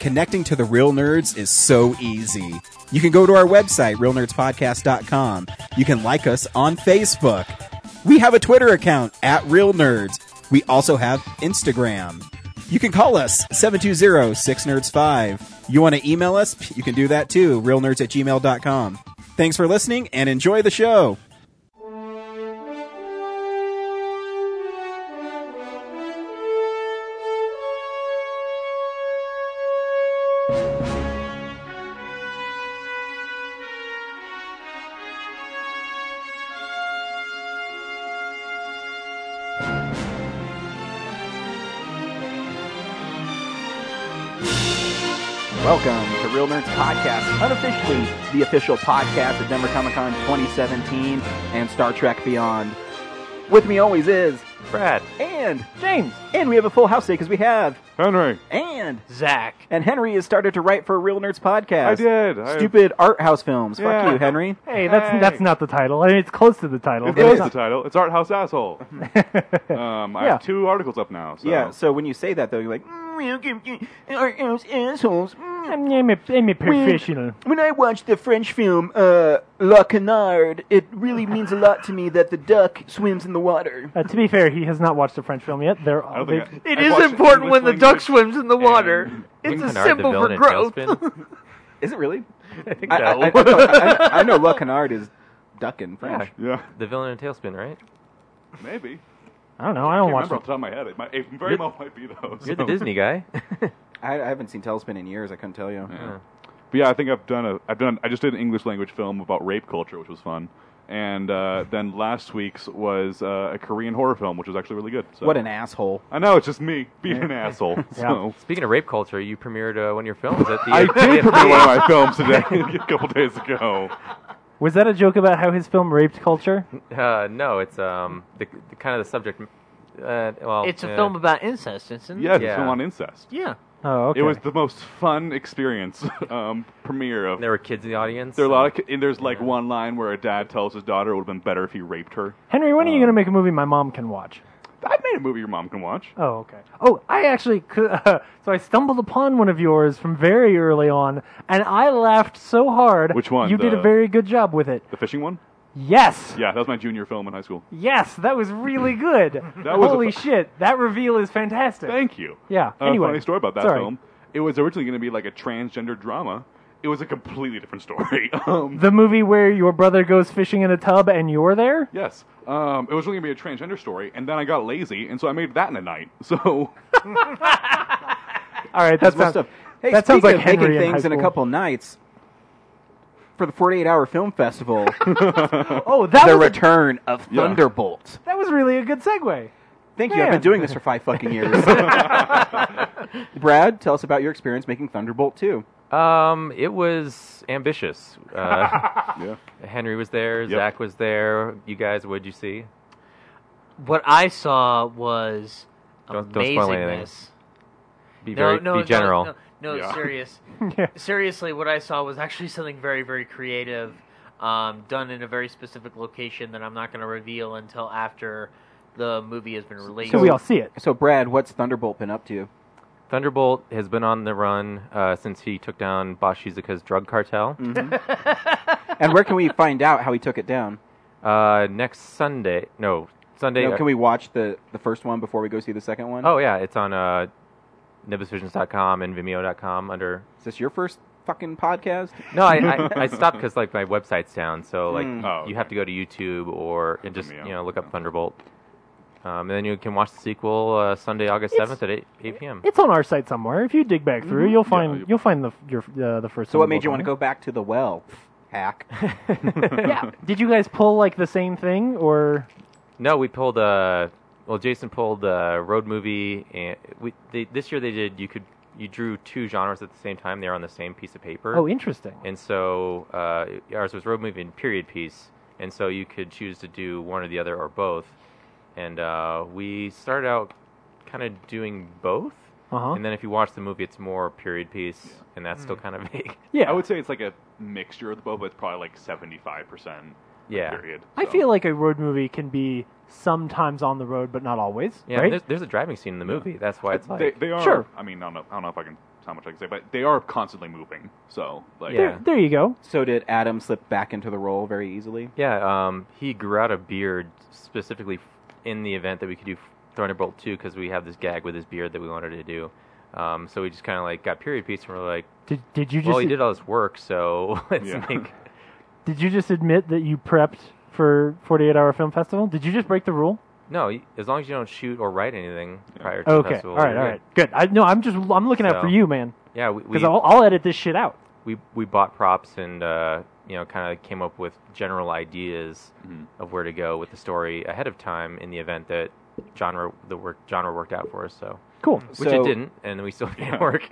connecting to the real nerds is so easy. You can go to our website, realnerdspodcast.com. You can like us on Facebook. We have a Twitter account at Real Nerds. We also have Instagram. You can call us 720-6nerds5. You want to email us? You can do that too, realnerds at gmail.com. Thanks for listening and enjoy the show. Welcome to Real Nerds Podcast, unofficially the official podcast of Denver Comic Con 2017 and Star Trek Beyond. With me always is Brad. and James. and we have a full house today because we have Henry. and Zach. and Henry has started to write for Real Nerds Podcast. I did. I- Stupid art house films. Fuck Yeah. you, Henry. Hey, that's Hey. that's not the title. I mean, it's close to the title. It but was it's the not- title. It's Art House Asshole. um, Yeah. I have two articles up now. So. Yeah. So when you say that though, you're like "Mm, art house assholes. Mm, I'm, I'm a, I'm a professional. When I watched the French film uh, La Canard, it really means a lot to me that the duck swims in the water. Uh, to be fair, he has not watched a French film yet. They're I all, don't think I- It I've is watched important when the English duck language swims in the water. and- It's a Isn't Canard the symbol for villain in growth. Tailspin? Is it really? no. I, I, I, know- I, I know La Canard is duck in French. Yeah. the villain in Tailspin, right? Maybe. I don't know. I don't Can't watch remember them. off the top of my head. It, might, it very well might be those. You're the Disney guy. I, I haven't seen Tailspin in years. I couldn't tell you. Yeah. But yeah, I think I've done a. I've done. I just did an English language film about rape culture, which was fun. And uh, then last week's was uh, a Korean horror film, which was actually really good. So. What an asshole! I know it's just me being an asshole. So. Speaking of rape culture, you premiered uh, one of your films at the. I did the- premiere one of my films today, a couple days ago. Was that a joke about how his film raped culture? Uh, no, it's um the, the kind of the subject. Uh, well, It's a yeah. film about incest, isn't it? Yeah, it's a Yeah. film on incest. Yeah. Oh, okay. It was the most fun experience um, premiere of. There were kids in the audience. There are a so- lot of, ki- and there's like one line where a dad tells his daughter it would have been better if he raped her. Henry, when are uh, you going to make a movie my mom can watch? I made a movie your mom can watch. Oh, okay. Oh, I actually cou- so I stumbled upon one of yours from very early on, and I laughed so hard. Which one? You did The- a very good job with it. The fishing one? Yes. Yeah, that was my junior film in high school. Yes, that was really good. That was a Holy fu- shit, that reveal is fantastic. Thank you. Yeah, Uh, anyway, funny story about that sorry. film. It was originally going to be like a transgender drama. It was a completely different story. um, The movie where your brother goes fishing in a tub and you're there? yes. Um, it was really going to be a transgender story, and then I got lazy, and so I made that in a night. So All right, that That's my sounds, stuff. Hey, that sounds speaking like of Henry making in things high in, a school. couple nights for the 48 hour film festival, Oh, that the was, a- return of Yeah. Thunderbolt. that was really a good segue. Thank you. I've been Man. doing this for five fucking years. Brad, tell us about your experience making Thunderbolt 2. Um, it was ambitious. Uh, yeah, Henry was there. Zach was there. You guys, what'd you see? What I saw was Don't- don't spoil anything. amazingness. Be very no, no, be general. No, no, no, Yeah. serious. Yeah. Seriously, what I saw was actually something very, very creative, um, done in a very specific location that I'm not going to reveal until after the movie has been released. So we all see it. So, Brad, what's Thunderbolt been up to? Thunderbolt has been on the run uh, since he took down Bashizuka's drug cartel. Mm-hmm. And where can we find out how he took it down? Uh, next Sunday, no Sunday. uh, No, can we watch the, the first one before we go see the second one? Oh yeah, it's on uh, nibusvisions.com and vimeo.com under. Is this your first fucking podcast? No, I I, I stopped because like my website's down, so like Hmm. you, Oh, you have to go to YouTube or and just Vimeo. you know look up Thunderbolt. Um, and then you can watch the sequel uh, Sunday, August It's- seventh at eight eight p.m. It's on our site somewhere. If you dig back through, you'll find you- you'll find the your uh, the first Mm-hmm. So, what made you want to Thunderbolt go back to the well? Hack. on it. Yeah. Did you guys pull like the same thing or No, we pulled uh well Jason pulled uh, road movie and we they, this year they did you could you drew two genres at the same time they're on the same piece of paper. Oh, interesting. And so uh, ours was road movie and period piece, and so you could choose to do one or the other or both. And uh, we started out kind of doing both, Uh-huh. and then if you watch the movie, it's more period piece, and that's Mm. still kind of vague. Yeah. I would say it's like a mixture of the both, but it's probably like seventy-five percent. Yeah. Period. I So- feel like a road movie can be sometimes on the road but not always, Yeah, right? there's, there's a driving scene in the movie. That's why it's they, like they are. Sure. I mean, I don't know, I don't know if I can how much I can say, but they are constantly moving. So like, Yeah. There, there you go. So did Adam slip back into the role very easily? Yeah, um, he grew out a beard specifically f- in the event that we could do Thunderbolt 2 because we have this gag with his beard that we wanted to do. Um, so we just kind of like got period piece and we're like, Did, did you just well, he did all this work, so let's Yeah. make. did you just admit that you prepped for 48 Hour Film Festival? Did you just break the rule? No, y- as long as you don't shoot or write anything prior to the Okay. festival. All right. you're All good. right. Good. I no. I'm just. I'm looking out So- for you, man. Yeah, we, we, Because I'll, I'll edit this shit out. we we bought props and uh, you know kind of came up with general ideas of where to go with the story ahead of time in the event that genre the work genre worked out for us. So Cool. which So- it didn't, and we still made it work.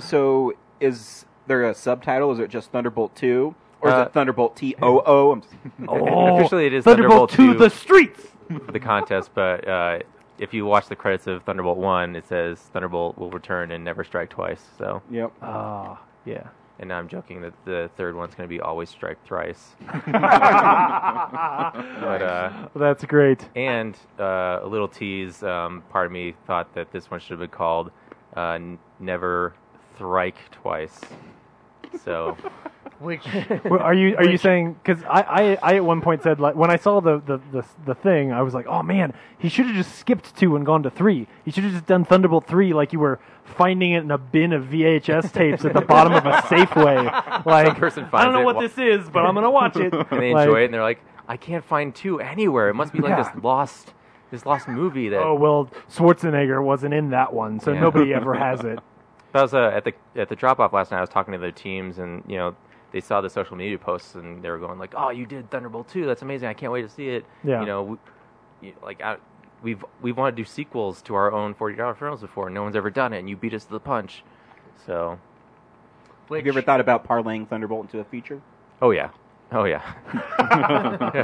So is there a subtitle? Is it just Thunderbolt two, or is Uh, it Thunderbolt T O O? I'm s- Oh, Officially, it is Thunderbolt, to Thunderbolt 2. the streets. for the contest, but uh, if you watch the credits of Thunderbolt One, it says Thunderbolt will return and never strike twice. So, Yep. Ah, yeah. and I'm joking that the third one's going to be always strike thrice. But uh, That's great. And uh, a little tease. Um, part of me thought that this one should have been called uh, N- "Never Thrike Twice." So Which Well, are you are you saying? Because I, I I at one point said like when I saw the the the, the thing, I was like, oh man, he should have just skipped two and gone to three. He should have just done Thunderbolt three, like you were finding it in a bin of VHS tapes at the bottom of a Safeway. Like person I finds don't know it, what wa- this is, but I'm gonna watch it. and they Like, enjoy it, and they're like, "I can't find two anywhere. It must be like this lost, this lost movie that." Oh well, Schwarzenegger wasn't in that one, so Yeah. nobody ever has it. But I was uh, at the at the drop off last night. I was talking to the teams, and you know they saw the social media posts, and they were going like, "Oh, you did Thunderbolt 2. That's amazing. I can't wait to see it." Yeah. You know, we, you- like I, we've we want to do sequels to our own forty dollar films before. and No one's ever done it, and you beat us to the punch. So, which Have you ever thought about parlaying Thunderbolt into a feature? oh yeah, oh yeah,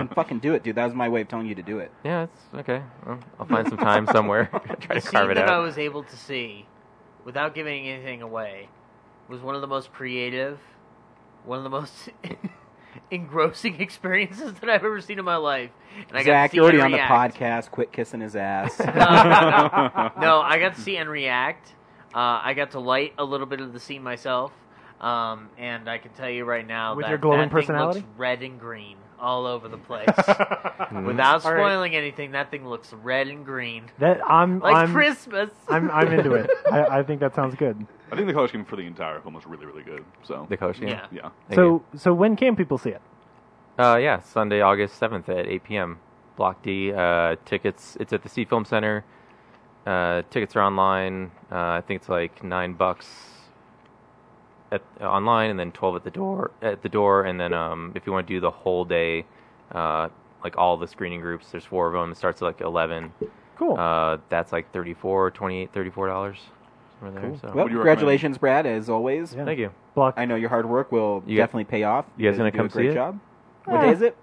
Fucking do it, dude. That was my way of telling you to do it. yeah. It's okay. Well, I'll find some time somewhere. Try to the carve scene it that I out. was able to see, without giving anything away, was one of the most creative, one of the most engrossing experiences that I've ever seen in my life. And I got to Zach, see you're already and on the react. podcast. Quit kissing his ass. no, I got to see and react. Uh, I got to light a little bit of the scene myself, um, and I can tell you right now With that your glowing that thing personality? looks red and green all over the place. Without All right. spoiling anything, that thing looks red and green, That I'm like I'm, Christmas. I'm I'm into it. I, I think that sounds good. I think the color scheme for the entire film was really really good. So The coach. Yeah. yeah, Thank so you. so when can people see it? Uh, yeah, Sunday, August 7th at 8 p.m. Block D. Uh, tickets, it's at the Sea Film Center. Uh, tickets are online. Uh, I think it's like nine bucks at, online, and then 12 at the door. At the door, and then um, if you want to do the whole day, uh, like all the screening groups, there's four of them. It starts at like 11. Cool. Uh, that's like 34, 28, 34 dollars. Somewhere there. So. well, do you congratulations, Brad. As always, Yeah. Thank you. Block I know your hard work will You- definitely pay off. you guys gonna do come a great see it? job? What day is it?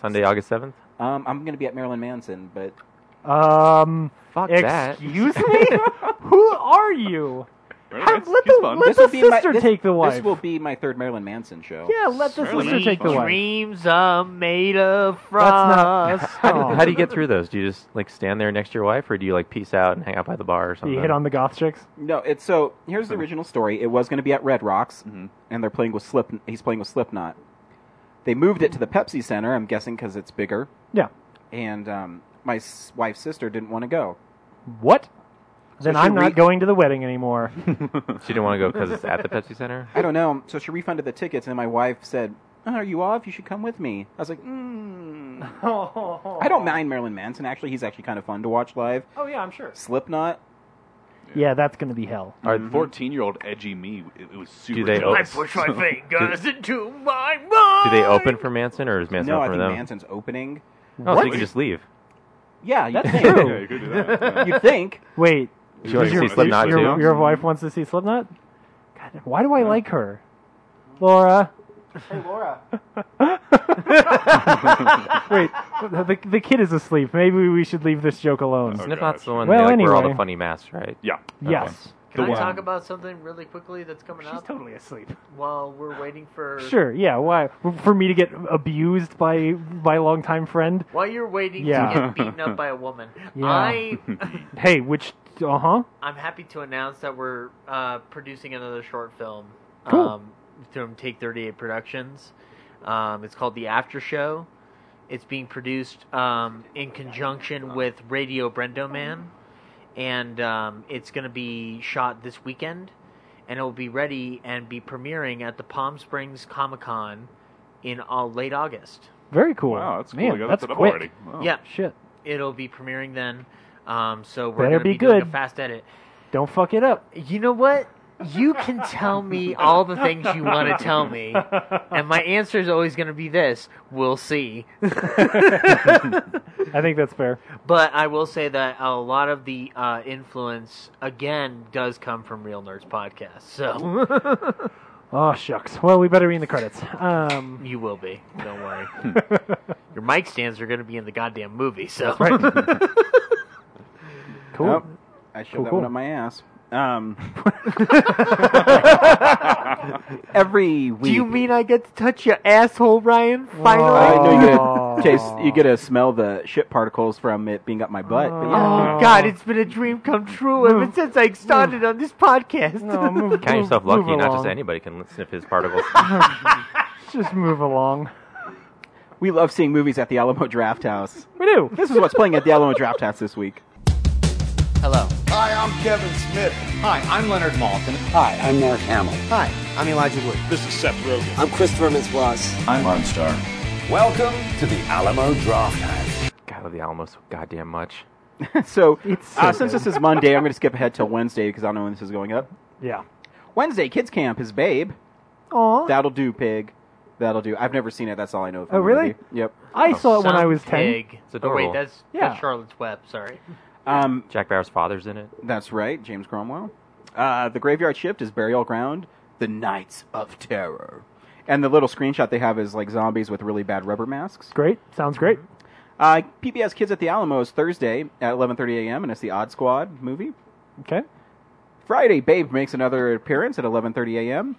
Sunday, August 7th. Um, I'm gonna be at Marilyn Manson, but Um, Fuck that. excuse me? Who are you? Right, How- that's- let he's the- fun. let- this will be my sister this, take the This wife. will be my third Marilyn Manson show. Yeah, let the Marilyn sister Manson. take the wife. Dreams are made of not- frost. How Oh, How do you get through those? Do you just like stand there next to your wife, or do you like peace out and hang out by the bar or something? You hit on the goth chicks? No, it's so here's the original story. It was going to be at Red Rocks, and they're playing with Slip. He's playing with Slipknot. They moved it to the Pepsi Center. I'm guessing because it's bigger. Yeah. And um, my s- wife's sister didn't want to go. What? Then she I'm not re- going to the wedding anymore. she didn't want to go because it's at the Pepsi Center. I don't know. So she refunded the tickets, and my wife said, oh, "Are you off? You should come with me." I was like, mm. "I don't mind Marilyn Manson. Actually, he's actually kind of fun to watch live. Oh yeah, I'm sure. Slipknot. Yeah, that's gonna be hell. Mm-hmm. Fourteen-year-old edgy me. It, it was super. they dope. I push my fingers into my mind. Do they open for Manson, or is Manson no, I open think for them? Manson's opening. Oh, so What? you can just leave. Yeah, you That's think. true. Yeah, you could do that. yeah. You think? Wait, She wants to your- see Slipknot you- your, too. your wife wants to see Slipknot? God, why do I like her? Laura. Hey, Laura. Wait, the, the kid is asleep. Maybe we should leave this joke alone. Okay. Slipknot's the one Well, that like, wear all anyway. the funny masks, right? Yeah. Yes. Can The I talk one. about something really quickly that's coming She's up totally asleep. while we're waiting for? Sure. Yeah. Why? For me to get abused by my longtime friend? While you're waiting Yeah. to get beaten up by a woman, Yeah. I Hey, which Uh huh. I'm happy to announce that we're uh, producing another short film Cool. um, from Take 38 Productions. Um, it's called The After Show. It's being produced um, in conjunction with Radio Brendo Man, and um, it's going to be shot this weekend, and it will be ready and be premiering at the Palm Springs Comic Con in uh, late August. Very cool. Wow, that's cool. Man, you got that's that set up quick. already. Wow. Yeah, Shit. it'll be premiering then. Um, so we're Better going to be be, doing good. a fast edit. Don't fuck it up. You know what? You can tell me all the things you want to tell me, and my answer is always going to be this: we'll see. I think that's fair. But I will say that a lot of the uh, influence, again, does come from Real Nerds Podcast. So Oh shucks. Well, we better be in the credits. Um, you will be. Don't worry. Your mic stands are going to be in the goddamn movie. So right. cool. Nope. I showed Cool, that cool. one up my ass. Um, every week. do you mean I get to touch your asshole, Ryan? Finally. I know Aw. you get Chase. You get to smell the shit particles from it being up my butt. But yeah. Oh God, it's been a dream come true ever since I started on this podcast. No, move, Count move- yourself move lucky. Not just along. anybody can sniff his particles. Just move along. we love seeing movies at the Alamo Draft House. We do. This is what's playing at the Alamo Draft House this week. Hello. Hi, I'm Kevin Smith. Hi, I'm Leonard Maltin. Hi, I'm Mark Hamill. Hi, I'm Elijah Wood. This is Seth Rogen. I'm Christopher Mintz-Plasse. I'm Armstar. Welcome to the Alamo Draft House. God, I love the Alamo so goddamn much. So, so uh, since good. this is Monday, I'm going to skip ahead till Wednesday because I don't know when this is going up. Yeah. Wednesday, kids camp is Babe. Aw. That'll do, pig. That'll do. I've never seen it. That's all I know. From Oh, the really? movie. Yep. I saw it when I was ten. pig. It's Oh, wait, adorable. that's, Yeah. that's Charlotte's Web. Sorry. Um, Jack Bauer's father's in it. that's right. James Cromwell. Uh, the graveyard shift is burial ground. The Knights of Terror. And the little screenshot they have is like zombies with really bad rubber masks. Great. Sounds great. Uh, PBS Kids at the Alamo is Thursday at 11:30 a.m. and it's the Odd Squad movie. Okay. Friday, Babe makes another appearance at 11:30 a.m.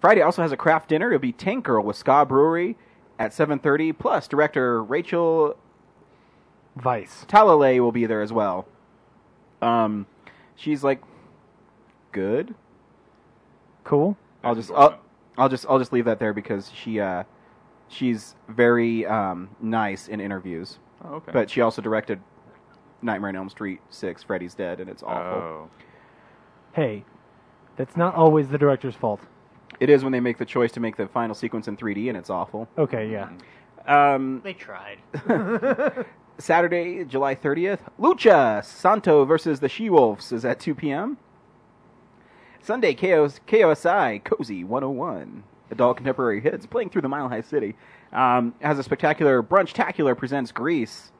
Friday also has a craft dinner. It'll be Tank Girl with Ska Brewery at 7:30. Plus, director Rachel Vice. Talalay will be there as well. Um, she's like good. Cool. I'll just I'll, I'll just I'll just leave that there because she uh she's very um nice in interviews, Oh, okay. but she also directed Nightmare on Elm Street Six, Freddy's Dead, and it's Uh, awful. oh. Hey, that's not always the director's fault. It is when they make the choice to make the final sequence in 3D, and it's awful. Okay. Yeah. Mm-hmm. Um, They tried. Oh, Saturday, July 30th, Lucha Santo versus the She Wolves is at 2 p.m. Sunday, KOS, KOSI Cozy 101, Adult Contemporary Hits, playing through the Mile High City, um, has a spectacular brunch tacular presents Grease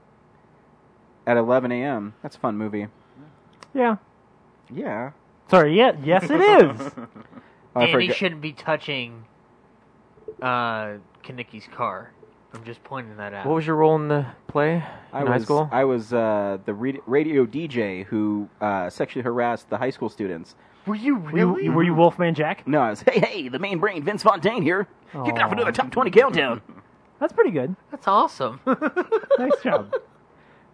at 11 a.m. That's a fun movie. Yeah. Yeah. Sorry. Yeah. Yes, it is. Oh, I and he forgot- shouldn't be touching uh, Kanicki's car. I'm just pointing that out. What was your role in the play in I high was, school? I was uh, the re- radio DJ who uh, sexually harassed the high school students. were you Were you, were you Wolfman Jack? No, I was, hey, hey, the main brain, Vince Fontaine here. Kicking off Aw. another top 20 countdown. That's pretty good. That's awesome. Nice job.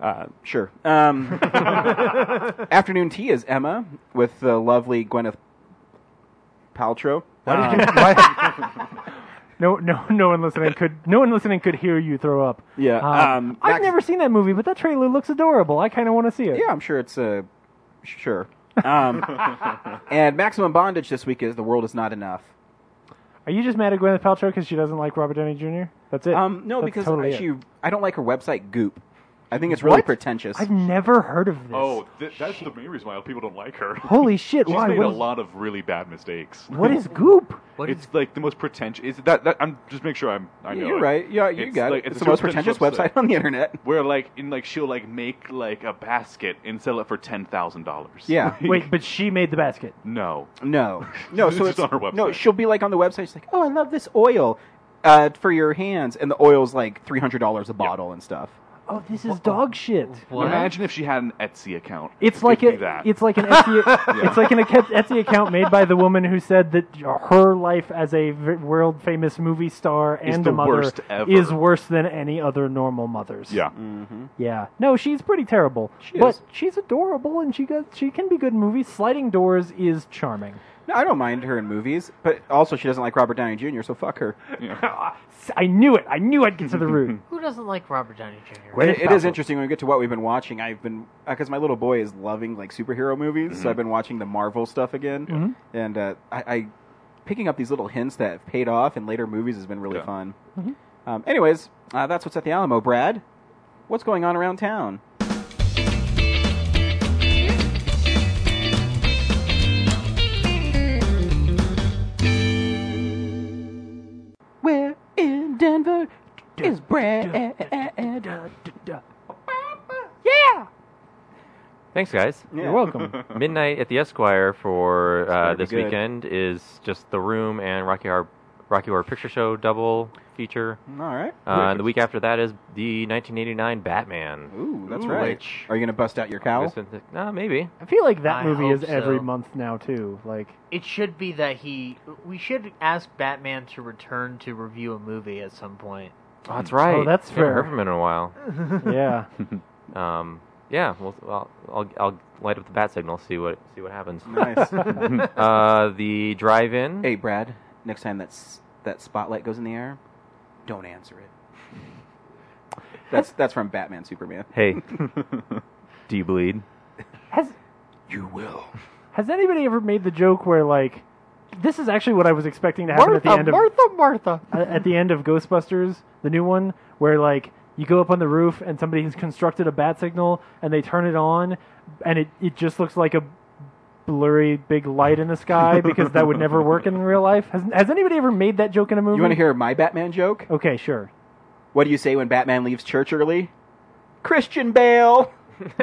Uh, sure. Um, afternoon tea is Emma with the lovely Gwyneth Paltrow. Uh, Why- no, no, no one listening could. No one listening could hear you throw up. Yeah, Um, um, I've Max- never seen that movie, but that trailer looks adorable. I kind of want to see it. yeah, I'm sure it's uh, sure. Um, and maximum bondage this week is the world is not enough. Are you just mad at Gwyneth Paltrow because she doesn't like Robert Downey Jr.? That's it. Um, no, That's because totally she, it. I don't like her website Goop. I think it's really What? pretentious. I've never heard of this. Oh, th- that's the main reason why people don't like her. Holy shit! She's why? made What a is- lot of really bad mistakes. what is Goop? What it's is- like the most pretentious. Is that, that I'm just make sure I'm. I know You're it. right. Yeah, you It's got like- it. it's It's the the most most pretentious pretentious website on the internet. Where like in like she'll like make like a basket and sell it for ten thousand dollars. Yeah. Wait, but she made the basket. No. No, no. It's so it's just on her website. No, she'll be like on the website. She's like, "Oh, I love this oil uh, for your hands," and the oil's like three hundred dollars a bottle and stuff. oh, this is dog shit. What? Imagine if she had an Etsy account. It's It like could be a, that. it's like an Etsy, it's like an Etsy Etsy account made by the woman who said that her life as a world famous movie star and the a mother worst ever. is worse than any other normal mother's. yeah. yeah. No, she's pretty terrible, but she's adorable and she got she can be good in movies. Sliding Doors is charming. No, I don't mind her in movies, but also she doesn't like Robert Downey Jr., so fuck her. Uh, I knew it. I knew I'd get to the root. Who doesn't like Robert Downey Jr.? It- it is interesting when we get to what we've been watching. I've been because my little boy is loving like superhero movies, Mm-hmm. so I've been watching the Marvel stuff again, and uh, I, I picking up these little hints that have paid off in later movies has been really Yeah. Mm-hmm. fun. Um, anyways, uh, that's what's at the Alamo, Brad. What's going on around town? Where in Denver is Brad? Thanks, guys. uh, You're welcome. Midnight at the Esquire for uh, be this good. weekend is just The Room and Rocky Horror, Rocky Horror Picture Show double feature. All right. Uh, and the week after that is the 1989 Batman. Ooh, that's Ooh, right. which- Are you gonna bust out your cowl? Nah, maybe. I feel like that I movie hope is every so. month now too. Like It should be that he. We should ask Batman to return to review a movie at some point. Oh, that's right. Oh, that's Haven't fair. heard from him in a while. yeah. Um, yeah, well, I'll, I'll I'll light up the bat signal. See what see what happens. Nice. uh, the drive-in. hey, Brad. Next time that s- that spotlight goes in the air, don't answer it. That's that's from Batman Superman. Hey, do you bleed? Has You will. Has anybody ever made the joke where like this is actually what I was expecting to happen at the end of Martha Martha at the end of Ghostbusters, the new one, where like you go up on the roof and somebody has constructed a bat signal and they turn it on and it, it just looks like a blurry big light in the sky because that would never work in real life. Has has anybody ever made that joke in a movie? You want to hear my Batman joke? Okay, sure. What do you say when Batman leaves church early? Christian Bale.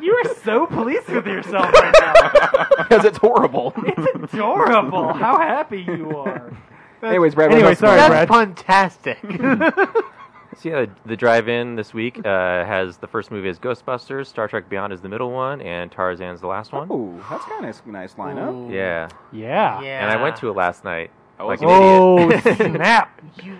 You are so pleased with yourself right now. Because it's horrible. It's adorable. How happy you are. anyways, Brad. Anyway, what else- sorry, Brad. That's fantastic. So yeah, the drive-in this week uh, has the first movie is Ghostbusters, Star Trek Beyond is the middle one, and Tarzan's the last one. Oh, that's kind of a nice lineup. Yeah. Yeah. Yeah. and I went to it last night. I like was an Oh snap! You.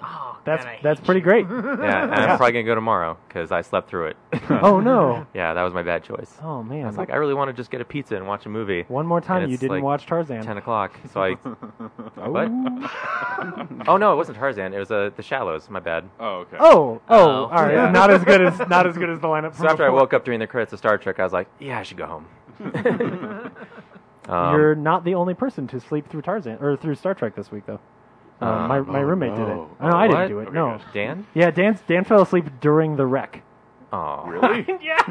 Oh, That's God, I that's hate pretty you. great. idiot. Yeah, and I'm probably gonna go tomorrow because I slept through it. Oh no! yeah, that was my bad choice. Oh man! I was like, I really want to just get a pizza and watch a movie. one more time, and you it's didn't like watch Tarzan. Ten o'clock, so I. what? oh no, it wasn't Tarzan. It was uh, The Shallows. My bad. Oh, okay. Oh, oh, Oh. all right. Yeah. Not as good as not as good as the lineup. So after I woke up during the credits of Star Trek, I was like, yeah, I should go home. Um, you're not the only person to sleep through Tarzan or through Star Trek this week, though. Uh, my my roommate did it. No, I Um, oh, What? Oh didn't do it. Okay, no. Dan? Yeah, Dan Dan fell asleep during the wreck. Oh, Really? yeah,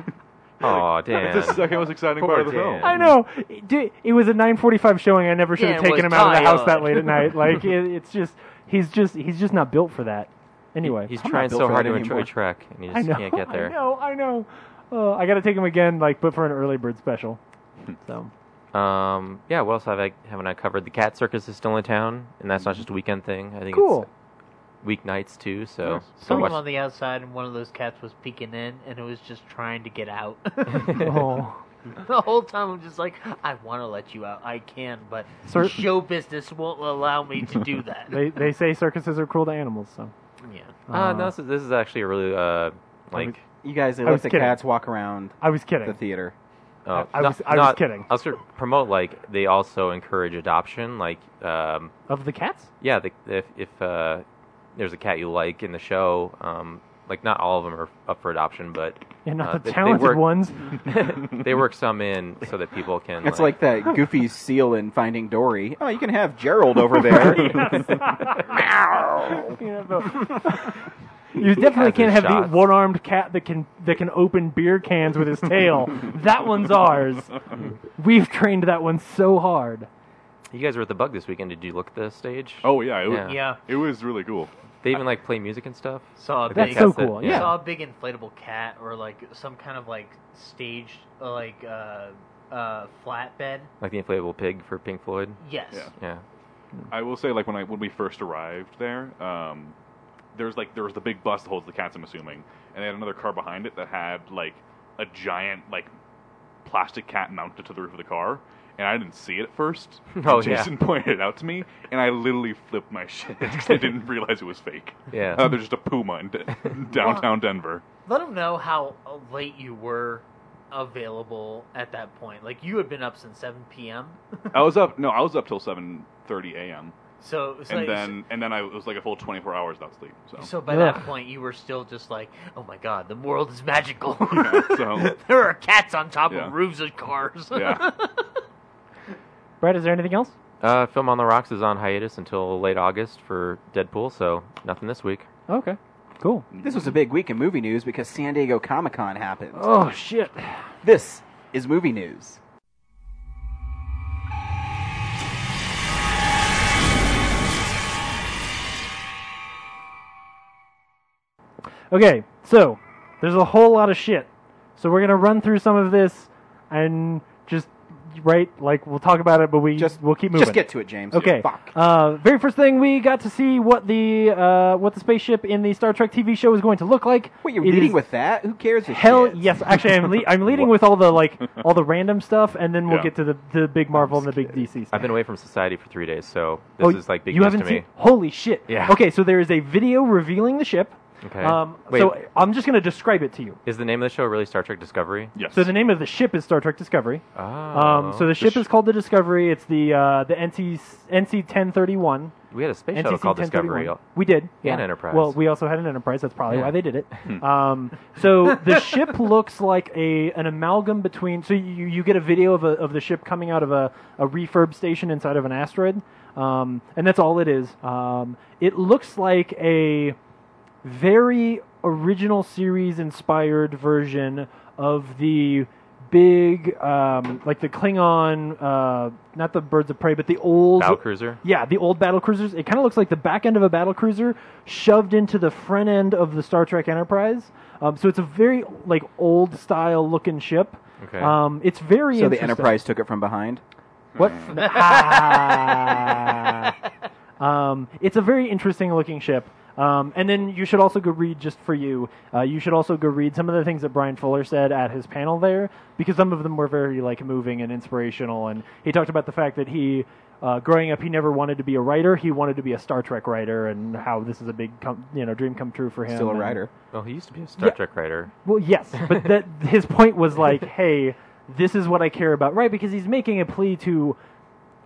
Oh, Dan. This is the most exciting Poor part of the Dan. film. I know. It, di- it was a 9:45 showing. I never should Yeah, have it taken was him out of the house that tired. late at night. Like it, it's just he's just he's just not built for that. Anyway, He's I'm not trying built so for hard that to enjoy anymore. Trek, and he I just know. can't get I there. know. I know. Uh, I got to take him again, like, but for an early bird special. Hmm. So Um, yeah, what else have I haven't I covered? The Cat Circus is still in town, and that's not just a weekend thing. I think cool. it's weeknights too. So Nice. go Someone watch- on the outside, and one of those cats was peeking in, and it was just trying to get out. oh, the whole time, I'm just like, I want to let you out. I can, but Sir- show business won't allow me to do that. they they say circuses are cruel to animals. So yeah. uh, no, this is, this is actually a really uh like You guys, they I let was the kidding. cats walk around I was the kidding. theater. uh, I- I not- was- I was not- kidding. I was gonna promote like they also encourage adoption. Like um, of the cats? yeah, the, if if uh, there's a cat you like in the show, um, like not all of them are up for adoption, but And uh, not they- the they talented work- ones. they work some in so that people can. It's like that goofy seal in Finding Dory. Oh, you can have Gerald over there. You know, the- You definitely can't have shots. the one-armed cat that can that can open beer cans with his tail. that one's ours. We've trained that one so hard. you guys were at the bug this weekend. Did you look at the stage? Oh yeah, it was, Yeah. Yeah. It was really cool. They even like play music and stuff. Saw a That's big, so cool. Yeah. Saw a big inflatable cat, or like some kind of like staged, uh, like uh, uh, flatbed. Like the inflatable pig for Pink Floyd. Yes. Yeah. Yeah. I will say, like when I when we first arrived there, um, there's like there was the big bus that holds the cats, I'm assuming, and they had another car behind it that had like a giant like plastic cat mounted to the roof of the car. And I didn't see it at first. Oh, yeah. Jason pointed it out to me, and I literally flipped my shit 'cause I didn't realize it was fake. Yeah. Uh, there's just a puma in de- downtown Denver. Let them know how uh, late you were available at that point. Like you had been up since 7 p.m. I was up. No, I was up till 7:30 a.m. So it was and like, then and then I it was like a full 24 hours without sleep. So, so by Ugh. that point you were still just like, oh my god, the world is magical. Yeah, so- there are cats on top Yeah. of roofs of cars. yeah, Brett, is there anything else? Uh, Film on the Rocks is on hiatus until late August for Deadpool, so nothing this week. Okay, cool. This was a big week in movie news because San Diego Comic Con happened. Oh shit. This is movie news. Okay, so there's a whole lot of shit. So we're gonna run through some of this and just right like we'll talk about it, but we Just we'll keep moving. Just get to it, James. Okay. Fuck. Uh, very first thing we got to see what the uh, what the spaceship in the Star Trek TV show is going to look like. What you're It leading is- with that? Who cares? a Hell shit? yes! Actually, I'm le- I'm leading with all the like all the random stuff, and then we'll Yeah. get to the, to the big Marvel and the big DC stuff. I've been away from society for three days, so this is like big Oh, you news to haven't me. seen? Holy shit! Yeah. Okay, so there is a video revealing the ship. Okay. Um, Wait. So I'm just going to describe it to you. Is the name of the show really Star Trek Discovery? yes. So the name of the ship is Star Trek Discovery. Oh. Um, so the ship sh- is called the Discovery. It's the uh, the NC NC 1031. we had a space NCC shuttle called 1031. Discovery. We did. And Enterprise. Well, we also had an Enterprise. That's probably Yeah. why they did it. um, so the ship looks like a an amalgam between. So you, you get a video of a, of the ship coming out of a, a refurb station inside of an asteroid, um, and that's all it is. Um, it looks like a very original series inspired version of the big um, like the Klingon, uh, not the Birds of Prey, but the old Battle cruiser. yeah, the old battle cruisers. It kind of looks like the back end of a battle cruiser shoved into the front end of the Star Trek Enterprise. Um, so it's a very like old style looking ship. Okay. Um, it's very So the interesting. Enterprise took it from behind. What? Ah. um, it's a very interesting looking ship. Um, and then you should also go read just for you. Uh, you should also go read some of the things that Brian Fuller said at his panel there, because some of them were very like moving and inspirational. And he talked about the fact that he, uh, growing up, he never wanted to be a writer. He wanted to be a Star Trek writer, and how this is a big, com- you know, dream come true for him. Still a and- writer. Well, he used to be a Star Trek writer. well, yes, but that his point was like, hey, this is what I care about, right? Because he's making a plea to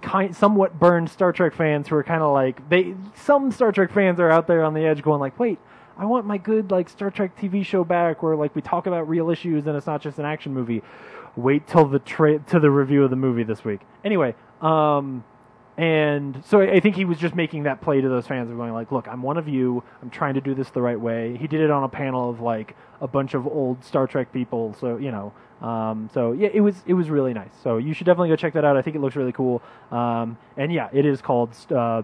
kind somewhat burned Star Trek fans who are kind of like they some Star Trek fans are out there on the edge going like, wait, I want my good like Star Trek TV show back where like we talk about real issues and it's not just an action movie. Wait till the tra- to the review of the movie this week. Anyway, um and so I I think he was just making that play to those fans of going like, "Look, I'm one of you. I'm trying to do this the right way." He did it on a panel of like a bunch of old Star Trek people, so you know. Um, so yeah, it was it was really nice. So you should definitely go check that out. I think it looks really cool. Um, and yeah, it is called uh,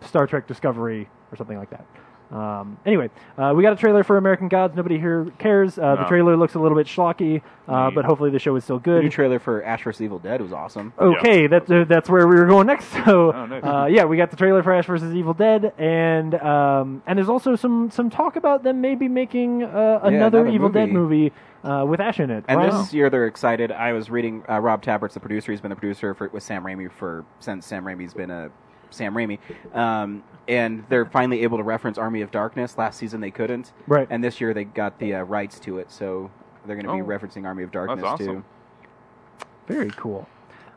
Star Trek Discovery or something like that. Um, anyway, uh, we got a trailer for American Gods. Nobody here cares. Uh, The No. trailer looks a little bit schlocky, uh, but hopefully the show is still The good. new trailer for Ash vs Evil Dead was awesome. Okay, that's uh, that's where we were going next. So, Oh, nice. uh, yeah, we got the trailer for Ash vs. Evil Dead, and um, and there's also some some talk about them maybe making uh, another, another Evil Dead movie. movie uh, with Ash in it. And Wow. this year they're excited. I was reading uh, Rob Tappert's the producer. He's been the producer for, with Sam Raimi for since Sam Raimi's been a Sam Raimi, um, and they're finally able to reference Army of Darkness. Last season they couldn't, Right. And this year they got the uh, rights to it, so they're going to be Oh. referencing Army of Darkness awesome. too. very cool.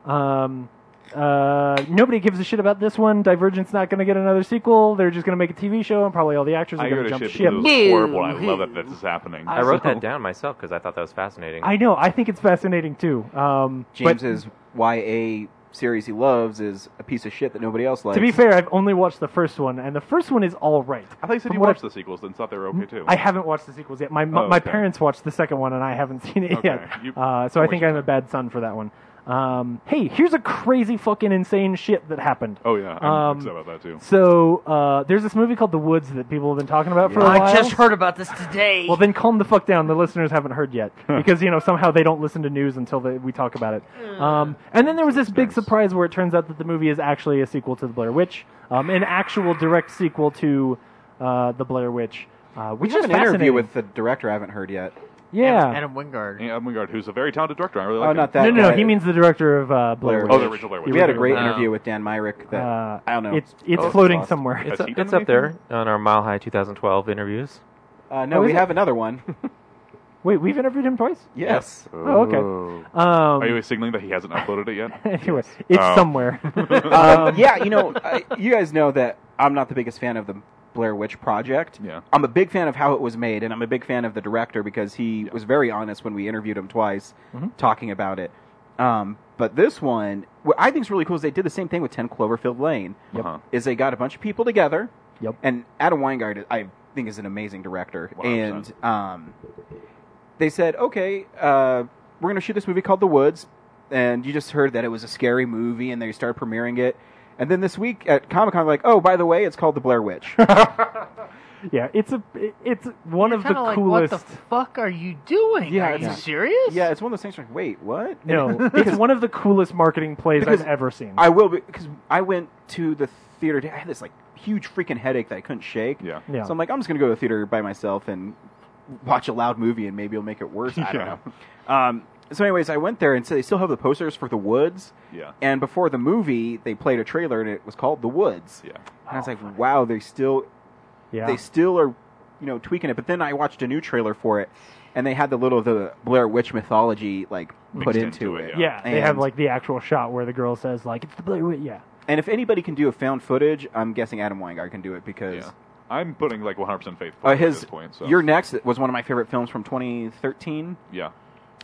Um, uh, nobody gives a shit about this one. Divergent's not going to get another sequel. They're just going to make a TV show, and probably all the actors I are go going to to jump shit ship. because it was horrible. and I love that this is happening. I wrote that down myself because I thought that was fascinating. I know. I think it's fascinating too. Um, but James's YA series he loves is a piece of shit that nobody else likes. to be fair, I've only watched the first one, and the first one is all right. I thought you said From you what I- watched the sequels and thought they were okay too. I haven't watched the sequels yet. My my, Oh, my okay. parents watched the second one, and I haven't seen it Okay. yet. You- uh, so I think wasted I'm a time. bad son for that one. Um, hey, here's a crazy fucking insane shit that happened. oh yeah, I'm Um, upset about that too. So uh, there's this movie called The Woods that people have been talking about for a while. I just heard about this today. Well, then calm the fuck down. The listeners haven't heard yet because you know somehow they don't listen to news until they, we talk about Mm. it. Um, and then there was this big surprise where it turns out that the movie is actually a sequel to The Blair Witch, um, an actual direct sequel to uh, the Blair Witch. Uh, We which have is an interview fascinating. with the director I haven't heard yet. yeah. Adam Wingard. Adam Wingard, who's a very talented director. I really Oh, like him. not that. no, no, no. guy. He means the director of uh, Blair, Blair Oh, Witch. Oh, the original Blair Witch. We had a Yeah. great Oh. interview with Dan Myrick that Uh, I don't know. It's it's Oh, it's flown floating lost. somewhere. It's, Has up- he done it's up anything? there on our Mile High 2012 interviews. uh, no, Oh, is we it? have another one. Wait, we've interviewed him twice. yes. Oh, okay. Um, Are you signaling that he hasn't uploaded it yet? anyway, it's Oh. somewhere. um, yeah, you know, I, you guys know that I'm not the biggest fan of the Blair Witch Project. Yeah. I'm a big fan of how it was made, and I'm a big fan of the director because he was very honest when we interviewed him twice, Mm-hmm. talking about it. Um, but this one, what I think is really cool is they did the same thing with Ten Cloverfield Lane. Uh-huh. Is they got a bunch of people together. Yep. And Adam Weingart, I think, is an amazing director, 100%. and um, they said, okay, uh, we're going to shoot this movie called The Woods. And you just heard that it was a scary movie, and they started premiering it. And then this week at Comic Con, like, oh, by the way, it's called The Blair Witch. yeah, it's a it's one of the Kinda like, coolest. What the fuck are you doing? Yeah, are you it's- serious? yeah, it's one of those things where, wait, what? no, it's one of the coolest marketing plays Because I've ever seen. I will, because I went to the theater. today. I had this, like, huge freaking headache that I couldn't shake. Yeah. Yeah. So I'm like, I'm just going to go to the theater by myself and watch a loud movie, and maybe it'll make it worse. I don't Yeah. know. Um, so, anyways, I went there, and so they still have the posters for The Woods. Yeah. And before the movie, they played a trailer, and it was called The Woods. Yeah. And I was like, wow, they still Oh, yeah, they still are, you know, tweaking it. But then I watched a new trailer for it, and they had the little the Blair Witch mythology like put into, into it, it. yeah, they have And- like the actual shot where the girl says like it's the Blair Witch. Yeah, And if anybody can do a found footage, I'm guessing Adam Weingart can do it because Yeah. I'm putting like 100% faith uh, his, his at this point. So. Your Next was one of my favorite films from 2013, yeah.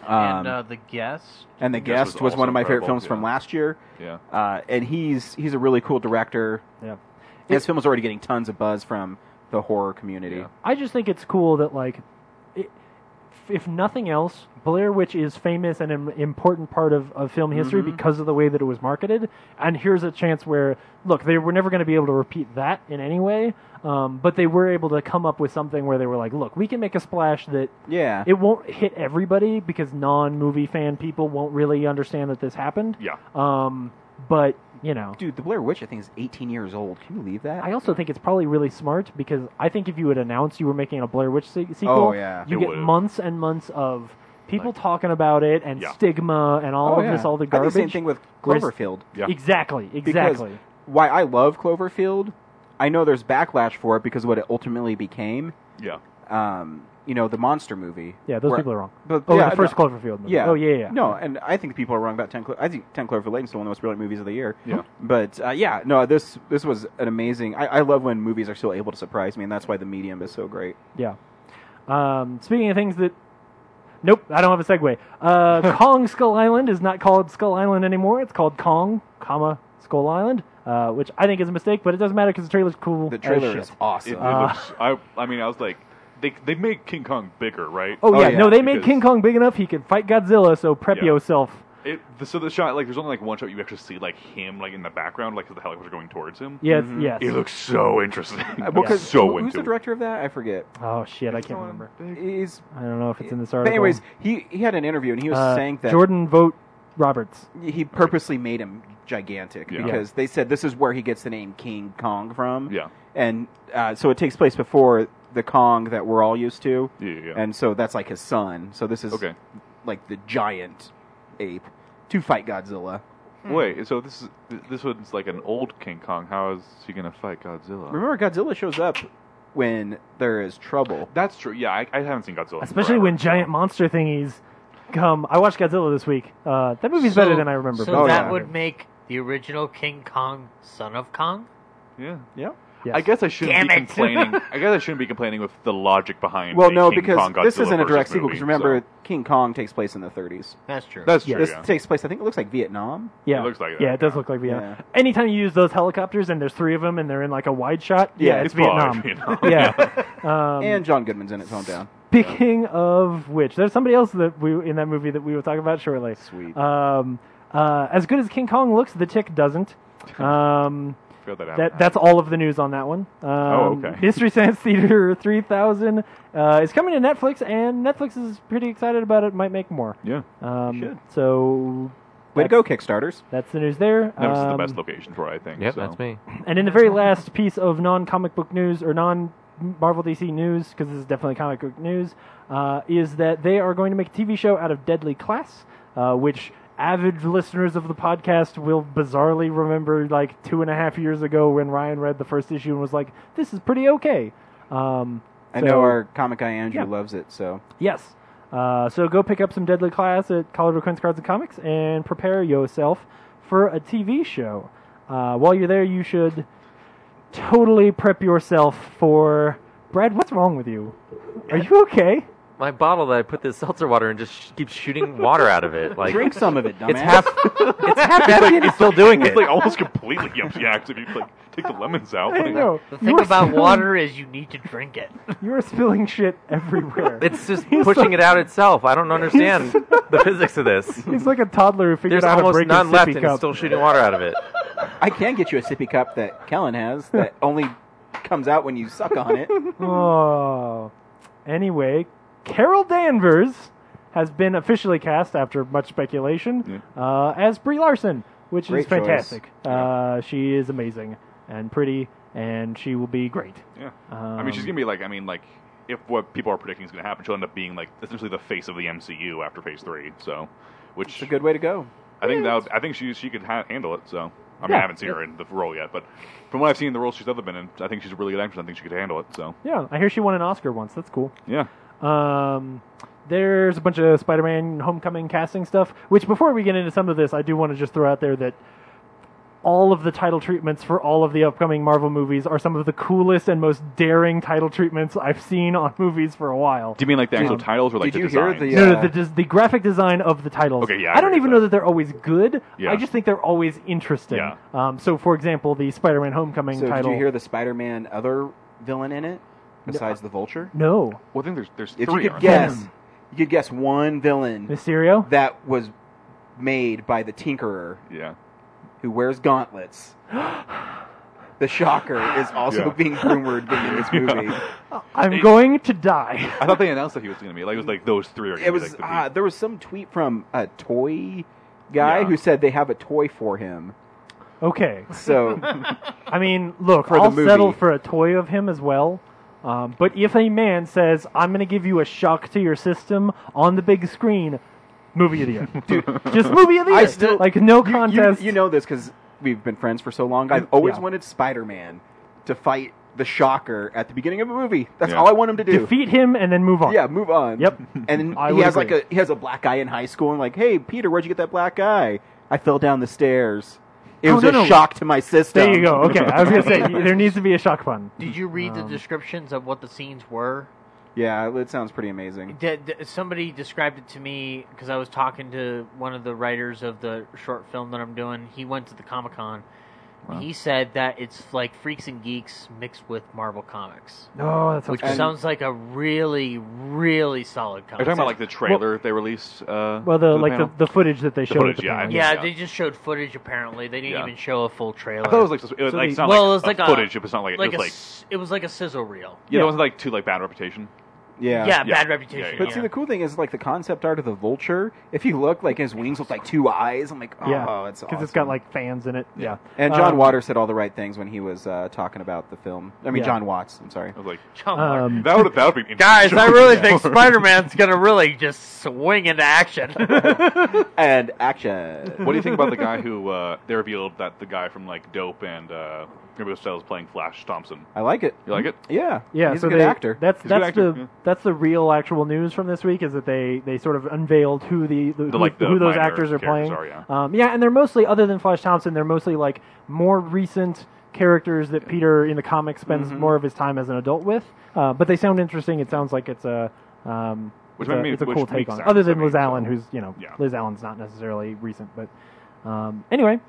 um, And uh, the guest. and The This Guest was was, one also of my favorite incredible, films from yeah. last year. Yeah. Uh, and he's he's a really cool director. yeah. And This film is already getting tons of buzz from the horror community. Yeah. I just think it's cool that like, i if nothing else, Blair Witch is famous and an important part of, of film history because of the way that it was marketed. And here's a chance where look, they were never going to be able to repeat that in any way, um, but they were able to come up with something where they were like, look, we can make a splash that Yeah. it won't hit everybody because non-movie fan people won't really understand that this happened. Yeah. Um, but you know, Dude, the Blair Witch, I think, is 18 years old. Can you believe that? I also think it's probably really smart because I think if you would announce you were making a Blair Witch se- sequel, Oh, yeah. you It get would've. months and months of people talking about it and Yeah. stigma and all Oh, of yeah. this, all the I think garbage. same thing with Whereas- Cloverfield. Yeah. Exactly, exactly. Because why I love Cloverfield, I know there's backlash for it because what it ultimately became, Yeah. um, you know, the monster movie. yeah, those where- people are wrong. But, oh, yeah, the first no, Cloverfield movie. Yeah. Oh yeah, yeah, yeah. No, and I think people are wrong about Ten. Clo- I think Ten Cloverfield Lane is still one of the most brilliant movies of the year. Yeah. But uh, yeah, no, this this was an amazing. I, I love when movies are still able to surprise me, and that's why the medium is so great. Yeah. Um, speaking of things that. Nope, I don't have a segue. Uh, Kong Skull Island is not called Skull Island anymore. It's called Kong, comma Skull Island, uh, which I think is a mistake, but it doesn't matter because the trailer's cool. The as trailer shit. is awesome. It, uh, it looks, I, I mean, I was like, they, they made King Kong bigger, right? Oh, Oh, yeah, yeah, no, they made because- King Kong big enough he could fight Godzilla. So prep Yeah. yourself. It, the, so the shot, like, there's only like one shot you actually see like him like in the background, like 'cause the helicopters are going towards him. Yes, Mm-hmm. yes. It looks so interesting. Uh, I'm because so who- who's into the it. director of that? I forget. Oh shit, I can't remember. He's I don't know if it's in this But article. anyways, he, he had an interview and he was Uh, saying that Jordan Vote Roberts. he purposely made him gigantic Yeah. because they said this is where he gets the name King Kong from. Yeah. and uh, so it takes place before the Kong that we're all used to. Yeah, yeah, yeah. and so that's like his son. So this is Okay. like the giant ape to fight Godzilla. Wait, so this is this one's like an old King Kong. How is he gonna fight Godzilla? Remember, Godzilla shows up when there is trouble. That's true. Yeah, I, I haven't seen Godzilla. in Especially forever. when giant monster thingies come. I watched Godzilla this week. Uh, that movie's So- better than I remember. So but- Oh, that yeah. would make the original King Kong Son of Kong? Yeah. Yeah. Yes. I guess I shouldn't Damn be it. complaining. I guess I shouldn't be complaining with the logic behind. Well, a no, King because Kong, this Godzilla isn't a versus direct sequel. movie, Because remember, so- King Kong takes place in the 30s. That's true. that's true. Yes. This Yeah. takes place, I think, it looks like Vietnam. yeah, it looks like that, yeah, it does yeah. look like Vietnam. Yeah. Anytime you use those helicopters and there's three of them and they're in like a wide shot, yeah, Yeah, it's it's, probably Vietnam. yeah. Um, and John Goodman's in its hometown. Speaking of which, there's somebody else that we in that movie that we will talk about shortly. Sweet. Um, uh, as good as King Kong looks, the Tick doesn't. Um, Figure that out. that that's all of the news on that one. Um, Oh, okay. Mystery Science Theater 3000 uh, is coming to Netflix, and Netflix is pretty excited about it. Might make more. yeah. Um, should. So Way to go, Kickstarters. that's the news there. No, this is the Um, best location for it, I think. Yep, so. that's me. And in the very last piece of non comic book news or non Marvel DC news, because this is definitely comic book news, uh, is that they are going to make a TV show out of Deadly Class, uh, which avid listeners of the podcast will bizarrely remember like two and a half years ago when Ryan read the first issue and was like, this is pretty okay. Um, I so- know our comic guy Andrew Yeah. loves it, so Yes. Uh, so go pick up some Deadly Class at Colorado Quince Cards and Comics and prepare yourself for a TV show. Uh, while you're there, you should totally prep yourself for. Brad, what's wrong with you? Are you okay? My bottle that I put this seltzer water in just sh- keeps shooting water out of it. Like drink some of it, dumbass. It's half. It's half. It's, like, it's still doing it. It's like almost completely yuck if you like take the lemons out. I Like, know. The You thing are about spilling- water is you need to drink it. you are spilling shit everywhere. It's just pushing it out itself. I don't understand the physics of this. He's like a toddler who figured There's out how to almost break none his left, sippy and cup. it's still shooting water out of it. I can get you a sippy cup that Kellen has that only comes out when you suck on it. oh. Anyway, Carol Danvers has been officially cast after much speculation uh, as Brie Larson, which Great is choice. fantastic. Uh, she is amazing and pretty, and she will be great. Yeah. Um, I mean, she's gonna be like, I mean, like, if what people are predicting is gonna happen, she'll end up being like essentially the face of the MCU after Phase Three. So, which It's a good way to go. I think that would, I think she she could ha- handle it. So, I mean, Yeah. I haven't seen her in the role yet, but from what I've seen in the roles she's ever been in, I think she's a really good actress. I think she could handle it. So, Yeah, I hear she won an Oscar once. That's cool. yeah. Um, there's a bunch of Spider-Man Homecoming casting stuff. Which before we get into some of this, I do want to just throw out there that all of the title treatments for all of the upcoming Marvel movies are some of the coolest and most daring title treatments I've seen on movies for a while. Do you mean like the actual titles or like did the you hear designs? the, uh, No, no, the, des- the graphic design of the titles. Okay, yeah, I I, don't agree even with know that they're always good. Yeah. I just think they're always interesting. Yeah. Um, so, for example, the Spider-Man Homecoming So title. did you hear the Spider-Man other villain in it besides the Vulture? no, Well, I think there's there's If you three. could aren't guess, Venom. you could guess one villain Mysterio. that was made by the Tinkerer there? Yeah. who wears gauntlets. The Shocker is also Yeah. being rumored being in this movie. I'm going to die. I thought they announced that he was gonna be like it was like those three are. Gonna It be, was like, the uh, there was some tweet from a toy guy Yeah. who said they have a toy for him. Okay. So I mean, look, For the I'll movie. settle for a toy of him as well. Um, but if a man says, "I'm going to give you a shock to your system on the big screen," movie of the year, dude, just movie of the year. I still- like no you- you- contest. Mm, You, know this because we've been friends for so long. I've always Yeah. wanted Spider-Man to fight the Shocker at the beginning of a movie. That's Yeah. all I want him to do. defeat him and then move on. Yeah, move on. Yep. And then I he would has agree. like a he has a black eye in high school and like, hey Peter, where'd you get that black eye? I fell down the stairs. It Oh, was no, a no. shock to my system. There you go. Okay, I was going to say there needs to be a shock pun. Did you read the Um. descriptions of what the scenes were? Yeah, it sounds pretty amazing. D- d- somebody described it to me because I was talking to one of the writers of the short film that I'm doing. He went to the Comic Con. He said that it's like Freaks and Geeks mixed with Marvel Comics, No, that's which okay. sounds like a really, really Are solid you concept. talking about like the trailer they released? Uh, Well, the for like panel? the, the footage that they showed. footage, at the yeah, I panel. mean- yeah, Yeah. they just showed footage. Apparently, they didn't Yeah. even show a full trailer. I thought it was like it was, like, the- it's not well, like, it was like a- footage. it was not like it like was a like s- it was like a sizzle reel. yeah, yeah. it wasn't like too like bad reputation. Yeah. Yeah, Yeah. bad reputation. Yeah, But see, the cool thing is like the concept art of the vulture. If you look, like his wings look like two eyes. I'm like, oh, yeah, it's it's got like fans in it. Yeah, And John Um, Waters said all the right things when he was uh, talking about the film. I mean, Yeah. Oh. John Watts. I'm sorry. I was like, John Waters. Um, that would that would be interesting. Guys, I really think Spider Man's gonna really just swing into action. And action. What do you think about the guy who uh, they revealed that the guy from like Dope and uh, Rainbow Style is playing Flash Thompson? I like it. You like it? Mm-hmm. Yeah. Yeah, He's so a good they- actor. That's He's a good that's actor, the yeah. that's the real actual news from this week is that they they sort of unveiled who the, the, who, like, the who those minor actors are characters playing. are, yeah. Um, yeah, and they're mostly other than Flash Thompson, they're mostly like more recent characters that Peter in the comic spends Mm-hmm. more of his time as an adult with. Uh, but they sound interesting. It sounds like it's a um, Which it's a, I mean, it's a which cool take makes on it. sense, Other than I mean, Liz so- Allen, who's you know Yeah. Liz Allen's not necessarily recent, but um, anyway.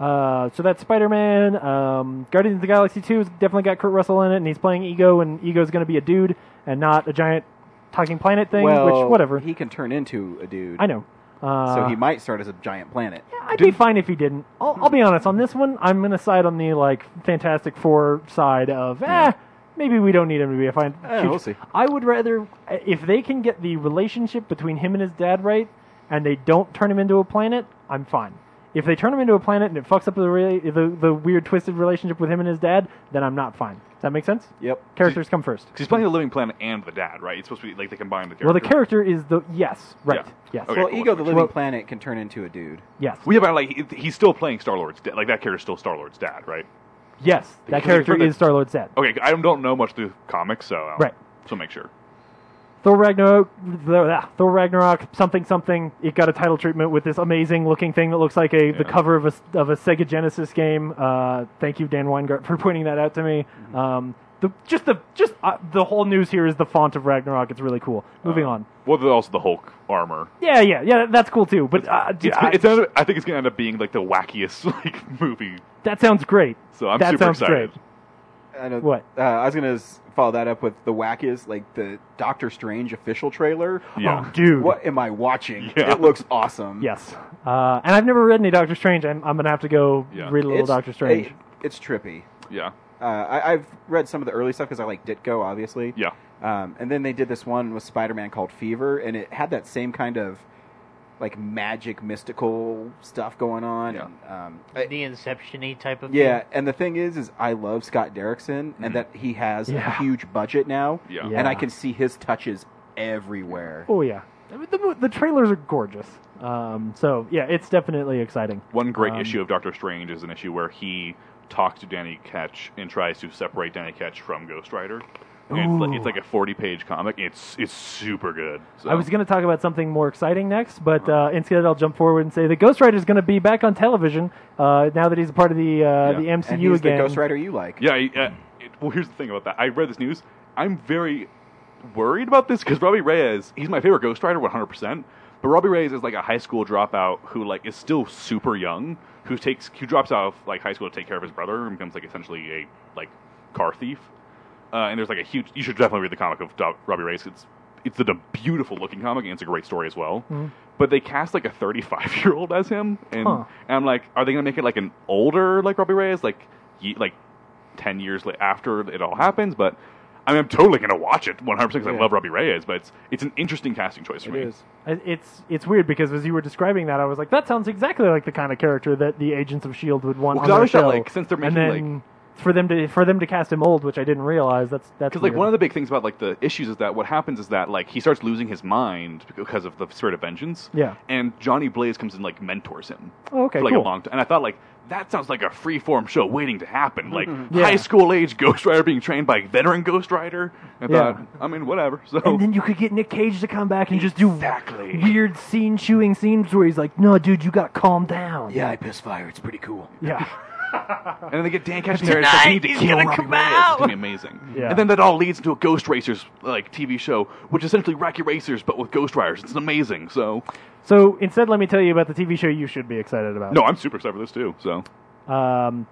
Uh, so that's Spider-Man. Um, Guardians of the Galaxy 2 has definitely got Kurt Russell in it, and he's playing Ego, and Ego's going to be a dude and not a giant talking planet thing, well, which, whatever. He can turn into a dude. I know. Uh, So he might start as a giant planet. I'd be fine if he didn't. I'll, I'll be honest. On this one, I'm going to side on the like Fantastic Four side of eh. Maybe we don't need him to be a fine. Eh, huge- we'll see. I would rather eh, if they can get the relationship between him and his dad right, and they don't turn him into a planet. I'm fine. If they turn him into a planet and it fucks up the re- the, the weird twisted relationship with him and his dad, then I'm not fine. Does that make sense? Yep. Characters come first. 'Cause he's playing the living planet and the dad, right? It's supposed to be like they combine the characters. Well, the character is the yes, right? Yeah. Yes, Okay. Well, cool. Ego the Living Well- Planet can turn into a dude. yes, We have our, like he- he's still playing Star Lord's dad. Like that character's still Star Lord's dad, right? yes. That Because character for the- is Star Lord's dad. Okay, I don't know much through comics, so um, Right. So make sure. Thor Ragnarok, blah, Thor Ragnarok, something something. It got a title treatment with this amazing looking thing that looks like a the cover of a of a Sega Genesis game. Uh, thank you, Dan Weingart, for pointing that out to me. Mm-hmm. Um, the, just the just uh, the whole news here is the font of Ragnarok. It's really cool. Moving Uh-huh. on. Well, there's also the Hulk armor. Yeah, yeah, yeah. That's cool too. But uh, dude, It's, I- it's ended, I think it's gonna end up being like the wackiest like movie. that sounds great. So I'm that super sounds excited. great. I know, What? Uh, I was gonna s- follow that up with the wackest, like the Doctor Strange official trailer. Yeah. Oh, dude. What am I watching? Yeah. It looks awesome. Yes. Uh, and I've never read any Doctor Strange. I'm, I'm gonna have to go Yeah. read a little It's- Doctor Strange. it- it's trippy. Oh. Yeah. Uh, I, I've read some of the early stuff because I like Ditko, obviously. Yeah. Um, and then they did this one with Spider-Man called Fever, and it had that same kind of like magic, mystical stuff going on. Yeah. And, um, I- the Inception-y type of yeah, and the thing is, is I love Scott Derrickson, and that he has Yeah. a huge budget now, Mm. Yeah. Yeah. and I can see his touches everywhere. Oh yeah, I mean, the mo- the trailers are gorgeous. Um, so yeah, it's definitely exciting. One great Um, issue of Doctor Strange is an issue where he talks to Danny Ketch and tries to separate Danny Ketch from Ghost Rider. And it's, like, Ooh. it's like a 40 page comic. It's it's super good. So, I was going to talk about something more exciting next, but uh, instead I'll jump forward and say that Ghost Rider is going to be back on television uh, now that he's a part of the uh, the MCU and he's again. the Ghost Rider you like. yeah. I- uh, it, well, here's the thing about that. I read this news. I'm very worried about this because Robbie Reyes, he's my favorite Ghost Rider, 100. percent But Robbie Reyes is like a high school dropout who like is still super young, who takes who drops out of like high school to take care of his brother and becomes like essentially a like car thief. Uh, and there's like a huge. You should definitely read the comic of Do- Robbie Reyes. It's it's a beautiful looking comic and it's a great story as well. But they cast like a 35 year old as him, and, Huh. and I'm like, are they gonna make it like an older like Robbie Reyes, like ye, like 10 years la- after it all happens? But I mean, I'm totally gonna watch it 100 percent because I love Robbie Reyes. But it's it's an interesting casting choice for me. I- It's it's weird because as you were describing that, I was like, that sounds exactly like the kind of character that the Agents of Shield E would want Well, 'cause on I their always thought, show. like, since they're and making, then for them to for them to cast him old, which I didn't realize. That's that's Because like weird. one of the big things about like the issues is that what happens is that like he starts losing his mind because of the spirit of vengeance. Yeah. And Johnny Blaze comes and like mentors him. Oh, okay, For, like cool. a long time. And I thought like that sounds like a free form show waiting to happen. Like Mm-hmm. Yeah. high school age Ghost Rider being trained by veteran Ghost Rider. I Yeah. thought I mean whatever. So Oh. and then you could get Nick Cage to come back and just do Exactly. weird scene chewing scenes where he's like, "No, dude, you got to calm down." Yeah, I piss fire. It's pretty cool. yeah. and then they get Dan Cash in there. and it's Like, we need to he's kill gonna Robbie come Reyes. It's out. gonna be amazing. Yeah. And then that all leads to a Ghost Racers like TV show, which is essentially Rocky Racers but with Ghost Riders. It's amazing. So So instead, let me tell you about the TV show you should be excited about. no, I'm super excited for this too. So Um,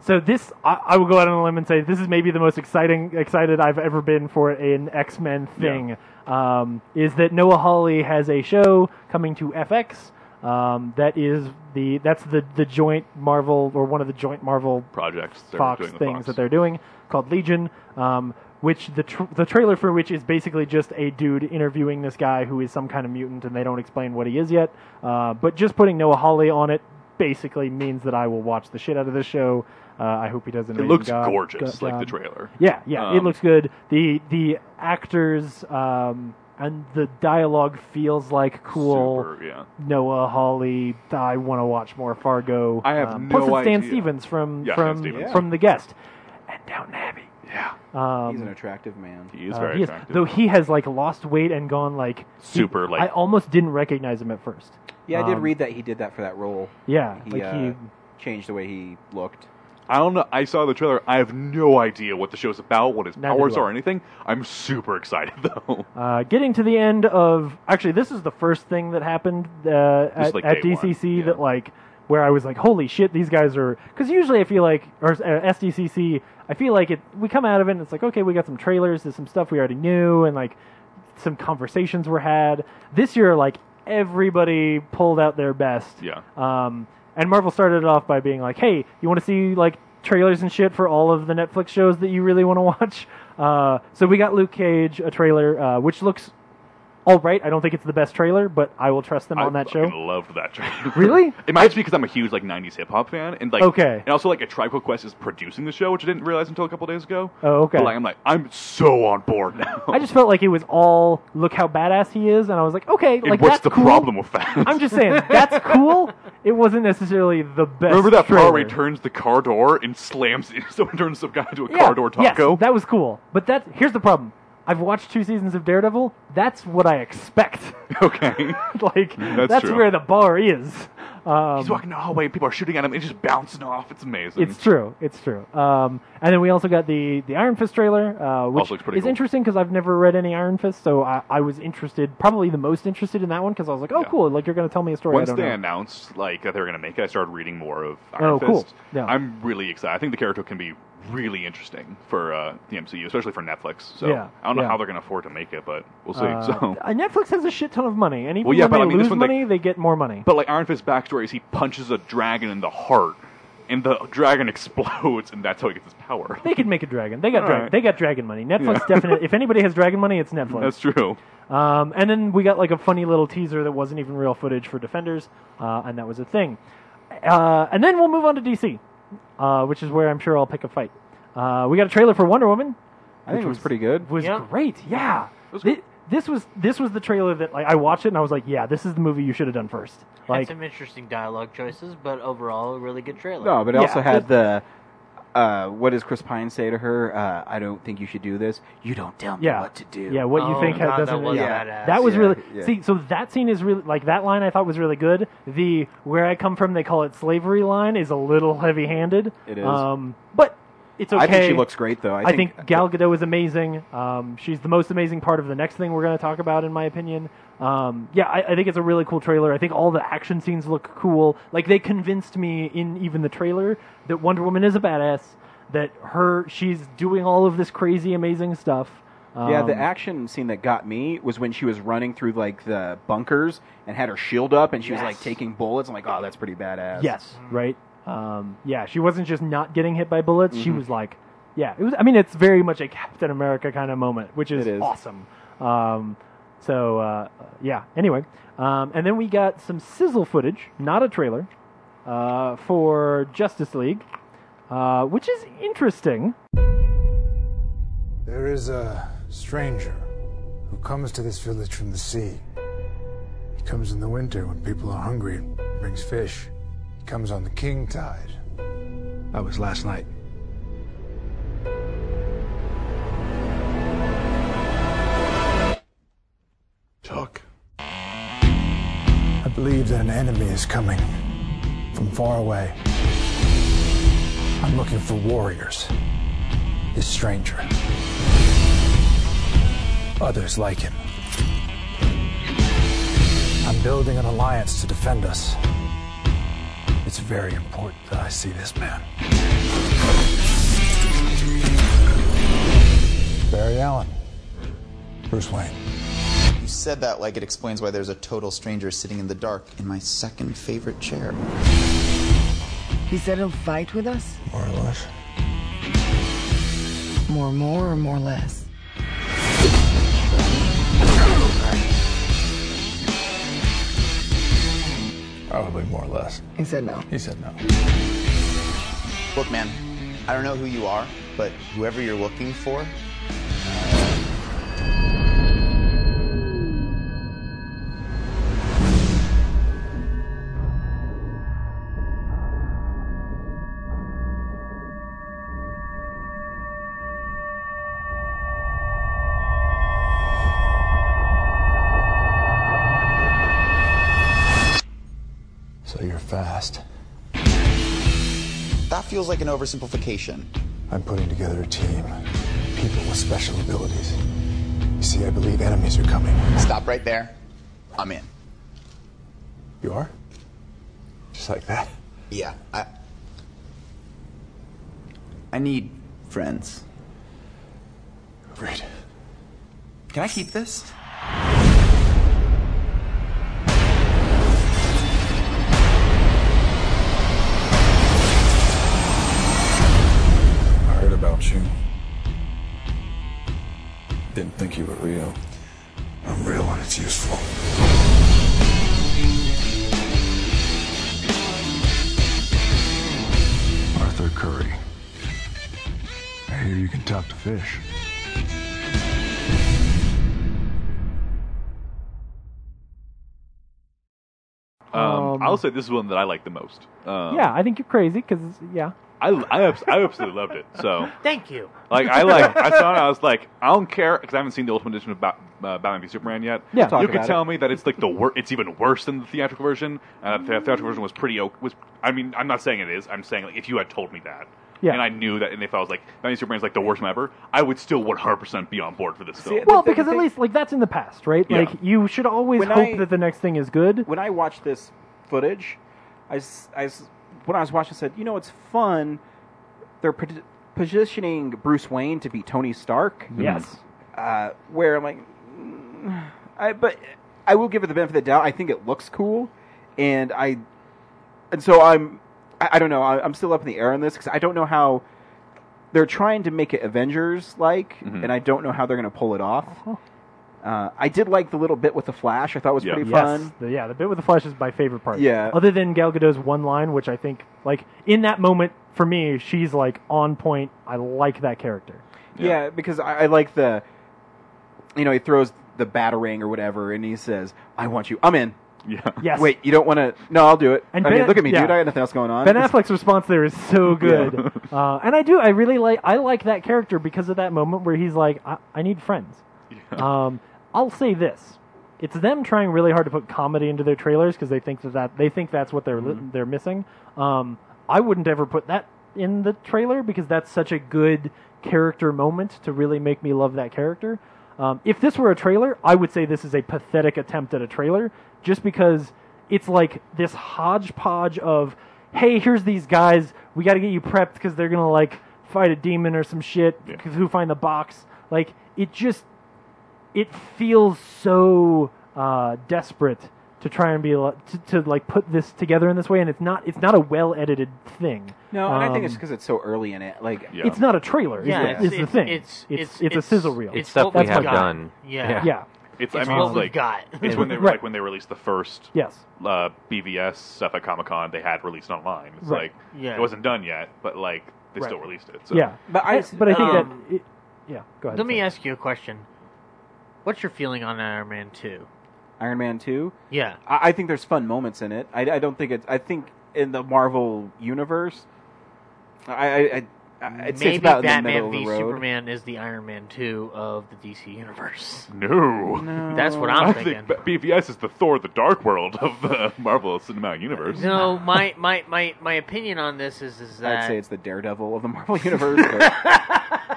so this, I, I will go out on a limb and say this is maybe the most exciting, excited I've ever been for an X Men thing. Um, is that Noah Hawley has a show coming to FX? Um, that is the that's the the joint Marvel or one of the joint Marvel projects they're Fox doing with things Fox. that they're doing called Legion, um, which the tr- the trailer for which is basically just a dude interviewing this guy who is some kind of mutant, and they don't explain what he is yet. Uh, but just putting Noah Hawley on it basically means that I will watch the shit out of this show. Uh, I hope he does an It amazing looks go- gorgeous, go- like the job. trailer. Yeah, yeah, it Um, looks good. The the actors um, and the dialogue feels like cool. Super, yeah. Noah Hawley. I want to watch more Fargo. I have um, no plus it's Dan idea. Stevens from Yeah, from Dan Stevens. from the guest and Downton Abbey. Yeah. Um, He's an attractive man. He is uh, very he is- attractive. though he has like lost weight and gone like Super, he- like- I almost didn't recognize him at first. Yeah, I did Um, read that he did that for that role. Yeah, He, like uh, he. changed the way he looked. I don't know. I saw the trailer. I have no idea what the show's about, what his Neither do powers are, I. or anything. I'm super excited though. Uh, getting to the end of actually, this is the first thing that happened uh, at, like at day one, DCC yeah. that like where I was like, holy shit, these guys are because usually I feel like or uh, SDCC, I feel like it. We come out of it and it's like, okay, we got some trailers, there's some stuff we already knew, and like some conversations were had. This year, like everybody pulled out their best. Yeah. Um, and Marvel started it off by being like, "Hey, you want to see like trailers and shit for all of the Netflix shows that you really want to watch?" Uh, so we got Luke Cage a trailer, uh, which looks all right. I don't think it's the best trailer, but I will trust them I on that fucking show. loved that trailer. Really? it might just be because I'm a huge like '90s hip hop fan, and like Okay. and also like a Tribe Called Quest is producing the show, which I didn't realize until a couple days ago. Oh, okay. But, like I'm like I'm so on board now. I just felt like it was all look how badass he is, and I was like, okay, and like what's that's the cool. problem with that? I'm just saying that's cool. It wasn't necessarily the best. Remember that trailer. part where he turns the car door and slams it? Someone turns some guy into a yeah, car door taco. Yes, that was cool. But that here's the problem. I've watched two seasons of Daredevil. That's what I expect. okay. like Mm, That's that's, true. where the bar is. Um, He's walking down the hallway and people are shooting at him and he's just bouncing off. It's amazing. It's true. It's true. Um, and then we also got the the Iron Fist trailer, uh, which Also looks pretty is cool. interesting because I've never read any Iron Fist, so I, I was interested, probably the most interested in that one because I was like, oh, Yeah. cool, like you're going to tell me a story. Once I don't they know. announced like that they were going to make it, I started reading more of Iron Oh, Fist. cool. Yeah. I'm really excited. I think the character can be really interesting for uh, the MCU, especially for Netflix. So Yeah, I don't know yeah. how they're going to afford to make it, but we'll see. Uh, so, uh, Netflix has a shit ton of money, and even Well, yeah, when but they I mean, this lose one, like- money, they get more money. but like Iron Fist's backstory is he punches a dragon in the heart, and the dragon explodes, and that's how he gets his power. they could make a dragon. They got All dragon. right. They got dragon money. Netflix definitely. If anybody has dragon money, it's Netflix. That's true. Um, and then we got like a funny little teaser that wasn't even real footage for Defenders, uh, and that was a thing. Uh, and then we'll move on to DC, uh, which is where I'm sure I'll pick a fight. Uh, we got a trailer for Wonder Woman. I think it was pretty good. Was Yeah. great. Yeah. Thi- This was this was the trailer that like I watched it and I was like, yeah, this is the movie you should have done first. had Like, some interesting dialogue choices, but overall, a really good trailer. No, but it Yeah, also had the. Uh, what does Chris Pine say to her? Uh, I don't think you should do this. You don't tell me Yeah. what to do. yeah, what you Oh, think God, ha- that doesn't was yeah. badass. That was Yeah, really yeah. see. So that scene is really like that line. I thought was really good. The where I come from, they call it slavery line, is a little heavy-handed. It is. um, but it's okay. I think she looks great though. I, I think, Gal Gadot is amazing. Um, she's the most amazing part of the next thing we're going to talk about, in my opinion. Um, yeah, I, I think it's a really cool trailer. I think all the action scenes look cool. Like they convinced me in even the trailer that Wonder Woman is a badass. That her, she's doing all of this crazy, amazing stuff. Um, Yeah, the action scene that got me was when she was running through like the bunkers and had her shield up, and she was like taking bullets. I'm like, oh, that's pretty badass. Yes, right. Um, yeah, she wasn't just not getting hit by bullets. Mm-hmm. She was like, yeah, it was. I mean, it's very much a Captain America kind of moment, which is, It is. awesome. Um, so uh, yeah. Anyway, um, and then we got some sizzle footage, not a trailer, uh, for Justice League, uh, which is interesting. There is a stranger who comes to this village from the sea. He comes in the winter when people are hungry and brings fish. He comes on the king tide. That was last night. Tuck. I believe that an enemy is coming from far away. I'm looking for warriors. This stranger others like him. I'm building an alliance to defend us. It's very important that I see this man. Barry Allen. Bruce Wayne. You said that like it explains why there's a total stranger sitting in the dark in my second favorite chair. He said he'll fight with us? More or less. More, more, or more less? Probably more or less. He said no. He said no. Look, man, I don't know who you are, but whoever you're looking for, So you're fast. that feels like an oversimplification. I'm putting together a team. People with special abilities. You see, I believe enemies are coming. Stop right there. I'm in. You are? Just like that? Yeah, I. I need friends. Great. Can I keep this? I heard about you. Didn't think you were real. I'm real when it's it's useful. Arthur Curry. I hear you can talk to fish. Um, Um, I'll say this is one that I like the most. Um, yeah, I think you're crazy because yeah. I I, abs- I absolutely loved it. So Thank you. Like I like I saw it. I was like I don't care because I haven't seen the Ultimate Edition of Bat- uh, Batman v Superman yet. Yeah. Talk you could about tell me that it's like the wor- It's even worse than the theatrical version. Uh, Mm. the theatrical version was pretty. O- was I mean I'm not saying it is. I'm saying like if you had told me that. Yeah. And I knew that, and if I was like Batman v Superman's like the worst one ever, I would still 100% be on board for this film. Well, because at least like that's in the past, right? Yeah. Like you should always When hope I- that the next thing is good. When I watched this footage, I, s- I s- when I was watching, I said, you know, it's fun. They're posi- positioning Bruce Wayne to be Tony Stark. Yes. Uh, where I'm like, mm, I but I will give it the benefit of the doubt. I think it looks cool, and I, and so I'm, I, I don't know. I, I'm still up in the air on this because I don't know how. They're trying to make it Avengers like, Mhm. and I don't know how they're going to pull it off. Uh-huh. Uh, I did like the little bit with the Flash. I thought was Yeah. pretty Yes, fun. the- yeah, the bit with the flash is my favorite part. Yeah. Other than Gal Gadot's one line, which I think, like, in that moment, for me, she's, like, on point. I like that character. Yeah, because I, I like the, you know, he throws the batarang or whatever, and he says, "I want you. I'm in." Yeah. Yes. Wait, you don't want to? No, I'll do it. And I Ben- mean, look at me, yeah. dude. I got nothing else going on. Ben Affleck's response there is so good. Uh, and I do. I really like, I like that character because of that moment where he's like, I, I need friends. Um, I'll say this. It's them trying really hard to put comedy into their trailers because they think that, that they think that's what they're li- they're missing. Um, I wouldn't ever put that in the trailer because that's such a good character moment to really make me love that character. Um, if this were a trailer, I would say this is a pathetic attempt at a trailer just because it's like this hodgepodge of hey, here's these guys. We got to get you prepped because they're gonna like fight a demon or some shit. 'cause Who find the box? Like it just it feels so uh, desperate to try and be li- to, to like put this together in this way, and it's not it's not a well edited thing. no, and I Um, think it's because it's so early in it. Like, Yeah. it's not a trailer. Yeah, is, the- is it's- the thing. it's- it's, it's- a it's- sizzle reel. It's stuff we That's have my- done. Yeah. Yeah. It's, It's I mean, what it's we've like got. it's when they were Right. like when they released the first Yes. uh, BVS stuff at Comic Con they had released online. It's Right. like Yeah. it wasn't done yet, but like they Right. still released it. So. Yeah. But I- but I think Um, that. It, yeah. Go ahead. Let me Sorry. ask you a question. What's your feeling on Iron Man Two? Iron Man Two. Yeah. I, I think there's fun moments in it. I, I don't think it's. I think in the Marvel universe, I, I, I, I it's, Maybe it's about in the Batman middle of v the road. Superman is the Iron Man Two of the DC universe. No. Mm, That's what I I'm thinking. think B- BVS is the Thor: The Dark World of the Marvel Cinematic Universe. No, my, my, my, my opinion on this is is that I'd say it's the Daredevil of the Marvel universe. but-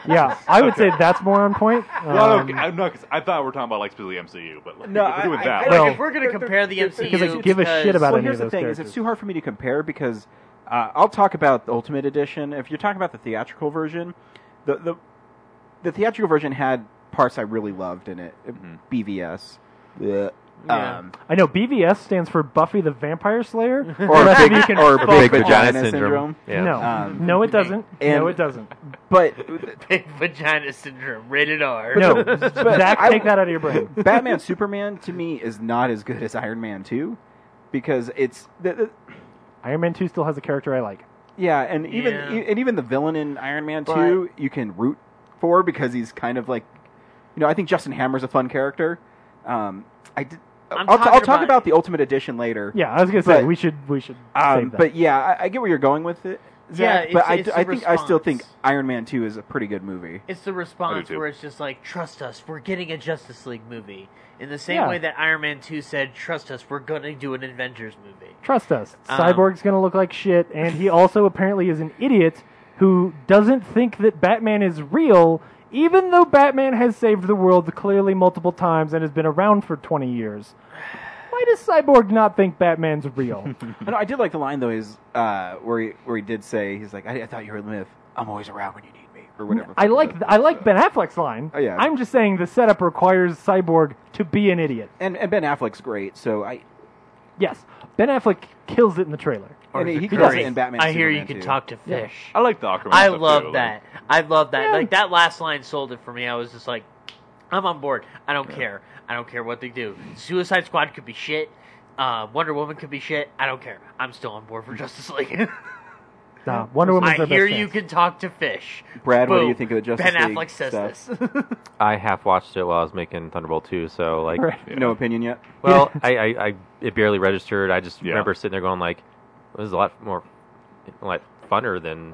Yeah, I would say that's more on point. Um, Well, I, don't, I'm not, 'cause I thought we were talking about like specifically MCU, but like, No, if we're doing I- that. I- like, if we're gonna compare the MCU, Because I give a shit because- about well, any here's of those the thing: is characters. it's too hard for me to compare because uh, I'll talk about the Ultimate Edition. If you're talking about the theatrical version, the the, the theatrical version had parts I really loved in it. BVS. Blech. Yeah. Um, I know BVS stands for Buffy the Vampire Slayer. or Nothing big, you can or fuck big with. Vagina syndrome. syndrome. Yeah. No, Um, no, it doesn't. and- no, it doesn't. But Big vagina syndrome, rated R. No, but Zach, I- take that out of your brain. Batman Superman to me is not as good as Iron Man Two because it's the, the, Iron Man Two still has a character I like. Yeah, and even Yeah. e- and even the villain in Iron Man But- Two, you can root for because he's kind of like, you know, I think Justin Hammer's a fun character. Um, I did. I'm I'll, t- talking I'll about- talk about the Ultimate Edition later. Yeah, I was gonna say But- we should we should Um, save that. but yeah, I, I get where you're going with it. Zach, Yeah, but it's- I, it's d- the I think I still think response. Iron Man Two is a pretty good movie. It's the response too. where it's just like, trust us, we're getting a Justice League movie. In the same Yeah. way that Iron Man 2 said, trust us, we're going to do an Avengers movie. Trust us, Um, Cyborg's gonna look like shit, and he also apparently is an idiot who doesn't think that Batman is real, even though Batman has saved the world clearly multiple times and has been around for twenty years. Why does Cyborg not think Batman's real? I know I did like the line though is uh, where he where he did say he's like I, I thought you were the myth. I'm always around when you need me or whatever. I like I like Ben Affleck's line. Oh, yeah. I'm just saying the setup requires Cyborg to be an idiot. and and Ben Affleck's great, so I Yes, Ben Affleck kills it in the trailer. and he, he Great. does it in Batman. I hear Superman you can too. Oh, talk to fish. I like the Aquaman. I stuff, love too, like- that. I love that. Yeah. Like, that last line sold it for me. I was just like, I'm on board. I don't care. I don't care what they do. Suicide Squad could be shit. Uh, Wonder Woman could be shit. I don't care. I'm still on board for Justice League. Nah, Wonder Woman's their I hear best you can talk to fish. Brad, what do Boom. you think of the Justice ben League Affleck says stuff? this. I half watched it while I was making Thunderbolt 2, so like Right. Yeah. No opinion yet? Well, I, I, I it barely registered. I just remember sitting there going like, "This is a lot more, a lot funner than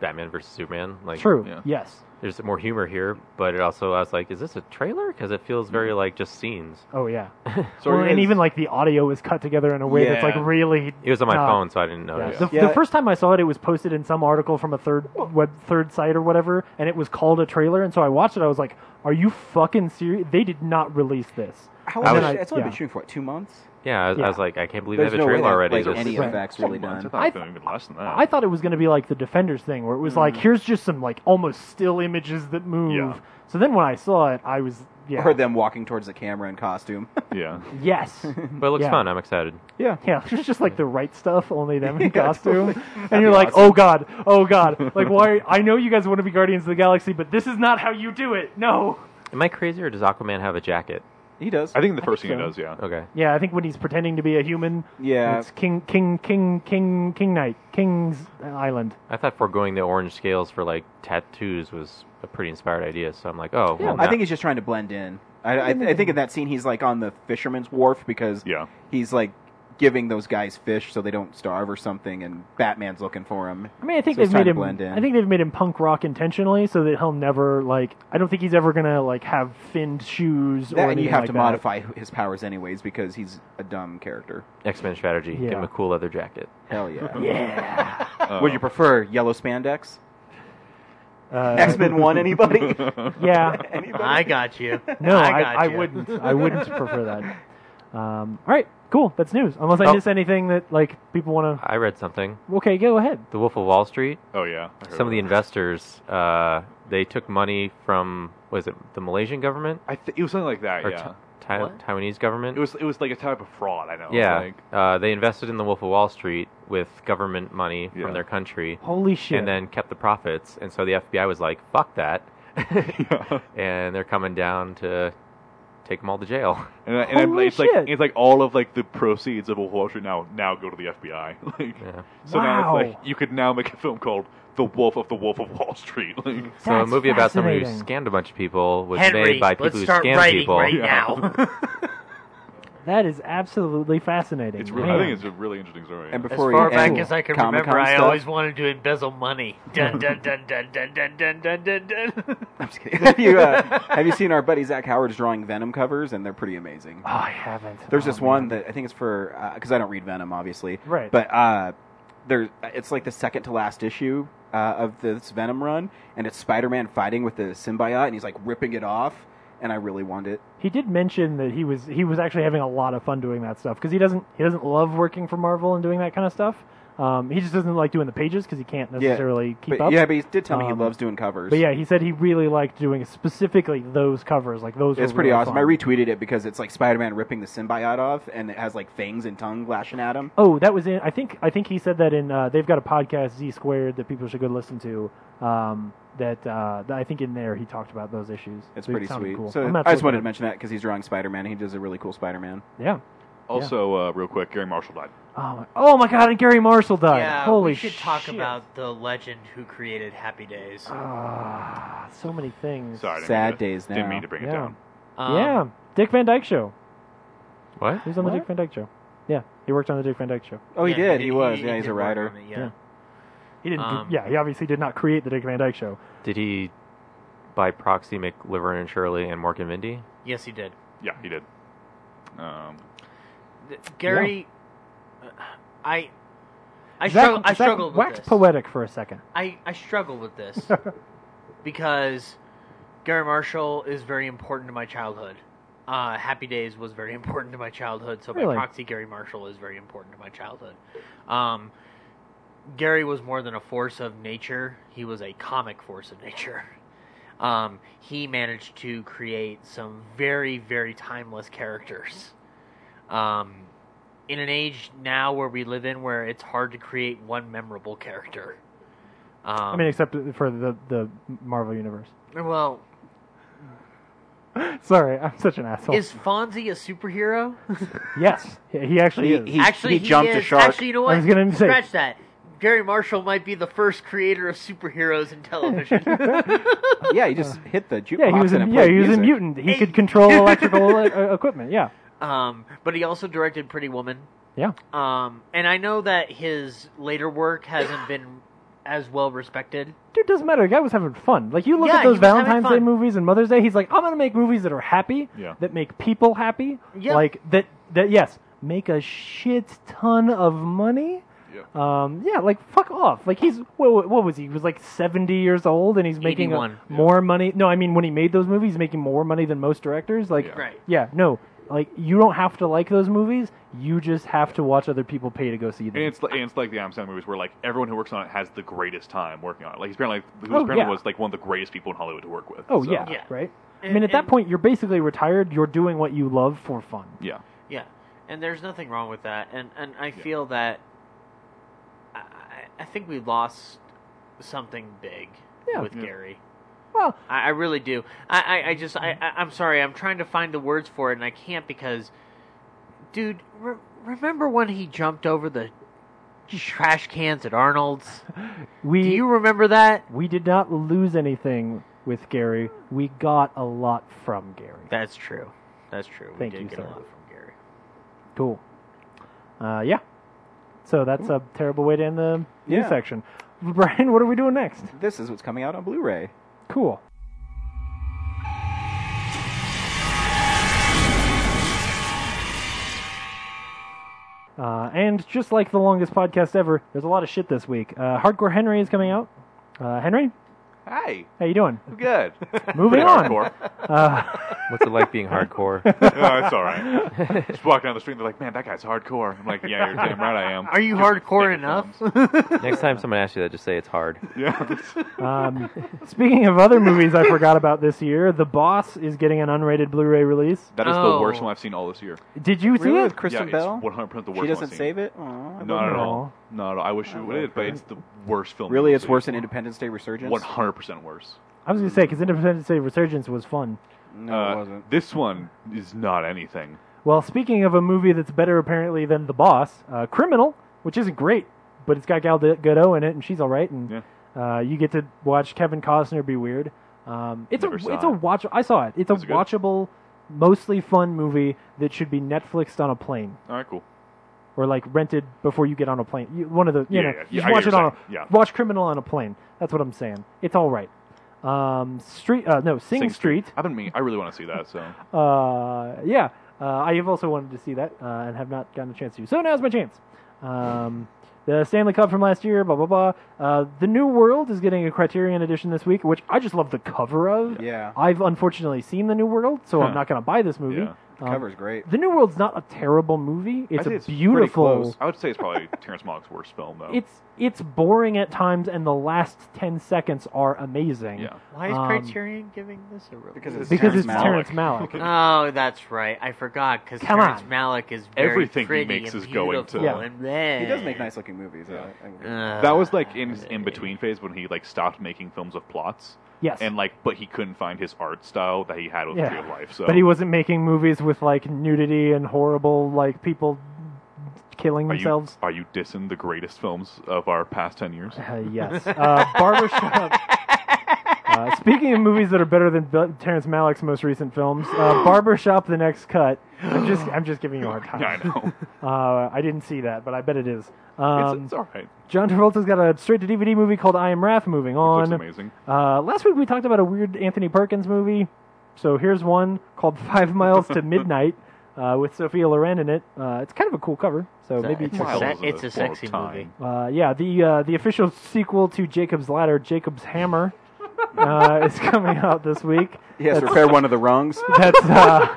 Batman versus Superman." Like, True. Yes. There's more humor here, but it also I was like, "Is this a trailer?" Because it feels very like just scenes. Oh yeah. So Well, it and is- even like the audio is cut together in a way that's like Yeah. really. It was on my not- phone, so I didn't Yeah. notice. The, the first time I saw it, it was posted in some article from a third web third site or whatever, and it was called a trailer. And so I watched it. I was like, "Are you fucking serious? They did not release this." How And long? then I- It's only been yeah. shooting for what, two months? Yeah, I was, I was like, I can't believe There's they have no a way trailer that, already. like, This- any Right. effects really done. I I thought even less than that. I thought it was going to be like the Defenders thing, where it was Mm. like, "Here's just some like almost still images that move." Yeah. So then when I saw it, I was yeah. Or them walking towards the camera in costume. yeah. Yes. But it looks Yeah. fun. I'm excited. Yeah. Yeah, it's just like the right stuff, only them in Yeah, costume. totally. And That'd you're be like, awesome. oh god, oh god. Like, why? I know you guys want to be Guardians of the Galaxy, but this is not how you do it. No. Am I crazy or does Aquaman have a jacket? He does. I think the first think thing he so. does, yeah. Okay. Yeah, I think when he's pretending to be a human, Yeah. it's King, King, King, King, King Knight, King's Island. I thought foregoing the orange scales for like tattoos was a pretty inspired idea. So I'm like, oh, well, I now- think he's just trying to blend in. I, I, I think in that scene he's like on the fisherman's wharf because yeah. he's like giving those guys fish so they don't starve or something, and Batman's looking for him. I mean, I think So he's they've trying made to him. blend in. I think they've made him punk rock intentionally, so that he'll never like. I don't think he's ever gonna like have finned shoes That- or and you anything have like to that. modify his powers anyways because he's a dumb character. X Men strategy. Yeah. Give him a cool leather jacket. Hell yeah. Yeah. Uh, Would you prefer yellow spandex? Uh, X Men One, anybody? Yeah. I got you. No, I, I, got I, you. wouldn't. I wouldn't prefer that. Um, all right, cool. That's news. Unless I miss anything that like people want I read something. to. Okay, go ahead. The Wolf of Wall Street. Oh yeah. I heard Some of the investors, uh, they took money from was it the Malaysian government I th- it was something like that. or yeah. Ti- Taiwanese government? It was it was like a type of fraud. I know. yeah, Like, uh, they invested in the Wolf of Wall Street with government money Yeah. from their country. Holy shit. And then kept the profits, and so the FBI was like, "Fuck that," and they're coming down to take them all to jail. and I, and I'm, Holy like, it's like shit. it's like all of like the proceeds of Wall Street now now go to the FBI. Like, so now it's Wow. like you could now make a film called The Wolf of the Wolf of Wall Street. Like, So a movie about someone who scammed a bunch of people was Henry, made by people let's who start scam writing people. right Yeah. now. That is absolutely fascinating. It's really, I think it's a really interesting story. And As before far you back end as I can Comic-Con remember, I stuff- always wanted to embezzle money. Dun dun dun dun dun dun dun dun dun dun. I'm just kidding. have you uh, have you seen our buddy Zach Howard's drawing Venom covers? And they're pretty amazing. Oh, I haven't. There's Oh, this one that I think it's for because I don't read Venom, obviously. Right. But uh, there, it's like the second to last issue uh, of this Venom run, and it's Spider-Man fighting with the symbiote, and he's like ripping it off, and I really want it. He did mention that he was he was actually having a lot of fun doing that stuff because he doesn't he doesn't love working for Marvel and doing that kind of stuff. Um, he just doesn't like doing the pages because he can't necessarily keep but, up. Yeah, but he did tell me he Um, loves doing covers. But yeah, he said he really liked doing specifically those covers, like those. It's were pretty really awesome. fun. I retweeted it because it's like Spider-Man ripping the symbiote off, and it has like fangs and tongue lashing at him. Oh, that was in. I think I think he said that in. Uh, they've got a podcast Z squared that people should go listen to. Um, that, uh, that I think in there he talked about those issues. It's So it pretty sounded sweet. Cool. So I'm gonna have I just look wanted it to mention that because he's drawing Spider-Man. He does a really cool Spider-Man. Yeah. Also, uh, real quick, Gary Marshall died. up. Oh my, oh my god! And Gary Marshall died. Yeah, Holy we should talk shit. Uh, about the legend who created Happy Days. Ah, so many things. Sorry, I didn't mean to- Didn't mean to bring yeah. it down. Um, yeah, Dick Van Dyke Show. What? He was on the Dick Van Dyke Show. Yeah, he worked on the Dick Van Dyke Show. Oh, he Yeah, he did. did- He, was. he- yeah, he he's did a work writer. on it, yeah. He didn't. Um, yeah, he obviously did not create the Dick Van Dyke Show. Did he, by proxy, make Laverne and Shirley and Mork and Mindy? Yes, he did. Yeah, he did. Um, Th- Gary, uh, I, I, Zach- struggle, I Zach struggled with waxed this. poetic for a second. I, I struggle with this because Gary Marshall is very important to my childhood. Uh, Happy Days was very important to my childhood, so by Really? proxy, Gary Marshall is very important to my childhood. Um, Gary was more than a force of nature; he was a comic force of nature. Um, he managed to create some very, very timeless characters. Um, in an age now where we live in, where it's hard to create one memorable character. Um, I mean, except for the the Marvel universe. well, Sorry, I'm such an asshole. Is Fonzie a superhero? yes, he- he actually He- is. he- Actually, he jumped is. Actually, you know what? I was going to say Scratch that. Gary Marshall might be the first creator of superheroes in television. yeah, he just hit the jukebox Uh, Yeah, he was and a, it yeah, played he was a music. mutant. He could control electrical uh, equipment. Yeah, um, but he also directed Pretty Woman. yeah. Um, and I know that his later work hasn't been as well respected. Dude, doesn't matter. The guy was having fun. Like you look Yeah, at he those was having Valentine's Day fun. movies and Mother's Day. He's like, I'm gonna make movies that are happy, Yeah. that make people happy, Yeah. like that. That yes, make a shit ton of money. Um, yeah, like fuck off. Like he's what, what was he? He was like seventy years old, and he's making a, 81. more money. No, I mean when he made those movies, he's making more money than most directors. Like, Yeah. Right. yeah, no, like you don't have to like those movies. You just have to watch other people pay to go see them. And it's, li- and it's like the Adam Sandler movies where like everyone who works on it has the greatest time working on it. Like he's apparently he Oh, was apparently yeah. was like one of the greatest people in Hollywood to work with. oh so, yeah, Yeah. right. I And- mean, at that and- point, you're basically retired. You're doing what you love for fun. yeah. Yeah, and there's nothing wrong with that, and and I feel that I, I- I think we lost something big Yeah. with Yeah. Gary. Well- I, I really do. I, I, I just I, I I'm sorry. I'm trying to find the words for it, and I can't because, dude, re- remember when he jumped over the trash cans at Arnold's? We Do you remember that? we did not lose anything with Gary. We got a lot from Gary. That's true. That's true. We Thank did you, get sir. a lot from Gary. Cool. Uh, yeah. So that's a terrible way to end the news Yeah. section. Brian, what are we doing next? This is what's coming out on Blu-ray. Cool. Uh, and just like the longest podcast ever, there's a lot of shit this week. Uh, Hardcore Henry is coming out. Uh, Henry, Hey, how you doing? good. Moving on. Hardcore. What's it like being hardcore? Yeah, it's all right. Just walking down the street, they're like, "Man, that guy's hardcore." I'm like, "Yeah, you're damn right I am." Are you Just hardcore stick enough? with Next time someone asks you that, just say it's hard. thumbs. Yeah. Um, speaking of other movies I forgot about this year, The Boss is getting an unrated Blu-ray release. That is the Oh. worst one I've seen all this year. Did you see Really, it? with Kristen yeah, Bell? it's 100 percent the worst. she one I've doesn't seen. save it. Aw, I Not love at her. all. Not at all. I wish it would, but it's the worst film. Really, it's worse than Independence Day Resurgence. 100 percent worse. I was gonna say because Independence Day Resurgence was fun. No, Uh, it wasn't. This one is not anything. Well, speaking of a movie that's better apparently than The Boss, uh, Criminal, which isn't great, but it's got Gal Gadot in it, and she's all right, and Yeah. uh, you get to watch Kevin Costner be weird. Um, it's a Never saw it's a it. watch. I saw it. It's a Was it good? watchable, mostly fun movie that should be Netflixed on a plane. All right, cool. or like rented before you get on a plane. You, one of the you Yeah, know yeah, yeah. you I should get watch it what on you're a, saying. Yeah. watch Criminal on a plane. That's what I'm saying. It's all right. Um, street uh, no Sing, Sing Street. I've been meaning. I really want to see that. So Uh, yeah, uh, I have also wanted to see that uh, and have not gotten a chance to. So now's my chance. Um, the Stanley Cup from last year. Blah blah blah. Uh, the New World is getting a Criterion edition this week, which I just love the cover of. Yeah. I've unfortunately seen the New World, so I'm not going to buy this movie. Yeah. The Um, cover's great. the New World's not a terrible movie. I'd It's say a pretty beautiful. close. I would say it's probably Terrence Malick's worst film though. it's it's boring at times, and the last ten seconds are amazing. yeah. Why is Um, Criterion giving this a release? Because it's because Terrence it's Malick. Terrence Malick. Oh, that's right. I forgot because Come Terrence on. Malick is very Everything he pretty makes and is going to- beautiful Yeah. and bleh. He does make nice-looking movies. Yeah. Uh, That was like in his in between phase when he like stopped making films of plots. yes, And like, but he couldn't find his art style that he had with Yeah. real life. So, but he wasn't making movies with like nudity and horrible like people killing are you, themselves. are you dissing the greatest films of our past ten years? Uh, yes, uh, Barbershop. Uh, speaking of movies that are better than Bill- Terrence Malick's most recent films, uh, Barbershop: The Next Cut. I'm just, I'm just giving you a hard time. Yeah, I know. Uh, I didn't see that, but I bet it is. It's, Um, it's all right. John Travolta's got a straight to DVD movie called I Am Wrath. Moving Looks on. amazing. Uh, last week we talked about a weird Anthony Perkins movie, so here's one called Five Miles to Midnight uh, with Sophia Loren in it. Uh, it's kind of a cool cover, so maybe it's check a, it out. Miles se- is it's a full of sexy time. movie. Uh, yeah, the uh, the official sequel to Jacob's Ladder, Jacob's Hammer, uh, is coming out this week. He has to repair one of the rungs. That's uh,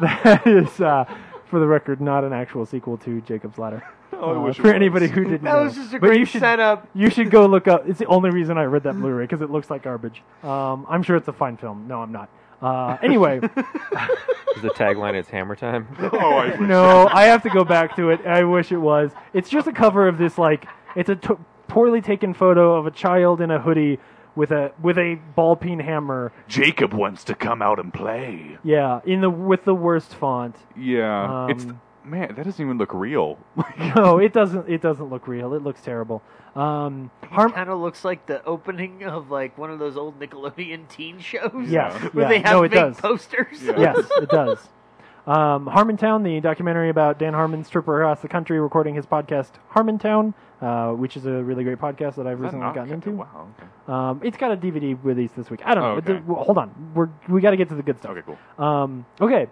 that is uh, for the record not an actual sequel to Jacob's Ladder. Oh, I Uh, wish it for was. anybody who didn't That know. was just a But great you should, setup. You should go look up. It's the only reason I read that Blu-ray because it looks like garbage. Um, I'm sure it's a fine film. No, I'm not. Uh, anyway, Is the tagline "It's Hammer Time"? Oh, I wish. no, I have to go back to it. I wish it was. It's just a cover of this like it's a t- poorly taken photo of a child in a hoodie with a with a ball peen hammer. Jacob wants to come out and play. Yeah, in the with the worst font. Yeah, it's Um, man, that doesn't even look real. no, it doesn't. It doesn't look real. It looks terrible. Um, harm. kind of looks like the opening of like one of those old Nickelodeon teen shows. Yes, where yeah. they have No, it big does. posters. yes, it does. Um, Harmontown, the documentary about Dan Harmon, stripper across the country, recording his podcast Harmontown, uh, which is a really great podcast that I've Is that recently not- gotten into. Wow. okay. Um, it's got a DVD release this week. I don't know. Oh, Okay. It- well, hold on, we're we got to get to the good stuff. Okay, cool. Um, okay.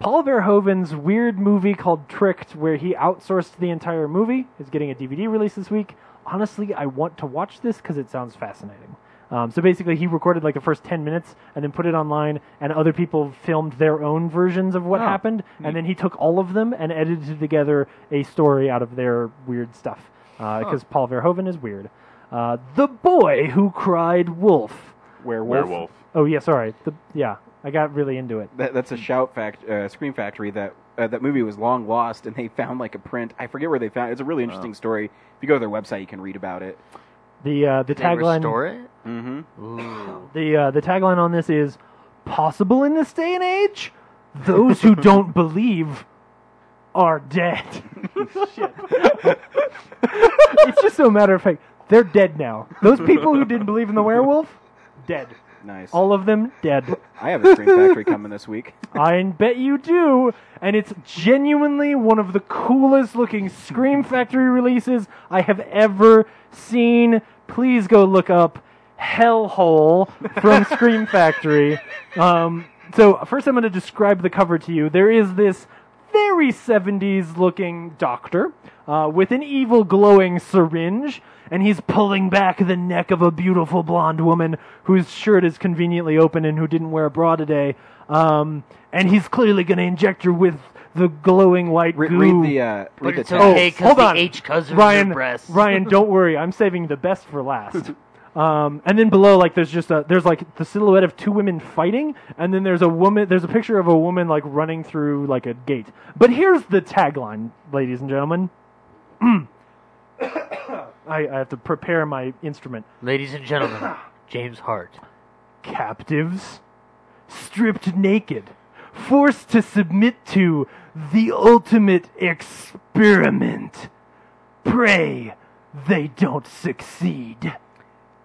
Paul Verhoeven's weird movie called Tricked, where he outsourced the entire movie, is getting a DVD release this week. Honestly, I want to watch this because it sounds fascinating. Um, so basically, he recorded like the first 10 minutes and then put it online, and other people filmed their own versions of what Oh, happened, and then he took all of them and edited together a story out of their weird stuff. Because Paul Verhoeven is weird. Uh, the Boy Who Cried Wolf. Werewolf. Werewolf. Oh, yeah, sorry. The, yeah, I got really into it. That, that's a shout fact, uh, Scream Factory. That uh, that movie was long lost, and they found like a print. I forget where they found. it. It's a really interesting story. If you go to their website, you can read about it. The uh, the They tagline restore it. Mm-hmm. Ooh. the uh, the tagline on this is possible in this day and age. Those who don't believe are dead. it's just so matter of fact. They're dead now. Those people who didn't believe in the werewolf, dead. Nice. All of them dead. I have a Scream Factory coming this week. I bet you do. And it's genuinely one of the coolest looking Scream Factory releases I have ever seen. Please go look up Hellhole from Scream Factory. Um, so, first, I'm going to describe the cover to you. There is this very 70s looking doctor uh, with an evil glowing syringe, and he's pulling back the neck of a beautiful blonde woman whose shirt is conveniently open and who didn't wear a bra today. Um, and he's clearly going to inject her with the glowing white Re- goo. read the uh, read But the it's text. okay because Oh, hold the on. H covers Ryan, your breasts. Ryan, don't worry. I'm saving the best for last. Um, and then below, like, there's just a there's like the silhouette of two women fighting, and then there's a woman. There's a picture of a woman like running through like a gate. But here's the tagline, ladies and gentlemen. I, I have to prepare my instrument. Ladies and gentlemen, James Hart. Captives, stripped naked, forced to submit to the ultimate experiment. Pray they don't succeed.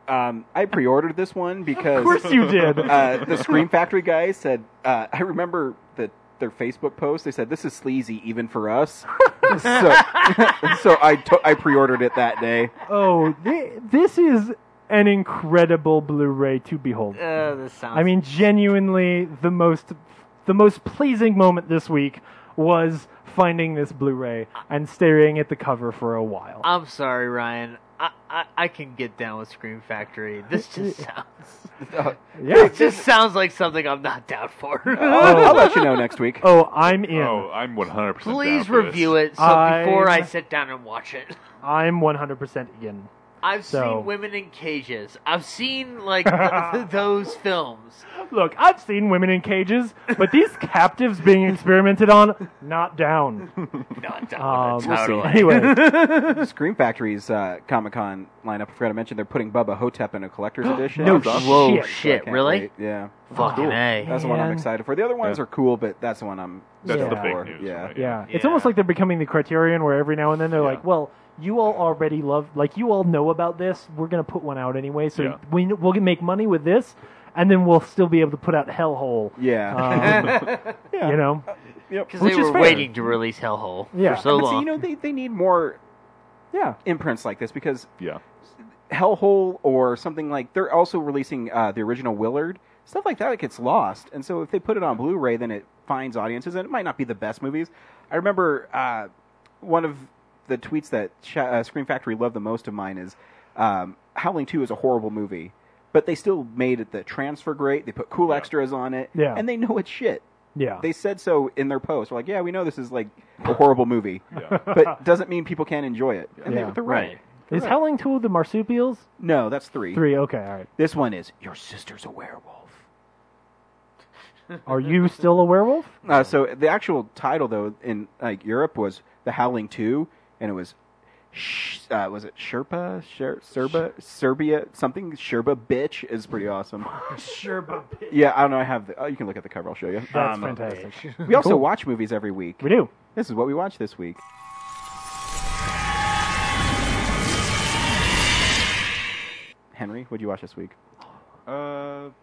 Um, I pre-ordered this one because Of course you did. uh, the Scream Factory guys said, uh, I remember the, their Facebook post. They said, "This is sleazy even for us." so, so I to- I pre-ordered it that day. oh, thi- this is an incredible Blu-ray to behold. Uh, this sounds. I mean, genuinely, the most the most pleasing moment this week was finding this Blu-ray and staring at the cover for a while. I'm sorry, Ryan. I, I, I can get down with Scream Factory. This just sounds. yeah. It just sounds like something I'm not down for. I'll, I'll let you know next week. Oh, I'm in. Oh, I'm 100. percent Please review it so before I I'm- sit down and watch it. I'm 100% in. I've So- seen women in cages. I've seen like th- those films. Look, I've seen women in cages, but these captives being experimented on, not down. Not down Um, with it, We'll see. totally. anyway, Scream Factory's uh, Comic Con lineup. I forgot to mention they're putting Bubba Hotep in a collector's edition. No That's awesome. shit. Whoa, So Shit. I shit! can't Really? wait. Yeah, Fucking a. that's the one I'm Man. excited for. The other ones are cool, but that's the one I'm. That's excited the big for. news, Yeah. right? yeah. it's Yeah. almost like they're becoming the criterion where every now and then they're like, well, you all already love, like, you all know about this. We're going to put one out anyway, so Yeah. we, we'll make money with this, and then we'll still be able to put out Hellhole. Yeah. Um, Yeah. You know? Because Which they is were fair. waiting to release Hellhole Yeah. for so but see, long. you know, they, they need more Yeah. imprints like this because Yeah. Hellhole or something like they're also releasing uh, the original Willard stuff like that. It gets lost, and so if they put it on Blu-ray, then it finds audiences, and it might not be the best movies. I remember uh, one of the tweets that Sh- uh, Screen Factory loved the most of mine is um, Howling Two is a horrible movie, but they still made it the transfer great. They put cool extras on it, Yeah. and they know it's shit. Yeah. They said so in their post. We're like, yeah, we know this is like a horrible movie, Yeah. but doesn't mean people can't enjoy it. And Yeah. they, they're right. Right. Is Howling 2 the marsupials? No, that's three. Three, okay, all right. This one is your sister's a werewolf. Are you still a werewolf? Uh, so the actual title, though, in like Europe was The Howling Two, and it was Sh- Uh, was it Sherpa? Sher- Serba? Serbia? Something? Sherba bitch is pretty awesome. Sherpa bitch. Yeah, I don't know. I have. The, oh, you can look at the cover. I'll show you. That's fantastic. We also Cool. watch movies every week. We do. This is what we watch this week. Henry, what'd you watch this week? Uh, I'm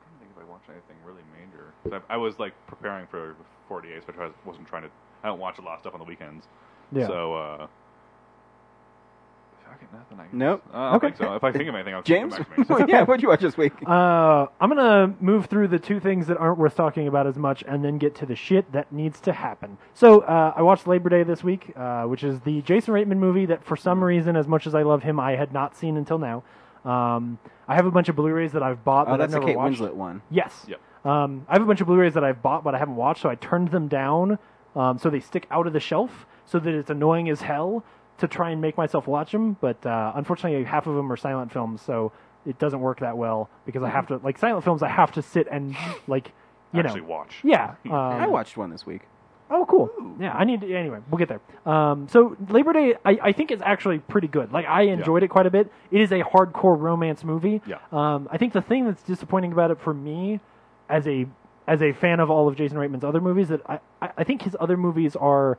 trying to think if I watched anything really major. 'Cause I, I was like preparing for 48, so I try- wasn't trying to. I don't watch a lot of stuff on the weekends. Yeah. So. uh... Fucking nothing. I guess. Nope. Uh, I don't Okay. think so. If I think of anything, I'll James, Come back to me. yeah, what'd you watch this week? Uh, I'm gonna move through the two things that aren't worth talking about as much, and then get to the shit that needs to happen. So uh, I watched Labor Day this week, uh, which is the Jason Reitman movie that, for some reason, as much as I love him, I had not seen until now. Um, I have a bunch of Blu-rays that I've bought. Oh, that that's the I've never Kate watched. Winslet one. Yes. Yep. Um, I have a bunch of Blu-rays that I've bought but I haven't watched, so I turned them down um, so they stick out of the shelf, so that it's annoying as hell to try and make myself watch them. But uh, unfortunately, half of them are silent films, so it doesn't work that well because I have to like silent films. I have to sit and like you Mm-hmm. Actually know watch. Yeah. Um, Mm. I watched one this week. Oh, cool. Yeah, I need. To, anyway, we'll get there. Um, so Labor Day, I, I think is actually pretty good. Like I enjoyed it quite a bit. It is a hardcore romance movie. Yeah. Um, I think the thing that's disappointing about it for me, as a as a fan of all of Jason Reitman's other movies, that I I I think his other movies are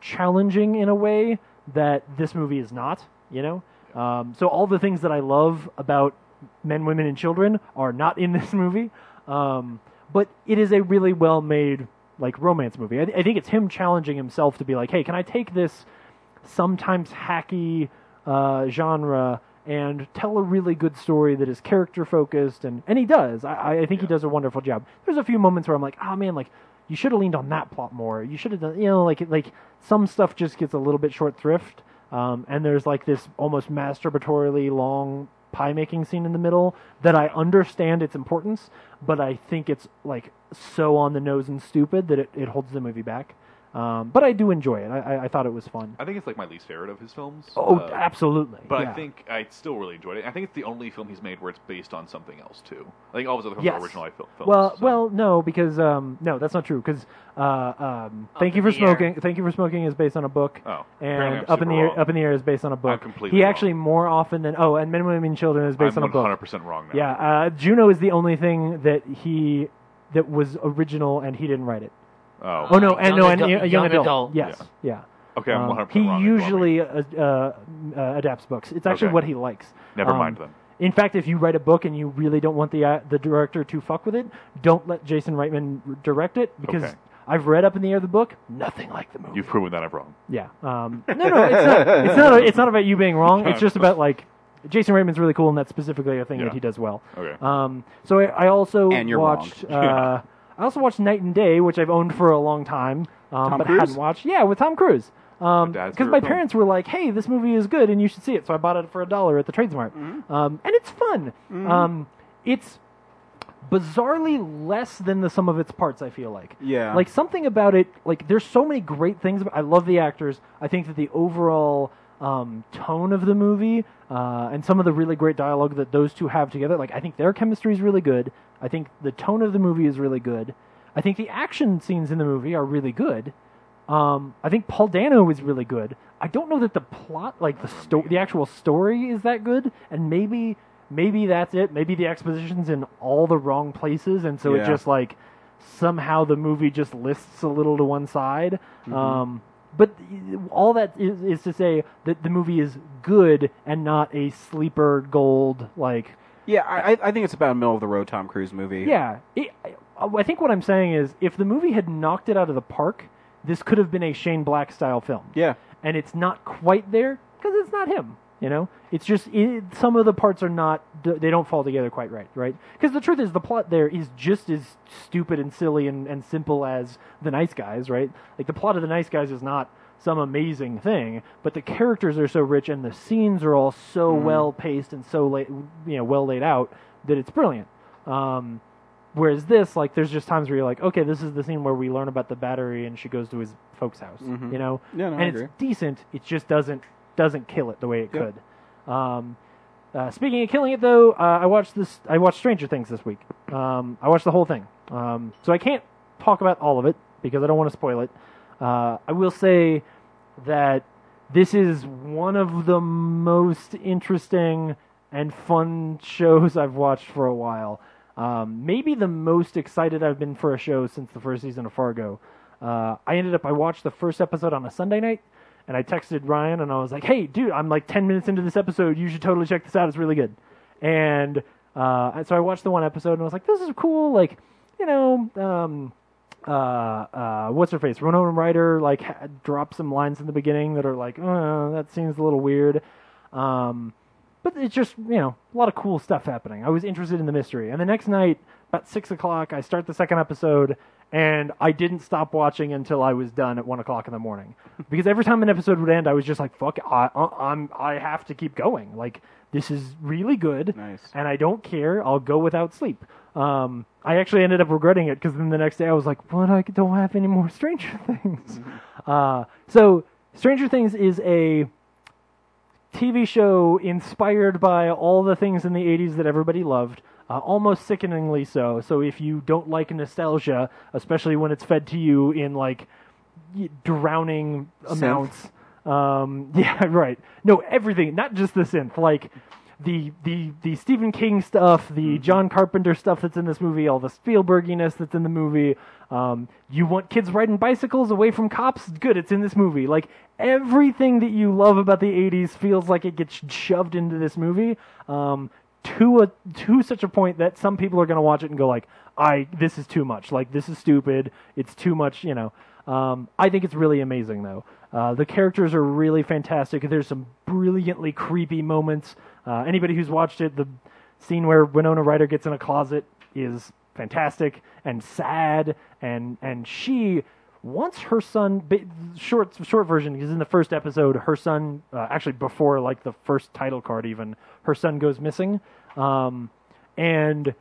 challenging in a way that this movie is not. You know. Um, so all the things that I love about men, women, and children are not in this movie. Um, but it is a really well made like romance movie. I, I think it's him challenging himself to be like, hey, can I take this sometimes hacky uh, genre and tell a really good story that is character focused and and he does. I- I, I think he does a wonderful job. There's a few moments where I'm like, oh man, like you should have leaned on that plot more. You should have done, you know, like like some stuff just gets a little bit short thrift. Um, and there's like this almost masturbatorily long pie making scene in the middle that I understand its importance, but I think it's like so on the nose and stupid that it, it holds the movie back. Um, but I do enjoy it. I, I, I thought it was fun. I think it's like my least favorite of his films. Oh, Uh, absolutely. But yeah. I think I still really enjoyed it. I think it's the only film he's made where it's based on something else too. I think all his other films Yes. are original fil- films. so- Well, well, no, because um, no, that's not true. Because uh, um, Up thank you for in the Air. smoking. Thank you for smoking is based on a book. Oh, apparently and I'm up in the super air, wrong. up in the air is based on a book. completely he wrong. actually more often than oh, and men, women, and children is based I'm on a book. 100% wrong now. Yeah, uh, Juno is the only thing that he that was original, and he didn't write it. Oh. Oh no, and Uh, Young no, and adult- a young young adult. adult. Yes, yeah. Okay, I'm Um, 100% He wrong. usually uh, uh, uh, adapts books. It's actually Okay. what he likes. Never Um, mind then. In fact, if you write a book and you really don't want the uh, the director to fuck with it, don't let Jason Reitman direct it because Okay. I've read up in the air the book, nothing like the movie. You've proven that I'm wrong. Yeah. Um, no, no, it's not. It's not, it's not about you being wrong. It's just about like Jason Raymond's really cool, and that's specifically a thing Yeah. that he does well. Okay. Um, so I, I also And you're watched. wrong. Uh, I also watched Night and Day, which I've owned for a long time, um, Tom but Cruise? hadn't watched. Yeah, with Tom Cruise. Because dad's my favorite film. parents were like, "Hey, this movie is good, and you should see it." So I bought it for a dollar at the Tradesmart, Mm-hmm. um, and it's fun. Um, it's bizarrely less than the sum of its parts. I feel like. Yeah. Like something about it. Like there's so many great things. About, I love the actors. I think that the overall um, tone of the movie uh, and some of the really great dialogue that those two have together. Like I think their chemistry is really good. I think the tone of the movie is really good. I think the action scenes in the movie are really good. Um, I think Paul Dano is really good. I don't know that the plot, like the sto- the actual story, is that good. And maybe maybe that's it. Maybe the exposition's in all the wrong places, and so Yeah. it just like somehow the movie just lists a little to one side. Um, but th- all that is, is to say that the movie is good and not a sleeper gold like Yeah, I, I- I think it's about a middle of the road Tom Cruise movie. yeah, it, I, I think what I'm saying is, if the movie had knocked it out of the park, this could have been a Shane Black style film. Yeah. and it's not quite there because it's not him. You know, it's just it, some of the parts are not; they don't fall together quite right, right? Because the truth is, the plot there is just as stupid and silly and, and simple as the Nice Guys, right? Like the plot of the Nice Guys is not some amazing thing, but the characters are so rich and the scenes are all so well paced and so la you know, well laid out that it's brilliant. Um, Whereas this, like, there's just times where you're like, okay, this is the scene where we learn about the battery and she goes to his folks' house, you know, Mm-hmm. Yeah, no, I and it's agree. decent. It just doesn't doesn't kill it the way it could. Um, uh, speaking of killing it, though, uh, I watched this. I watched Stranger Things this week. Um, I watched the whole thing, um, so I can't talk about all of it because I don't want to spoil it. Uh, I will say that this is one of the most interesting and fun shows I've watched for a while. Um, maybe the most excited I've been for a show since the first season of Fargo. Uh, I ended up I watched the first episode on a Sunday night, and I texted Ryan and I was like, "Hey, dude, I'm like 10 minutes into this episode. You should totally check this out. It's really good." And uh, and so I watched the one episode and I was like, "This is cool." Like, you know. Um, uh, uh, what's her face? Winona Ryder like ha- dropped some lines in the beginning that are like, uh, that seems a little weird. Um, but it's just you know a lot of cool stuff happening. I was interested in the mystery, and the next night about six o'clock, I start the second episode, and I didn't stop watching until I was done at one o'clock in the morning, because every time an episode would end, I was just like, fuck, I, I, I'm I have to keep going. Like this is really good, Nice. and I don't care. I'll go without sleep. Um, I actually ended up regretting it because then the next day I was like, "What? I don't have any more Stranger Things." Uh, so, Stranger Things is a TV show inspired by all the things in the 80s that everybody loved, uh, almost sickeningly so. So if you don't like nostalgia, especially when it's fed to you in like y- drowning amounts, um, yeah, right. No, everything, not just the synth, like the the the Stephen King stuff, the John Carpenter stuff that's in this movie, all the Spielberginess that's in the movie. Um, you want kids riding bicycles away from cops? Good, it's in this movie. Like everything that you love about the '80s feels like it gets shoved into this movie. Um, to a to such a point that some people are going to watch it and go like, "I this is too much. Like this is stupid. It's too much." You know. Um, I think it's really amazing though. Uh, the characters are really fantastic. There's some brilliantly creepy moments. Uh, anybody who's watched it, the scene where Winona Ryder gets in a closet is fantastic and sad, and and she wants her son. ba- Short short version because in the first episode, her son uh, actually before like the first title card even, her son goes missing, um, and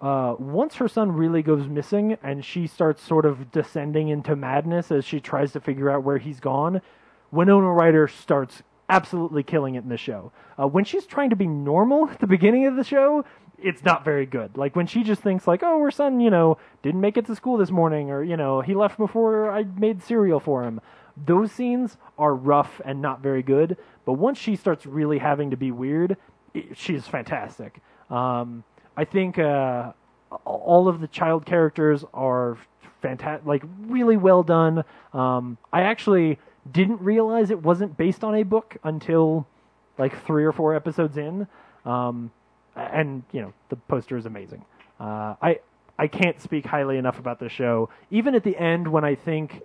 uh, once her son really goes missing and she starts sort of descending into madness as she tries to figure out where he's gone, Winona Ryder starts absolutely killing it in the show. Uh, when she's trying to be normal at the beginning of the show, it's not very good. Like when she just thinks like, "Oh, her son, you know, didn't make it to school this morning," or you know, "He left before I made cereal for him." Those scenes are rough and not very good. But once she starts really having to be weird, it, she's fantastic. Um, I think uh, all of the child characters are fantastic, like really well done. Um, I actually didn't realize it wasn't based on a book until like three or four episodes in, um, and you know the poster is amazing. Uh, I I can't speak highly enough about the show. Even at the end, when I think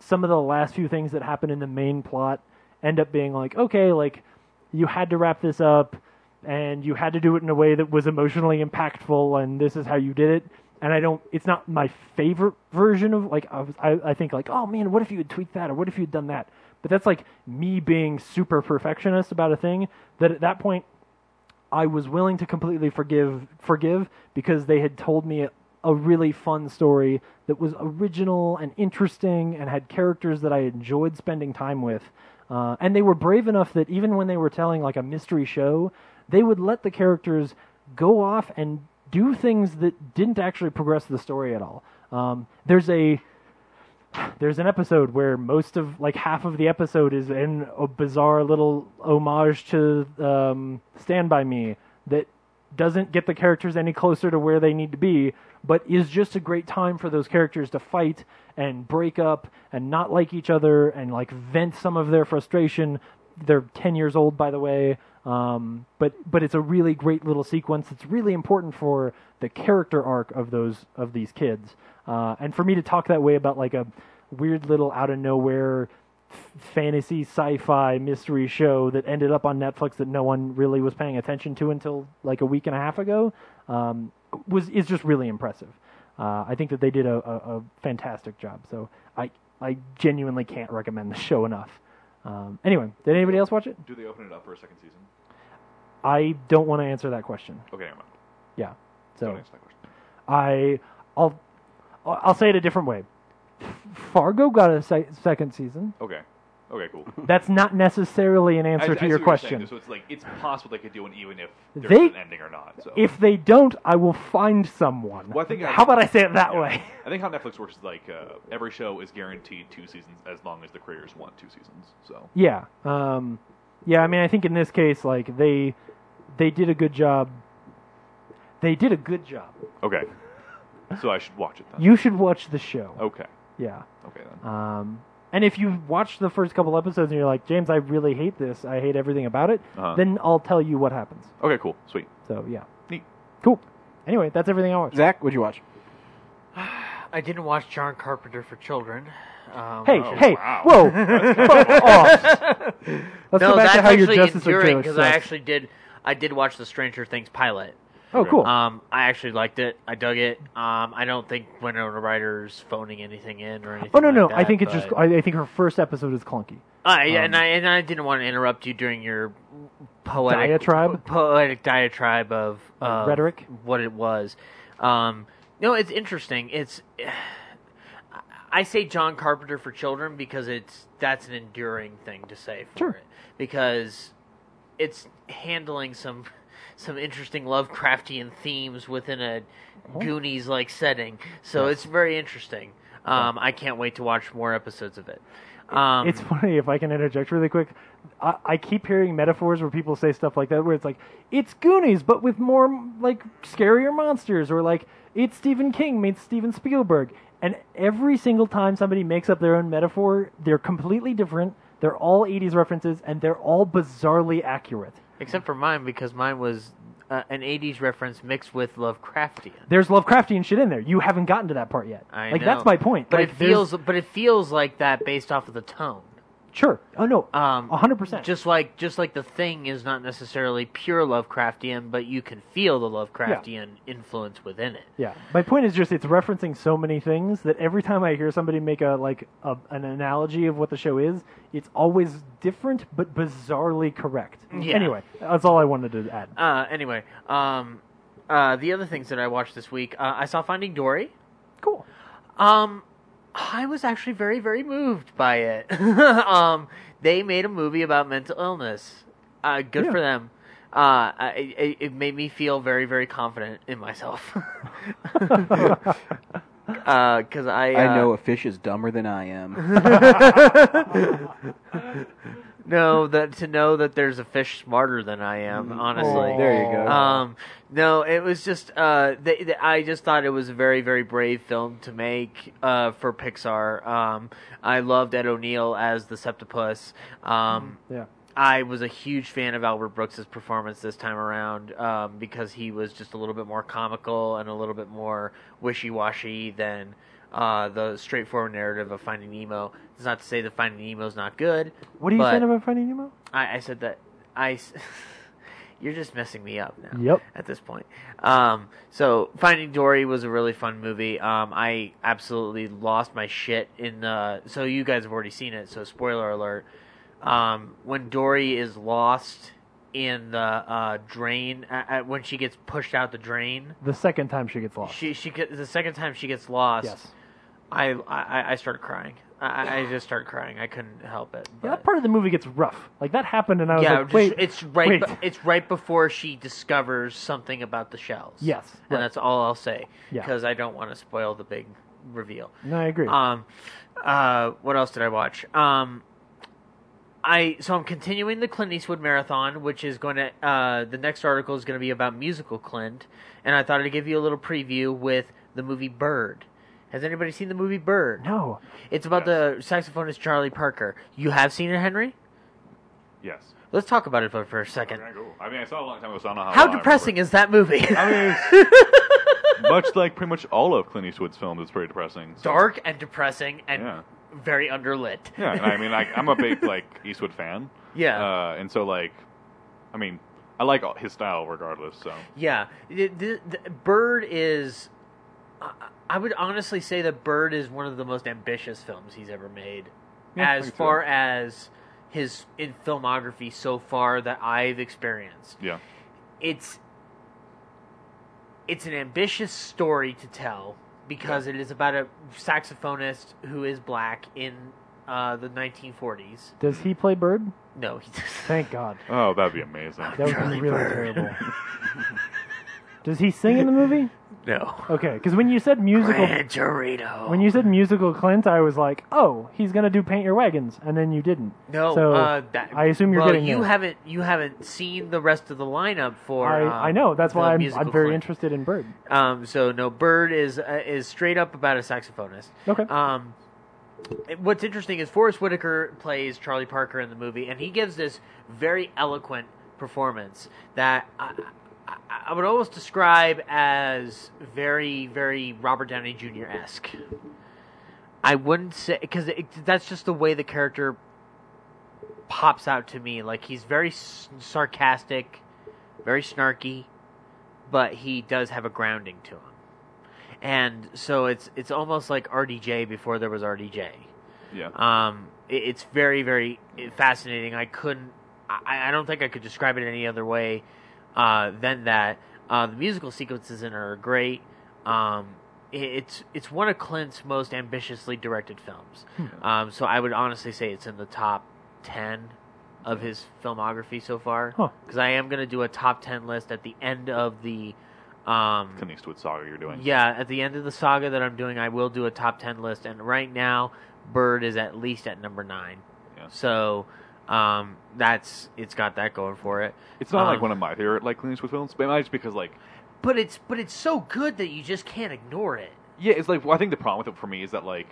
some of the last few things that happen in the main plot end up being like, okay, like you had to wrap this up and you had to do it in a way that was emotionally impactful and this is how you did it and i don't it's not my favorite version of like i was i, I think like oh man what if you had tweaked that or what if you had done that but that's like me being super perfectionist about a thing that at that point I was willing to completely forgive forgive because they had told me a, a really fun story that was original and interesting and had characters that I enjoyed spending time with. Uh, and they were brave enough that even when they were telling like a mystery show, they would let the characters go off and do things that didn't actually progress the story at all. Um, there's a there's an episode where most of like half of the episode is in a bizarre little homage to um, Stand by Me that doesn't get the characters any closer to where they need to be, but is just a great time for those characters to fight and break up and not like each other and like vent some of their frustration. They're ten years old, by the way. Um, but but it's a really great little sequence. It's really important for the character arc of those of these kids. Uh, and for me to talk that way about like a weird little out of nowhere f- fantasy sci-fi mystery show that ended up on Netflix that no one really was paying attention to until like a week and a half ago um, was is just really impressive. Uh, I think that they did a, a, a fantastic job. So I I genuinely can't recommend the show enough. Um, anyway, did anybody else watch it? Do they open it up for a second season? I don't want to answer that question. Okay, never mind. Yeah. So Don't answer that question. I I'll I'll say it a different way. Fargo got a se- second season. Okay. Okay, cool. That's not necessarily an I- answer I to see your what you're saying, question. So it's like it's possible they could do an even if there's They- an ending or not. So. If they don't, I will find someone. Well, I think How about I say it that yeah. way? I think how Netflix works is like uh, every show is guaranteed two seasons as long as the creators want two seasons. So Yeah. Um, yeah, I mean, I think in this case, like they they did a good job. They did a good job. okay, so I should watch it then. You should watch the show. Okay. Yeah. Okay then. Um, and if you watch the first couple episodes and you're like, James, I really hate this. I hate everything about it. Uh-huh. Then I'll tell you what happens. Okay, cool, sweet. So yeah. Neat. Cool. Anyway, that's everything I watched. Zach, what'd you watch? I didn't watch John Carpenter for Children. Um, Hey, which is- hey, whoa! Fuck off. Let's no, go back that's to how your actually Justice League enduring trailer because I sucks. actually did. I did watch the Stranger Things pilot. Oh, cool. Um, I actually liked it. I dug it. Um, I don't think Winona Ryder's phoning anything in or anything. Oh no, like no! I that, think it's just. but- I, I think her first episode is clunky. I, Um, and I and I didn't want to interrupt you during your poetic Diatribe? poetic diatribe of, Uh, of rhetoric? what it was. Um, no, it's interesting. It's I say John Carpenter for children because it's that's an enduring thing to say for it because it's handling some some interesting Lovecraftian themes within a Uh-huh. Goonies like setting. So it's very interesting. Um, I can't wait to watch more episodes of it. Um, it's funny if I can interject really quick. I, I keep hearing metaphors where people say stuff like that, where it's like it's Goonies but with more like scarier monsters, or like it's Stephen King meets Steven Spielberg. And every single time somebody makes up their own metaphor, they're completely different. They're all '80s references, and they're all bizarrely accurate. Except for mine, because mine was uh, an 80s reference mixed with Lovecraftian. There's Lovecraftian shit in there. You haven't gotten to that part yet. I like know. that's my point. But like, it there's- feels, but it feels like that based off of the tone. sure. Oh no, Um, hundred percent. Just like, just like the thing is not necessarily pure Lovecraftian, but you can feel the Lovecraftian influence within it. Yeah. My point is just it's referencing so many things that every time I hear somebody make a like a, an analogy of what the show is, it's always different but bizarrely correct. Yeah. Anyway, that's all I wanted to add. Uh, anyway, um, uh, the other things that I watched this week, uh, I saw Finding Dory. Cool. Um, I was actually very, very moved by it. um, they made a movie about mental illness. Uh, good for them. Uh, I, it, it made me feel very, very confident in myself. Because I, uh, I know a fish is dumber than I am. no that to know that there's a fish smarter than I Mm-hmm. am. Honestly, there you go. Um, no, it was just uh, they, they- I just thought it was a very very brave film to make uh, for Pixar. Um, I loved Ed O'Neill as the Septipus. Um, Yeah. I was a huge fan of Albert Brooks's performance this time around um, because he was just a little bit more comical and a little bit more wishy-washy than uh, the straightforward narrative of Finding Nemo. It's not to say that Finding Nemo's not good. What are you but saying about Finding Nemo? I, I said that I. s- You're just messing me up now. Yep. At this point, um, so Finding Dory was a really fun movie. Um, I absolutely lost my shit in the. So you guys have already seen it. So spoiler alert. Um, when Dory is lost in the uh, drain, uh, uh, when she gets pushed out the drain, The second time she gets lost. she she get, the second time she gets lost. yes. I I, I started crying. I, I just started crying. I couldn't help it. Yeah, but- that part of the movie gets rough. Like that happened and I was yeah, like, just- wait. it's right. wait. be- it's right before she discovers something about the shells. Yes, and right. that's all I'll say Yeah. because I don't want to spoil the big reveal. no, I agree. Um, uh, what else did I watch? Um, I so I'm continuing the Clint Eastwood marathon, which is going to uh, the next article is going to be about musical Clint, and I thought I'd give you a little preview with the movie Bird. Has anybody seen the movie Bird? no. It's about the saxophonist Charlie Parker. You have seen it, Henry? Yes. Let's talk about it for, for a second. Okay, cool. I mean, I saw it a long time ago, so I don't know how. How long I depressing is that movie? remember. I mean, it's- much like pretty much all of Clint Eastwood's films, it's pretty depressing. so- Dark and depressing and Yeah. very underlit. Yeah, and I mean, like, I'm a big like Eastwood fan. Yeah. Uh, and so like, I mean, I like all- his style regardless. So yeah. The, the, the Bird is. I- I would honestly say that Bird is one of the most ambitious films he's ever made, Yeah, I as think so. far as his in filmography so far that I've experienced. yeah, it's it's an ambitious story to tell because it is about a saxophonist who is black in uh, the 1940s. Does he play Bird? No, he doesn't. Thank God. Oh, that'd be amazing. That would be really terrible. Does he sing in the movie? No. Okay, because when you said musical, Gran Torino. when you said musical Clint, I was like, oh, he's gonna do Paint Your Wagons, and then you didn't. No, so uh, that, I assume you're well, getting you this. haven't you haven't seen the rest of the lineup for. I, um, I know that's the why I'm, musical I'm very Clint. interested in Bird. Um, so no, Bird is uh, is straight up about a saxophonist. Okay. Um, what's interesting is Forrest Whitaker plays Charlie Parker in the movie, and he gives this very eloquent performance that I, I, I would almost describe as very, very Robert Downey Jr. esque. I wouldn't say because that's just the way the character pops out to me. Like he's very s- sarcastic, very snarky, but he does have a grounding to him. And so it's it's almost like RDJ before there was RDJ. Yeah. Um, it, it's very very fascinating. I couldn't. I, I don't think I could describe it any other way uh, than that. Uh, the musical sequences in it are great. Um, it, it's it's one of Clint's most ambitiously directed films. Um, so I would honestly say it's in the top ten of his filmography so far. Huh. Because I am going to do a top ten list at the end of the. Um, Clint Eastwood saga you're doing. yeah, at the end of the saga that I'm doing, I will do a top ten list, and right now, Bird is at least at number nine. Yeah. So, um, that's it's got that going for it. It's not Um, like one of my favorite like Clint Eastwood films, but it might just because like But it's but it's so good that you just can't ignore it. yeah, it's like well, I think the problem with it for me is that like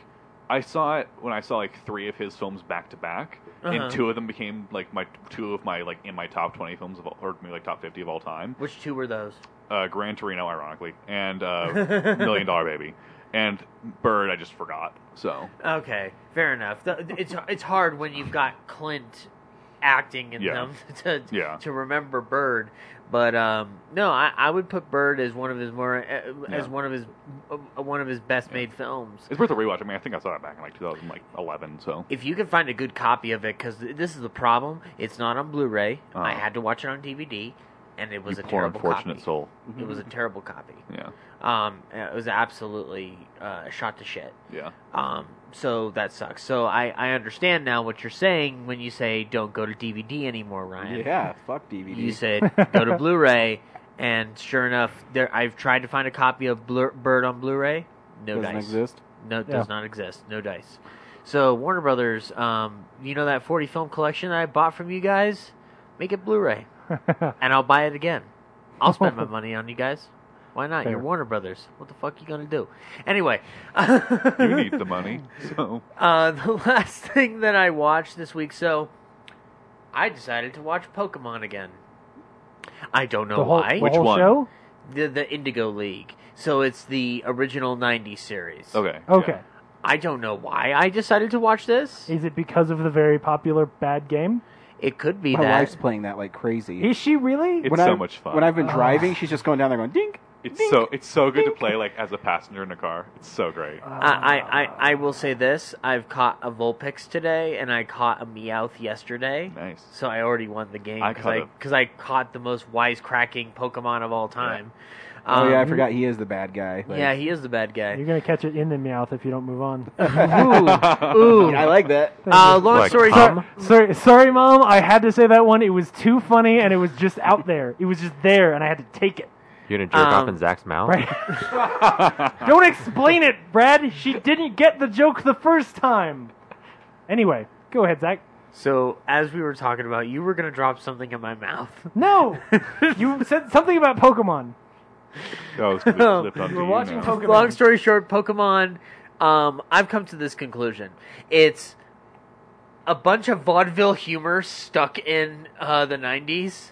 I saw it when I saw like three of his films back to back, Uh-huh. and two of them became like my two of my like in my top twenty films of all, or maybe like top fifty of all time. Which two were those? uh, Gran Torino, ironically, and uh, Million Dollar Baby, and Bird. I just forgot. So Okay, fair enough. The- It's it's hard when you've got Clint acting in Yeah. them to Yeah. to remember Bird. But um, no, I, I would put Bird as one of his more uh, Yeah. as one of his uh, one of his best made films. it's worth a rewatch. I mean, I think I saw that back in like 2011. So if you can find a good copy of it, because this is the problem, it's not on Blu-ray. Ah. I had to watch it on DVD, and it was you a poor terrible unfortunate copy. soul. It was a terrible copy. Yeah, Um, it was absolutely uh, shot to shit. yeah, Um, so that sucks. So I, I understand now what you're saying when you say don't go to DVD anymore, Ryan. Yeah, fuck DVD. You said go to Blu-ray, and sure enough, there I've tried to find a copy of Blur- Bird on Blu-ray. No doesn't dice. exist. No, it does not exist. No dice. So Warner Brothers, um, you know that 40 film collection that I bought from you guys? Make it Blu-ray, and I'll buy it again. I'll spend my money on you guys. Why not? Fair. You're Warner Brothers. What the fuck you gonna do? Anyway, you need the money. So Uh, the last thing that I watched this week, so I decided to watch Pokemon again. I don't know the whole, why. the whole one? show. The the Indigo League. So it's the original '90s series. okay, Okay, yeah. I don't know why I decided to watch this. is it because of the very popular bad game? It could be My that. wife's playing that like crazy. Is she really? it's when so I- much fun. When I've been driving, she's just going down there going dink. it's so it's so good to play like as a passenger in a car. It's so great. I, I, I, I will say this: I've caught a Vulpix today, and I caught a Meowth yesterday. Nice. So I already won the game I because caught I a- because I, caught the most wisecracking Pokemon of all time. Oh yeah, I Um, forgot he is the bad guy. Like, Yeah, he is the bad guy. You're gonna catch it in the mouth if you don't move on. Ooh. I like that. Uh, long Like, story short, um, sorry, sorry, mom. I had to say that one. It was too funny, and it was just out there. It was just there, and I had to take it. You're gonna jerk Um, off in Zach's mouth. Right? Don't explain it, Brad. She didn't get the joke the first time. Anyway, go ahead, Zach. so as we were talking about, you were gonna drop something in my mouth. No, you said something about Pokemon. Oh, it's gonna be flipped onto We're you watching now. Pokemon. Long story short, Pokemon. Um, I've come to this conclusion: it's a bunch of vaudeville humor stuck in uh, the '90s.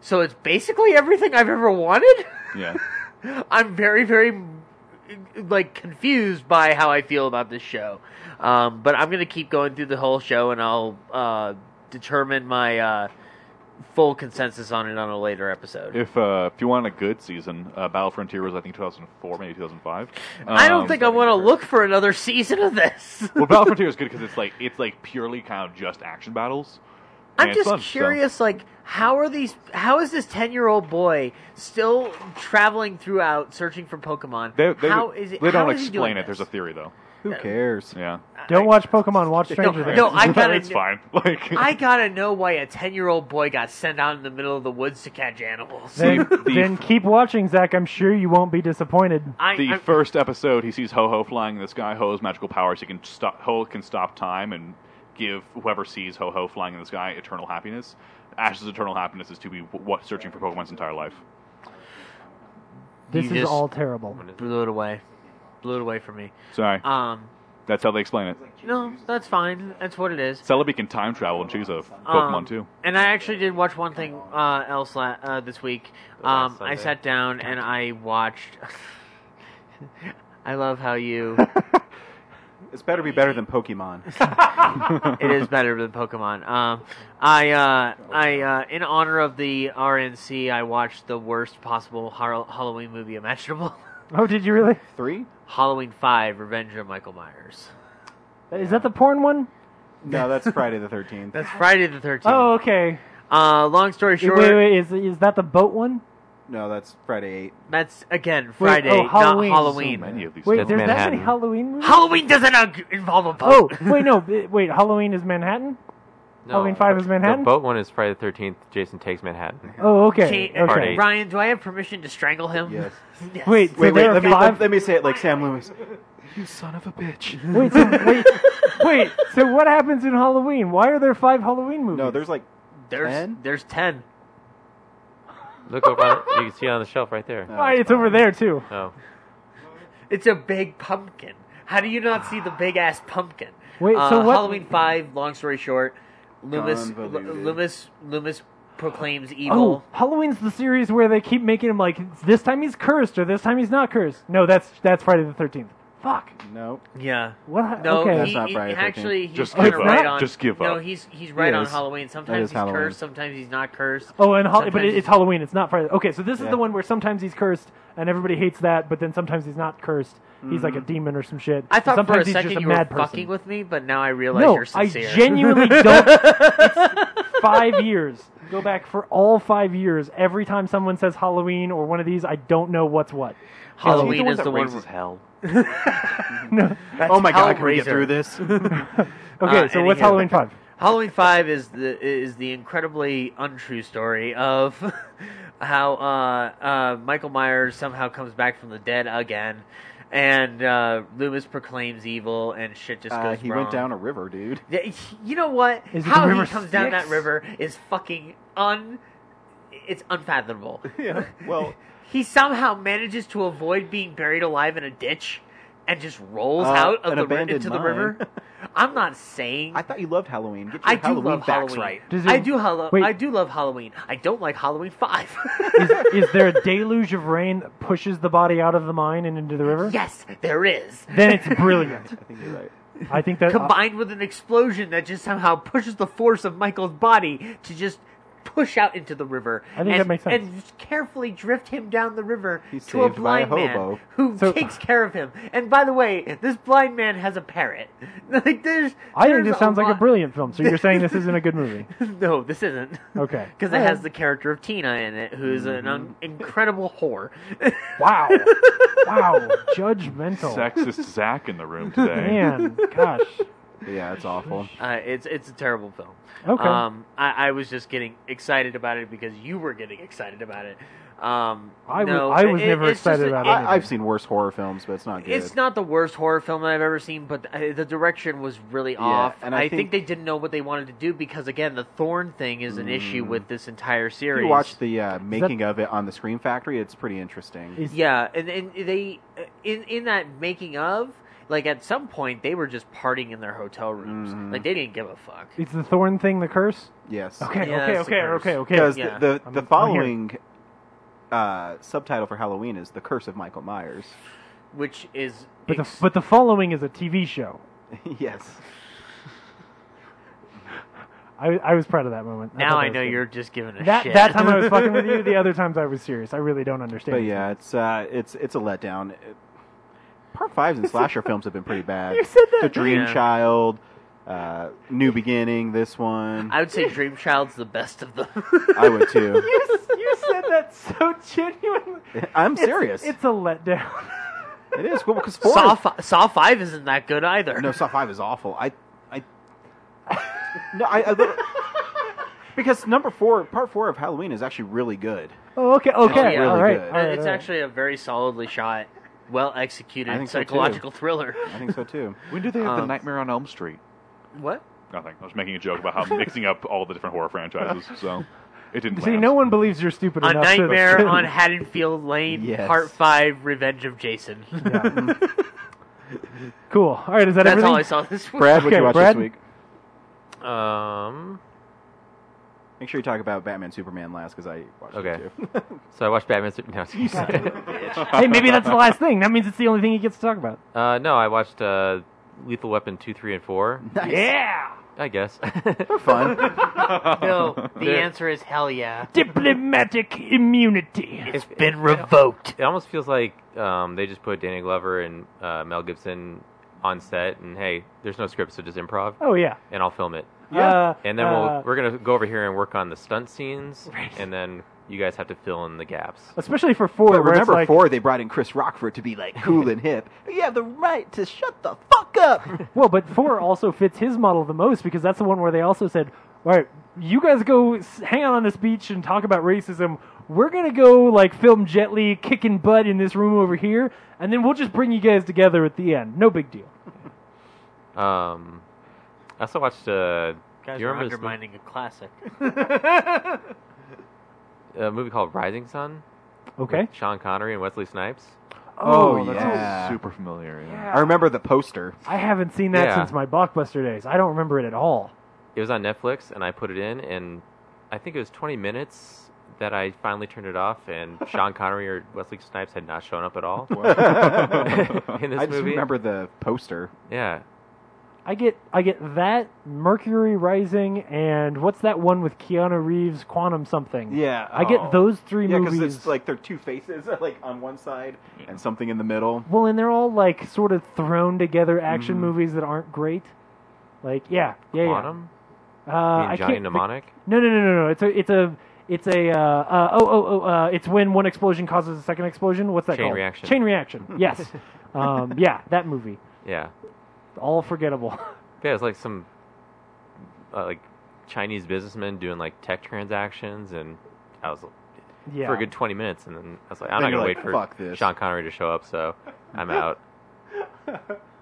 So it's basically everything I've ever wanted. Yeah, I'm very, very like confused by how I feel about this show. Um, but I'm gonna keep going through the whole show, and I'll uh, determine my uh, full consensus on it on a later episode. if uh, if you want a good season, uh, Battle Frontier was I think 2004, maybe 2005. I don't Um, think I want to look for another season of this. well, Battle Frontier is good because it's like it's like purely kind of just action battles. I'm And it's just fun, so- curious, like, how are these? How is this ten year old boy still traveling throughout searching for Pokemon? They, they, how is it? they how don't is he explain doing it. There's a this? theory though. Who cares? Yeah, Don't watch Pokemon. Watch Stranger no, Things. no, Oh, I gotta. It's fine. Like I gotta know why a ten-year-old boy got sent out in the middle of the woods to catch animals. Then, then keep watching, Zach. I'm sure you won't be disappointed. I, the I'm- first episode, he sees Ho Ho flying in the sky. Ho Ho's magical powers. He can stop. Ho can stop time and give whoever sees Ho Ho flying in the sky eternal happiness. Ash's eternal happiness is to be what searching for Pokemon's entire life. This You is just- all terrible. blew it away. Blew it away from me. Sorry, Um, that's how they explain it. no, that's fine. That's what it is. Celebi can time travel and choose a Pokemon Um, too. And I actually did watch one thing uh, else la- uh, this week. Um, I Sunday. sat down and I watched. I love how you. It's better be better than Pokemon. it is better than Pokemon. Um, I uh, I uh, in honor of the RNC, I watched the worst possible har- Halloween movie imaginable. Oh, did you really? Three? Halloween Five: Revenge of Michael Myers. Is that the porn one? No, that's Friday the 13th. That's Friday the Thirteenth. Oh, okay. Uh, long story Wait, short, wait, wait, is is that the boat one? No, that's Friday 8. that's again Wait, Friday, oh, Halloween. not Halloween. Many of these. Wait, That's there's that many Manhattan. Halloween movies? Halloween doesn't ag- involve a Oh, boat. wait, no, b- wait. Halloween is Manhattan. Halloween Five is Manhattan. The boat one is Friday the Thirteenth. Jason takes Manhattan. Oh, Gee, okay, uh, Party. okay. Eight. Ryan, do I have permission to strangle him? Yes. Yes. Wait, so Wait, wait, there are let me, five. let, let me say it like Sam Lewis. You son of a bitch. Wait, so, wait, wait. So what happens in Halloween? Why are there five Halloween movies? No, there's like. there's Ten? there's ten. Look over. on it. You can see it on the shelf right there. Why, it's over there too. Oh, It's a big pumpkin. How do you not see the big ass pumpkin? Wait, Uh, so what- Halloween Five. Long story short, Loomis L- Convoluted. Loomis Loomis proclaims Oh, evil. Halloween's the series where they keep making him like this time he's cursed or this time he's not cursed. No, that's that's Friday the Thirteenth. Fuck. No. Yeah. What? No, okay. That's he, not he- Friday the 13th. actually he's Just kinda give up. right on. Just give No, up. he's he's right on is. Halloween. That Sometimes is he's Halloween. cursed. Sometimes he's not cursed. Oh, and Hall- but Sometimes it, it's he's- Halloween. It's not Friday. Okay, so this is Yeah. the one where sometimes he's cursed and everybody hates that, but then sometimes he's not cursed. He's like a Mm. demon or some shit. I thought sometimes for a he's second just a you mad were person. fucking with me, but now I realize no, you're I sincere. genuinely don't. it's five years. Go back for all five years. Every time someone says Halloween or one of these, I don't know what's what. Halloween is the one. hell. No. oh my god, can Hellraiser. we get through this? Okay, Uh, so what's anyhow. Halloween five? Halloween Five is the is the incredibly untrue story of how uh, uh, Michael Myers somehow comes back from the dead again, and uh, Loomis proclaims evil, and shit just Uh, goes he wrong. went down a river, dude. Yeah, You know what? Is it the How he River comes down that Styx? river is fucking un. It's unfathomable. Yeah, well. He somehow manages to avoid being buried alive in a ditch, and just rolls Uh, out of an the ri- abandoned into the mine. river. I'm not saying I thought you loved Halloween. Get your I do Halloween love facts Halloween. right. Does I it- do Hallo- wait. I do love Halloween. I don't like Halloween Five. Is, is there a deluge of rain that pushes the body out of the mine and into the river? yes, there is. Then it's brilliant. I think you're right. I think that Combined with an explosion that just somehow pushes the force of Michael's body to just push out into the river. I think and, that makes sense. And carefully drift him down the river He's to a saved by a blind man hobo. who So- takes care of him. And by the way, this blind man has a parrot. like there's. I think there's this sounds like a lot- brilliant film. So you're saying this isn't a good movie? no, this isn't. Okay. Because it has the character of Tina in it, who's Mm-hmm. an un- incredible whore. Wow. Wow. Judgmental. Sexist Zach in the room today. Man, gosh. Yeah, it's awful. Uh, it's it's a terrible film. Okay. Um, I, I was just getting excited about it because you were getting excited about it. Um, I was- no, I was it- never it's just excited a- about it- anything. I, I've seen worse horror films, but it's not good. It's not the worst horror film that I've ever seen, but uh, the direction was really off. and I think, think- they didn't know what they wanted to do because, again, the thorn thing is an issue with this entire If series. Mm. you watch the uh, making of it on the Scream Factory, it's pretty interesting. Is- Yeah, and and they uh, in in that making of, like at some point they were just partying in their hotel rooms. Mm-hmm. Like they didn't give a fuck. It's the thorn thing, the curse. Yes. Okay. Yeah, okay. it's the Okay. curse. Okay. Okay. Because Yeah. the, I'm- the, I'm the here. following uh, subtitle for Halloween is The Curse of Michael Myers. Which is But the ex- but the following is a TV show. yes. I I was proud of that moment. I now thought I that was know good. you're just giving a That shit. that time I was fucking with you. The other times I was serious. I really don't understand. But this yeah, it's uh, it's it's a letdown. It- part fives and slasher films have been pretty bad. You said that. The Dream Yeah. Child, uh, New Beginning, this one. I would say Dream Child's the best of them. I would too. you said that so genuinely. I'm serious. It's, it's a letdown. It is well because four. Saw, fi- Saw Five isn't that good either. No, Saw Five is awful. I, I, no, I, I li- because number four, part four of Halloween is actually really good. Oh, okay, It's okay, really all right, good. all No, right, it's all right. actually a very solidly shot, well I executed think so, psychological thriller. I think so too. When do they have the Um, Nightmare on Elm Street? What? Nothing. I was making a joke about how I'm mixing up all the different horror franchises, so it didn't. See, land. no one believes you're stupid A enough. to- Nightmare on Haddonfield Lane, Yes. Part Five: Revenge of Jason. cool. All right, is that That's everything? all I saw this week. Brad, what Okay, you watch Brad? this week? Um, Make sure you talk about Batman Superman last because I watched Okay. it too. so I watched Batman. Super- No, excuse me. hey, maybe that's the last thing. That means it's the only thing he gets to talk about. uh, no, I watched uh, Lethal Weapon two, three, and four. Yeah, I guess. Fun. No, the There- answer is hell yeah. diplomatic immunity. It's been revoked. it almost feels like um, they just put Danny Glover and uh, Mel Gibson on set, and hey, there's no script, so just improv, Oh yeah. and I'll film it, Uh, and then uh, we'll, we're gonna go over here and work on the stunt scenes, and then you guys have to fill in the gaps. especially for four. But where it's remember, like, four they brought in Chris Rock for it to be like cool and hip. You have the right to shut the fuck up. Well, but four also fits his model the most because that's the one where they also said, "All right, you guys go s- hang out on this beach and talk about racism. We're gonna go like film Jet Li kicking butt in this room over here, and then we'll just bring you guys together at the end. No big deal." Um, I also watched. Uh, do Guys, you we're remember this undermining a classic. mo- a movie called Rising Sun? Okay. Sean Connery and Wesley Snipes. Oh, that's- yeah. Super familiar. Yeah. I remember the poster. I haven't seen that Yeah. since my blockbuster days. I don't remember it at all. It was on Netflix, and I put it in, and I think it was 20 minutes that I finally turned it off, and Sean Connery or Wesley Snipes had not shown up at all in this I just movie. remember the poster. Yeah, I get I get that Mercury Rising and what's that one with Keanu Reeves Quantum something. Yeah, I get oh. those three Yeah, movies. it's like they're two faces, like on one side and something in the middle. Well, and they're all like sort of thrown together action movies that aren't great. Like, yeah, yeah, yeah. Mm. Quantum. Uh, you mean I Johnny can't. think- Mnemonic. No, no, no, no, no. It's a, it's a, it's a. Uh, uh, oh, oh, oh. Uh, it's when one explosion causes a second explosion. What's that Chain called? reaction. Chain reaction. Yes. um, yeah, that movie. Yeah, All forgettable. yeah, it's like some uh, like Chinese businessman doing like tech transactions, and I was yeah. for a good 20 minutes, and then I was like, I'm Then not you're gonna like, wait for "Fuck this." Sean Connery to show up, so I'm out.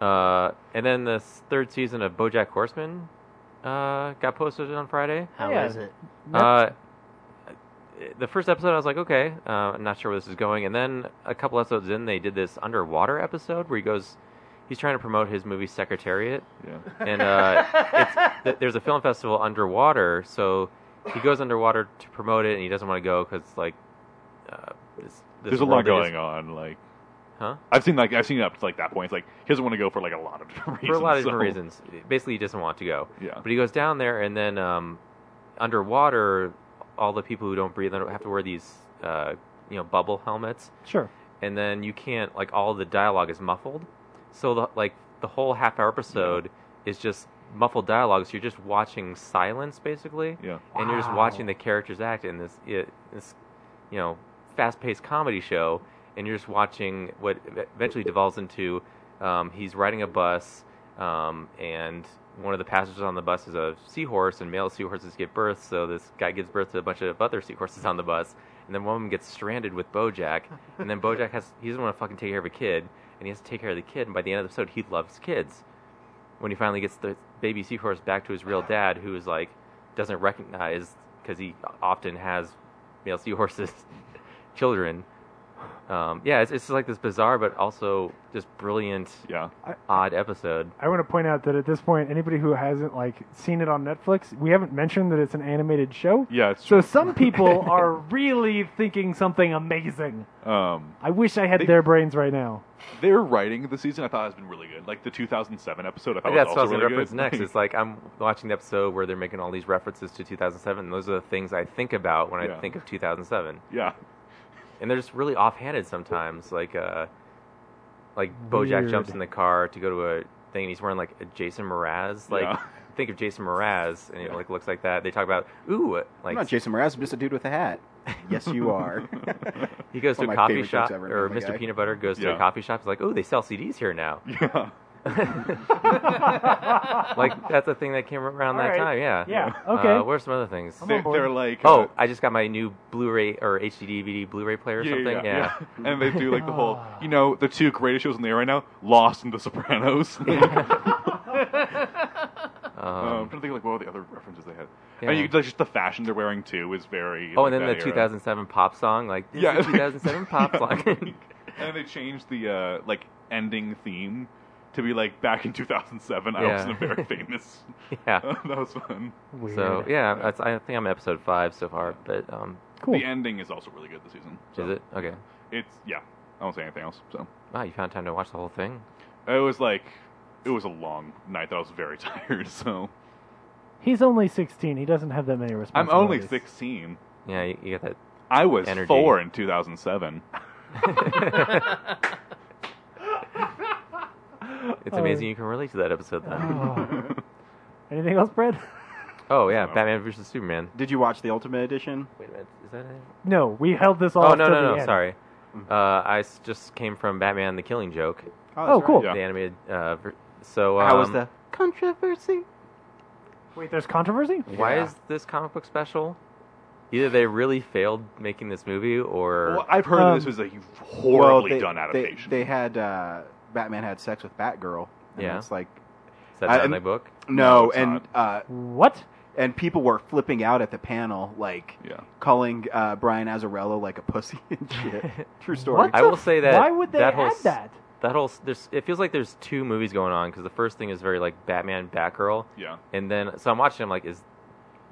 uh, and then the third season of BoJack Horseman uh, got posted on Friday. How Yeah. is it? Uh, the first episode, I was like, okay, uh, I'm not sure where this is going. And then a couple episodes in, they did this underwater episode where he goes, he's trying to promote his movie Secretariat, and uh, it's, th- there's a film festival underwater, so he goes underwater to promote it, and he doesn't want to go because like, uh, this, this There's a lot world that going is- on. Like huh? I've seen like I've seen it up to like that point. It's like he doesn't want to go for like a lot of different reasons. for a lot of different so- reasons. Basically, he doesn't want to go. Yeah. But he goes down there, and then um, underwater, all the people who don't breathe under- have to wear these, uh, you know, bubble helmets, sure. and then you can't like all the dialogue is muffled. So the, like the whole half hour episode is just muffled dialogue. So you're just watching silence basically, Yeah. and you're just watching the characters act in this, it, this, you know, fast paced comedy show, and you're just watching what ev- eventually devolves into um, he's riding a bus, um, and one of the passengers on the bus is a seahorse, and male seahorses give birth, so this guy gives birth to a bunch of other seahorses on the bus, and then one of them gets stranded with Bojack, and then Bojack has he doesn't want to fucking take care of a kid, and he has to take care of the kid, and by the end of the episode, he loves kids. When he finally gets the baby seahorse back to his real dad, who is like doesn't recognize because he often has male seahorses children. Um, yeah, it's, it's like this bizarre but also just brilliant, Yeah. odd episode. I want to point out that at this point, anybody who hasn't like seen it on Netflix, we haven't mentioned that it's an animated show. Yeah. It's So some people are really thinking something amazing. true. Um, I wish I had They- their brains right now. their writing of the season I thought has been really good. Like the 2007 episode I thought That's was what I was also going to really reference good. next. It's like I'm watching the episode where they're making all these references to 2007. And those are the things I think about when Yeah. I think of 2007, yeah. and they're just really offhanded sometimes. Like, uh, like Bojack jumps Weird. in the car to go to a thing, and he's wearing like a Jason Mraz. Like, Yeah. think of Jason Mraz, and it like looks like that. They talk about ooh, uh, I'm like not Jason Mraz, I'm just a dude with a hat. yes, you are. He goes One to a of my coffee favorite shop, jokes ever, or by the Mr. guy. Peanut Butter goes to Yeah. a coffee shop. He's like, "Oh, they sell CDs here now." Yeah. like that's a thing that came around All that right. time. Yeah. Yeah, Uh, okay. what are some other things? They, are like, uh, oh, I just got my new Blu-ray or HD DVD Blu-ray player or yeah, something. yeah, yeah, yeah. And they do like the whole, you know, the two greatest shows in the air right now, Lost and The Sopranos. Um, I'm Um, trying to think like what were the other references they had. Yeah. And you like just the fashion they're wearing too is very. oh, like, and then the that era. 2007 pop song. Like this Yeah, is 2007 pop and song. then they changed the uh, like ending theme to be like back in 2007. I Yeah. wasn't very famous. yeah. that was fun. Weird. So yeah, that's, I think I'm episode five so far. But um, cool. The ending is also really good this season. So is it okay? It's yeah. I won't say anything else. So Wow, you found time to watch the whole thing. it was like it was a long night. That I was very tired. So He's only 16. He doesn't have that many I'm responsibilities. only 16. Yeah, you, you got I was Energy. four in 2007. that. it's Oh. amazing you can relate to that episode then. Oh. Anything else, Brad? Oh yeah, No. Batman versus Superman. Did you watch the Ultimate Edition? Wait a minute, is that it? No, we held this off. Oh no till the no no, end. sorry. Uh, I s- just came from Batman: The Killing Joke, Oh, cool. Yeah. the animated. Uh, ver- so um, How was the controversy? Wait, there's controversy? Why Yeah. is this comic book special? Either they really failed making this movie, or Well, I've heard Um, this was a horribly Well, they- done adaptation. They, they had uh, Batman had sex with Batgirl. And Yeah. It's like is that I- not in and- the book? No, no, it's and uh, What? and people were flipping out at the panel, like Yeah. calling uh, Brian Azzarello like a pussy and shit. True story. What I the will say that Why would they that whole add s- that? That whole s- there's it feels like there's two movies going on because the first thing is very like Batman, Batgirl, Yeah. and then so I'm watching. I'm like, is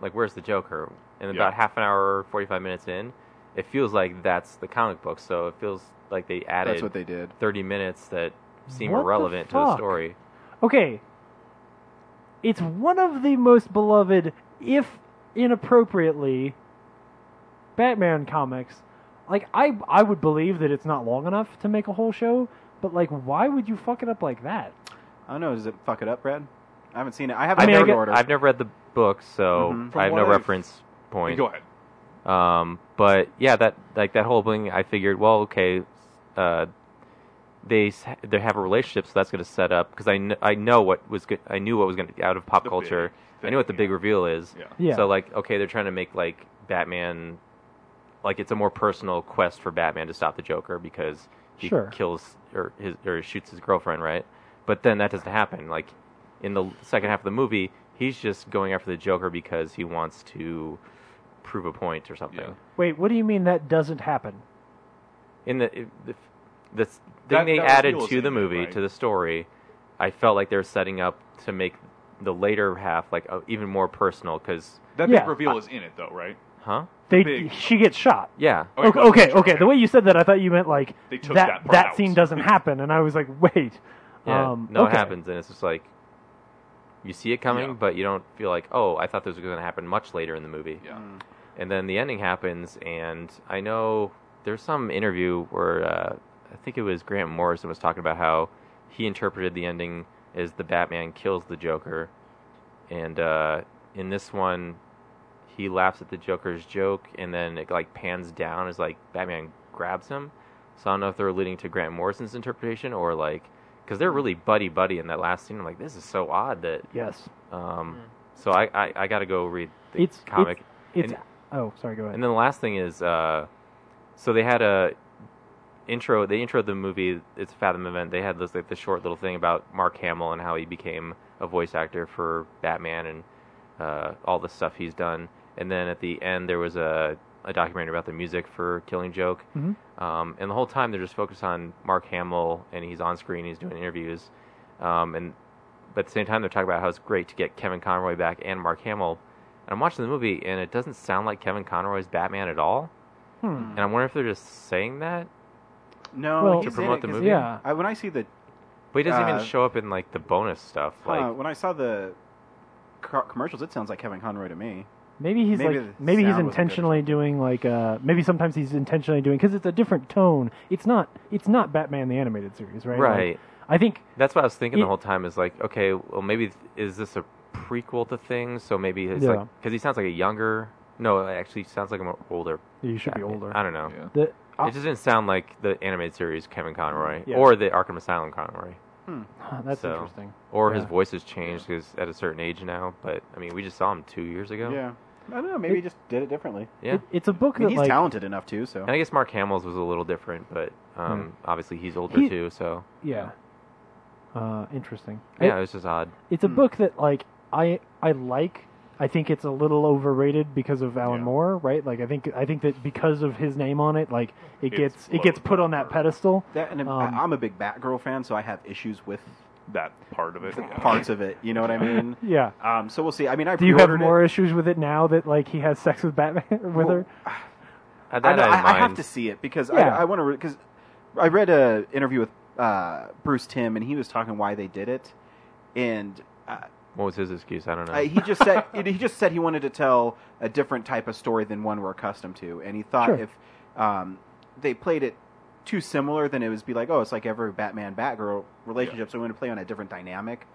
like where's the Joker? And Yeah. about half an hour, 45 minutes in, it feels like that's the comic book. So it feels like they added That's what they did. 30 minutes that seem What the irrelevant to the fuck? story. Okay. It's one of the most beloved, if inappropriately, Batman comics. Like I I would believe that it's not long enough to make a whole show, but like why would you fuck it up like that? I don't know. Does it fuck it up, Brad? I haven't seen it. I have I it mean, I in get- order. I've never read the book, so Mhm. From I have what no I've- reference point. Go ahead. Um, but yeah, that like that whole thing. I figured, well, okay, uh, they s- they have a relationship, so that's going to set up because I, kn- I know what was go- I knew what was going to be out of pop The big culture. I thing, knew what the yeah. big reveal is. Yeah. Yeah. So like, okay, they're trying to make like Batman, like it's a more personal quest for Batman to stop the Joker because he Sure. kills or his or shoots his girlfriend, right? But then that doesn't happen. Like in the second half of the movie, he's just going after the Joker because he wants to prove a point or something. Yeah. Wait, what do you mean that doesn't happen? In the if- if- the s- thing That- they that added reveals to the it, movie right? to the story, I felt like they were setting up to make the later half like uh, even more personal because That Yeah. big reveal is in it, though, right? huh? They Big. Oh, she gets shot. Yeah. yeah, okay, that's okay, true, okay. The way you said that, I thought you meant like They took that that part out. scene doesn't happen, and I was like, wait. Yeah, um, no, okay. it happens, and it's just like you see it coming, Yeah. but you don't feel like, oh, I thought this was going to happen much later in the movie. Yeah. And then the ending happens, and I know there's some interview where uh, I think it was Grant Morrison was talking about how he interpreted the ending as the Batman kills the Joker, and uh, in this one, he laughs at the Joker's joke, and then it like pans down as like Batman grabs him. So I don't know if they're alluding to Grant Morrison's interpretation or like because Mm. they're really buddy buddy in that last scene. I'm like, this is so odd that. Yes, Um, So I I, I got to go read the it's comic. It's, it's And- oh, sorry, go ahead. and then the last thing is, uh, so they had a intro. They introed the movie. It's a Fathom event. They had this like the short little thing about Mark Hamill and how he became a voice actor for Batman and uh, all the stuff he's done. And then at the end, there was a a documentary about the music for Killing Joke. Mhm. Um, and the whole time, they're just focused on Mark Hamill, and he's on screen. He's doing interviews, um, and but at the same time, they're talking about how it's great to get Kevin Conroy back and Mark Hamill. And I'm watching the movie, and it doesn't sound like Kevin Conroy's Batman at all. Hmm. And I wonder if they're just saying that, no, Well, he's To promote in it the 'cause- movie? yeah, I, when I see the but he doesn't Uh, even show up in like the bonus stuff. oh, Like, uh, when I saw the co- commercials, it sounds like Kevin Conroy to me. Maybe he's Maybe like the maybe he's sound wasn't good or intentionally doing like uh maybe sometimes he's intentionally doing because it's a different tone. It's not it's not Batman the animated series, right? Like, Right. I think that's what I was thinking He- the whole time. Is like, okay, well, maybe th- is this a prequel to things? So maybe it's Yeah. like because he sounds like a younger No, it actually sounds like I'm older. You should be Batman. older. I don't know. The- uh, it just didn't sound like the animated series Kevin Conroy Yeah. or the Arkham Asylum Conroy. Hmm. Huh, that's So- interesting. Or his Yeah. voice has changed because at a certain age now. But I mean, we just saw him two years ago. Yeah. I don't know. Maybe he just did it differently. Yeah. It- it's a book I mean, that, he's like- talented enough too. So Hmm. And I guess Mark Hamill's was a little different, but um, obviously he's older He- too. So Yeah. Uh, interesting. yeah, It- it was just odd. it's a Hmm. book that like I I like. I think it's a little overrated because of Alan Moore, right? Like I think I think that because of his name on it, like it It's gets it gets put on that pedestal. that, and Um, I, am a big Batgirl fan, so I have issues with that part of it. Parts of it. You know what I mean? Yeah. Um. So we'll see. I mean, I Do you have pre-ordered it. more issues with it now that like he has sex with Batman with her? I, know- I- I have to see it because Yeah. I, I want to because I read a interview with uh, Bruce Tim and he was talking why they did it, and uh, What was his excuse? I don't know. uh, he just said he just said he wanted to tell a different type of story than one we're accustomed to, and he thought Sure. if um, they played it too similar, then it would be like oh, it's like every Batman Batgirl relationship, so we want to play on a different dynamic.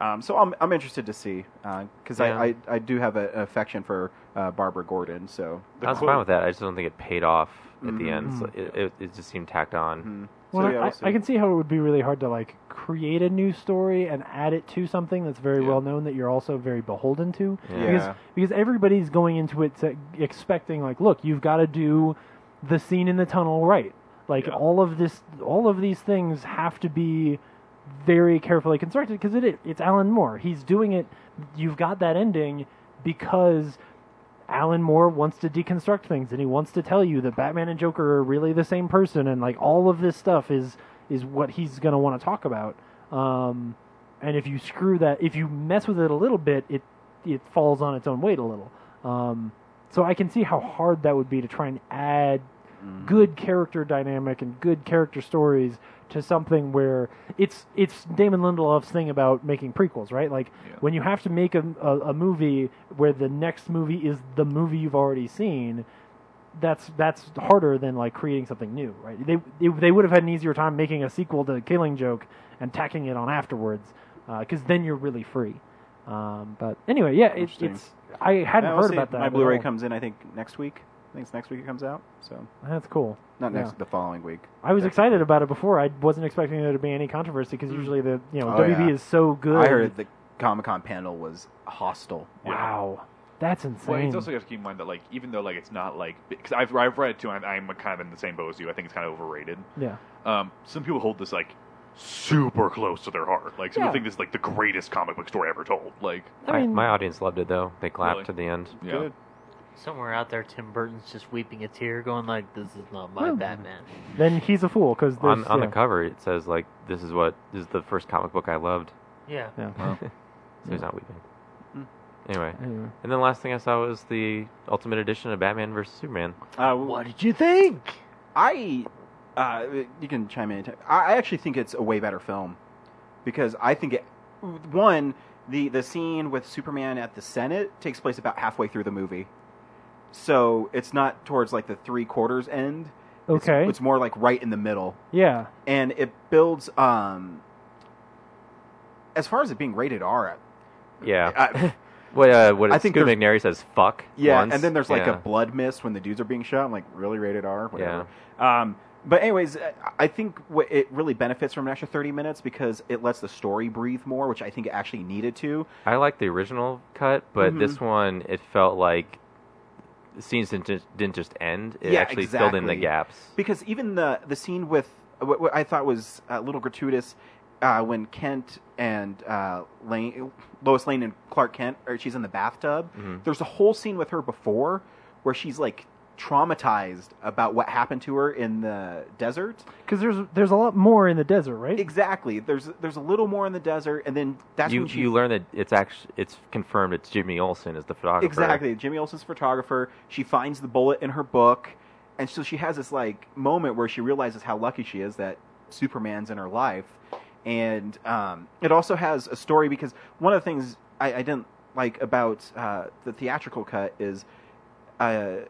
Um, so I'm I'm interested to see because Yeah. I, I I do have a, an affection for uh, Barbara Gordon, so I was fine with that. I just don't think it paid off at the end. Mhm. So Mm-hmm. it, it, it just seemed tacked on. Well, I, I can see how it would be really hard to like create a new story and add it to something that's very well known that you're also very beholden to. Yeah. Because Yeah. because everybody's going into it to, expecting like, look, you've got to do the scene in the tunnel right. Like all of this, all of these things have to be very carefully constructed because it it's Alan Moore. He's doing it. You've got that ending because Alan Moore wants to deconstruct things and he wants to tell you that Batman and Joker are really the same person and like all of this stuff is is what he's going to want to talk about. Um and if you screw that if you mess with it a little bit, it it falls on its own weight a little. Um so I can see how hard that would be to try and add good character dynamic and good character stories to something where it's it's Damon Lindelof's thing about making prequels, right? Like when you have to make a, a, a movie where the next movie is the movie you've already seen, that's that's harder than like creating something new, right? They they, they would have had an easier time making a sequel to Killing Joke and tacking it on afterwards, because then you're really free. Um, but anyway, yeah, it, Interesting. it's I hadn't Yeah, we'll heard see. about that. My at Blu-ray all. comes in, I think, next week. I think it's next week it comes out. So That's cool. not next, Yeah. the following week. I was excited about it before. I wasn't expecting there to be any controversy because usually the you know Oh, WB yeah. is so good. I heard the Comic Con panel was hostile. Wow, that's insane. Well, it's also got to keep in mind that like even though like it's not like because I've I've read it too, and I'm kind of in the same boat as you. I think it's kind of overrated. Yeah. Um, some people hold this like super close to their heart. Like some Yeah. people think this is like the greatest comic book story ever told. Like I- my audience loved it though. They clapped Really? at the end. Yeah. Good. Somewhere out there, Tim Burton's just weeping a tear, going like, "This is not my Well, Batman." Then he's a fool because On, on the cover, it says like, "This is what this is the first comic book I loved." Yeah. Yeah. so he's not weeping. Mm. Anyway. Anyway. and then last thing I saw was the Ultimate Edition of Batman versus Superman. Uh, what did you think? I, uh, you can chime in. anytime. I I actually think it's a way better film because I think it. One, the the scene with Superman at the Senate takes place about halfway through the movie, so it's not towards like the three quarters end. It's- Okay. it's more like right in the middle. yeah, and it builds um as far as it being rated R. Yeah. I- what? Uh, what? I I think think Scoot there's- McNary says "fuck." Yeah, once. and then there's like Yeah. a blood mist when the dudes are being shot. I'm like, really rated R? Whatever. Um, but anyways, I- I think what it really benefits from an extra 30 minutes because it lets the story breathe more, which I think it actually needed to. I like the original cut, but Mhm. this one it felt like the scenes didn't just, didn't just end. It Yeah, actually filled in the exactly. gaps. Because even the the scene with what, what I thought was a little gratuitous uh, when Kent and uh, Lane, Lois Lane and Clark Kent, or she's in the bathtub. Mhm. There's a whole scene with her before where she's like traumatized about what happened to her in the desert. because there's there's a lot more in the desert, right? Exactly. There's there's a little more in the desert, and then that's you when she you learn that it's actually it's confirmed it's Jimmy Olsen is the photographer. Exactly. Jimmy Olsen's a photographer. She finds the bullet in her book, and so she has this like moment where she realizes how lucky she is that Superman's in her life. And um, it also has a story because one of the things I, I didn't like about uh, the theatrical cut is uh,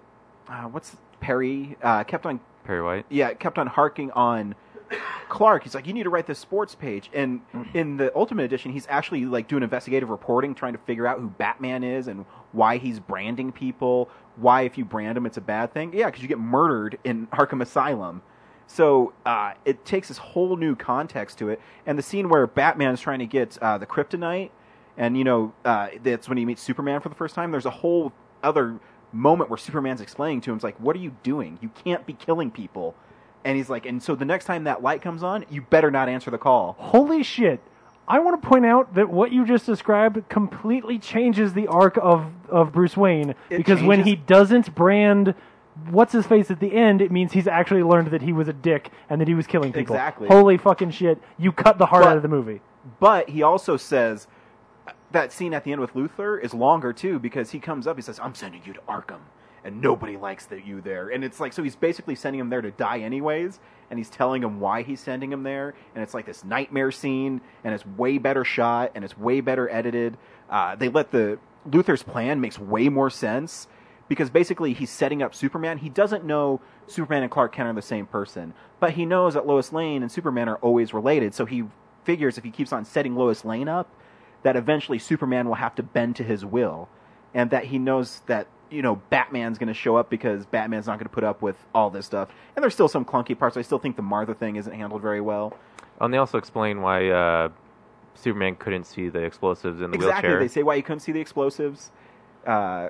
uh, what's Perry uh, kept on Perry White. yeah, it kept on harking on Clark. He's like, you need to write this sports page. And in the Ultimate Edition, he's actually like doing investigative reporting, trying to figure out who Batman is and why he's branding people, why if you brand them it's a bad thing. Yeah, because you get murdered in Arkham Asylum. So uh, it takes this whole new context to it, and the scene where Batman is trying to get uh, the kryptonite, and you know uh, that's when he meets Superman for the first time. There's a whole other moment where Superman's explaining to him, "It's like, what are you doing? You can't be killing people." And he's like, "And so the next time that light comes on, you better not answer the call." Holy shit. I want to point out that what you just described completely changes the arc of, of Bruce Wayne because when changes- he doesn't brand what's his face at the end, it means he's actually learned that he was a dick and that he was killing people. Exactly. Holy fucking shit! You cut the heart But- out of the movie. But he also says that scene at the end with Luthor is longer too because he comes up, he says, "I'm sending you to Arkham, and nobody likes that you there." And it's like so he's basically sending him there to die anyways, and he's telling him why he's sending him there, and it's like this nightmare scene, and it's way better shot, and it's way better edited. Uh, they let the Luthor's plan makes way more sense because basically he's setting up Superman. He doesn't know Superman and Clark Kent are the same person, but he knows that Lois Lane and Superman are always related. So he figures if he keeps on setting Lois Lane up, that eventually Superman will have to bend to his will, and that he knows that you know Batman's going to show up because Batman's not going to put up with all this stuff. And there's still some clunky parts. I still think the Martha thing isn't handled very well. And they also explain why uh, Superman couldn't see the explosives in the Exactly, wheelchair. they say why you couldn't see the explosives. Uh,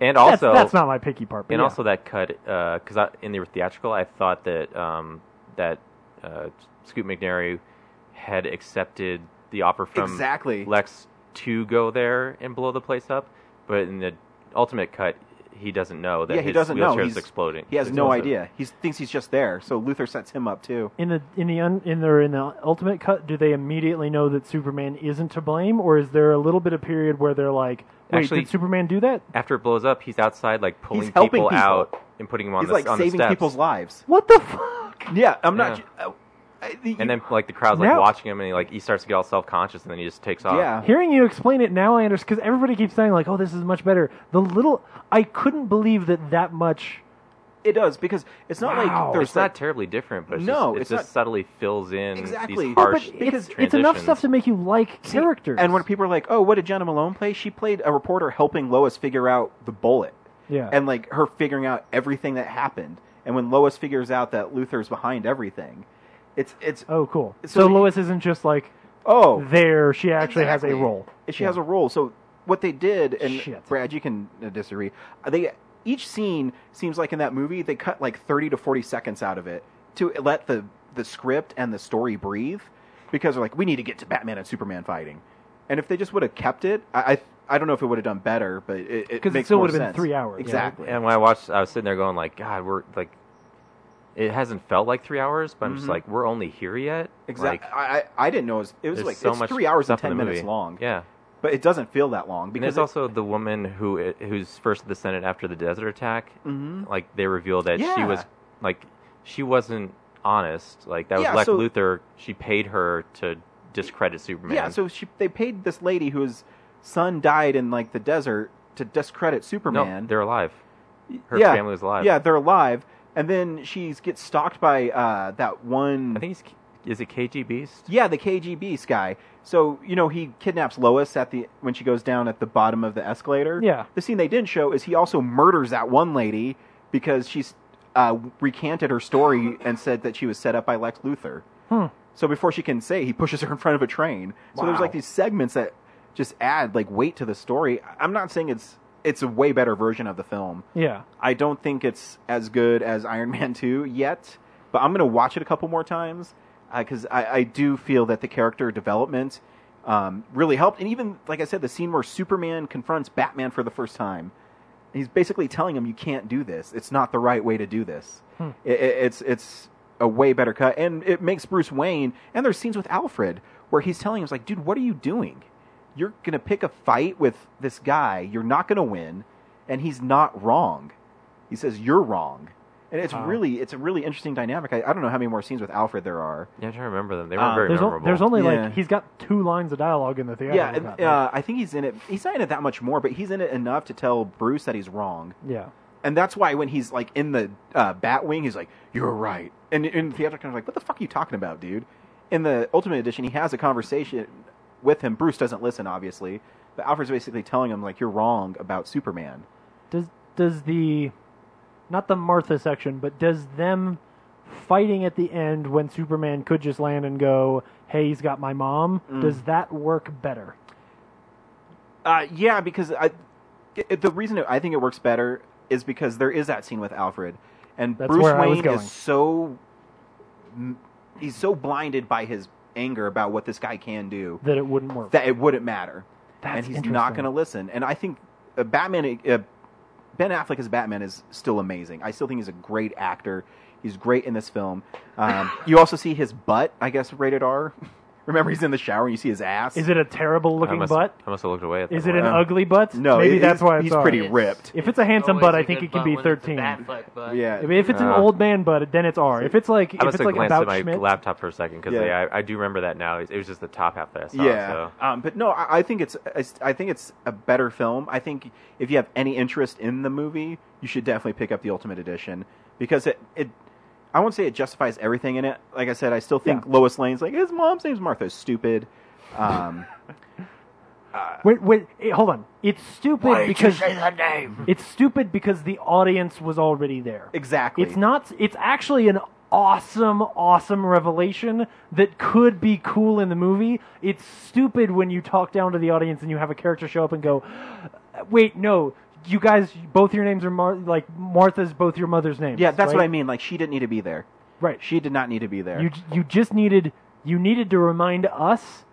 And also, that's, that's not my picky part. But and yeah. also that cut because I in the theatrical, I thought that um, that uh, Scoot McNairy had accepted the offer from Exactly. Lex to go there and blow the place up, but in the ultimate cut, he doesn't know that yeah, his he doesn't know wheelchair he's is exploding. He has no explosive. idea. He thinks he's just there. So Luther sets him up too. in the in the un, in their in the ultimate cut, do they immediately know that Superman isn't to blame, or is there a little bit of period where they're like, "Wait, Actually- did Superman do that? After it blows up, he's outside like pulling He's helping people. out and putting them on He's the like on saving the steps. people's lives. What the fuck?" Yeah, I'm not. Yeah. uh, I- you- and then like the crowd's like Now- watching him and he like he starts to get all self conscious and then he just takes off. yeah, Hearing you explain it now, I understand because everybody keeps saying like, "Oh, this is much better." The little I couldn't believe that that much. it does because it's not Wow. like there's It's like, not terribly different, but it's No, just, it it's just not- subtly fills in Exactly. these No, harsh but It's, Because- it's enough stuff transitions. to make you like characters. And when people are like, "Oh, what did Jenna Malone play? She played a reporter helping Lois figure out the bullet, yeah, and like her figuring out everything that happened. And when Lois figures out that Luther's behind everything, it's it's oh, cool. So So, he- Lois isn't just like oh, there; she actually has a Exactly. role. she has a role. So what they did, and Shit. Brad, you can uh, disagree. They each scene seems like in that movie they cut like thirty to forty seconds out of it to let the the script and the story breathe, because they're like, we need to get to Batman and Superman fighting, and if they just would have kept it, I. I I don't know if it would have done better, but it, it 'Cause it makes still more would have been sense. three hours, yeah. Exactly. And when I watched, I was sitting there going like, God, we're like, it hasn't felt like three hours, but I'm just Mhm. like, we're only here yet. Exactly. Like, I, I I didn't know it was, it was there's like so it's much three hours and stuff in ten the minutes movie. long. Yeah. but it doesn't feel that long And because there's it- also the woman who who's first at the Senate after the desert attack. Mhm. Like they reveal that she Yeah. was like she wasn't honest. Like that was Yeah, Lex so- Luthor. She paid her to discredit Superman. yeah. So she, they paid this lady whose son died in like the desert to discredit Superman. no, they're alive. Her yeah, family was alive. Yeah, they're alive, and then she gets stalked by uh, that one. I think he's is it KG Beast. Yeah, the KGB guy. So you know he kidnaps Lois at the when she goes down at the bottom of the escalator. Yeah. The scene they didn't show is he also murders that one lady because she's uh, recanted her story and said that she was set up by Lex Luthor. So before she can say, he pushes her in front of a train. So there's like these segments that just add like weight to the story. I- I'm not saying it's it's a way better version of the film. Yeah, I don't think it's as good as Iron Man 2 yet, but I'm going to watch it a couple more times because I, I do feel that the character development um, really helped. And even, like I said, the scene where Superman confronts Batman for the first time, he's basically telling him, You can't do this. It's not the right way to do this. I- I- it's, it's a way better cut. And it makes Bruce Wayne, and there's scenes with Alfred where he's telling him, he's like, Dude, what are you doing? You're going to pick a fight with this guy. You're not going to win. And he's not wrong. He says you're wrong, and it's really it's a really interesting dynamic. I, I don't know how many more scenes with Alfred there are. Yeah, I'm trying to remember them. They weren't Uh, very there's, o- memorable. there's only Yeah. like he's got two lines of dialogue in the theater. yeah, and, uh, I think he's in it. He's not in it that much more, but he's in it enough to tell Bruce that he's wrong, yeah. and that's why when he's like in the uh, Batwing, he's like you're right, and in the theater kind of like what the fuck are you talking about, dude? In the Ultimate Edition, he has a conversation with him. Bruce doesn't listen, obviously, But Alfred's basically telling him like you're wrong about Superman. Does does the not the Martha section, but does them fighting at the end when Superman could just land and go, "Hey, he's got my mom." Mm. Does that work better? Uh, yeah, because I, it- the reason I think it works better is because there is that scene with Alfred, and That's Bruce where I was Wayne going. is so m- he's so blinded by his anger about what this guy can do That it wouldn't work. that it wouldn't matter, That's and he's not interesting. going to listen. And I think uh, Batman, uh, Ben Affleck as Batman is still amazing. I still think he's a great actor. He's great in this film. Um, you also see his butt, I guess, rated R. Remember, he's in the shower and you see his ass. Is it a terrible I looking must, butt? I must have looked away at that. Is it an one. Uh, ugly butt? no, maybe it- that's why he's- it's he's pretty R. ripped. If it's a handsome Always butt, a I think good it can butt be when it's a thirteen. bad fuck butt. Yeah. If if it's an Uh, old man butt, then it's R. If it's like I if must it's have like glanced about at my Schmidt, laptop for a second because Yeah. yeah. I, I do remember that now. It was just the top half that I saw. yeah, So. um, but no, I, I think it's it's- I think it's a better film. I think if you have any interest in the movie, you should definitely pick up the Ultimate Edition because it it I won't say it justifies everything in it. Like I said, I still think Lois Lane's like his mom's name's Martha, is stupid. Um, Wait, wait, eh, hold on. It's stupid because that name? it's stupid because the audience was already there. exactly. It's not. It's actually an awesome, awesome revelation that could be cool in the movie. It's stupid when you talk down to the audience and you have a character show up and go, "Wait, no, you guys, both your names are Mar- like Martha's, both your mother's names." yeah, that's right? what I mean. Like she didn't need to be there. Right. She did not need to be there. You you just needed you needed to remind us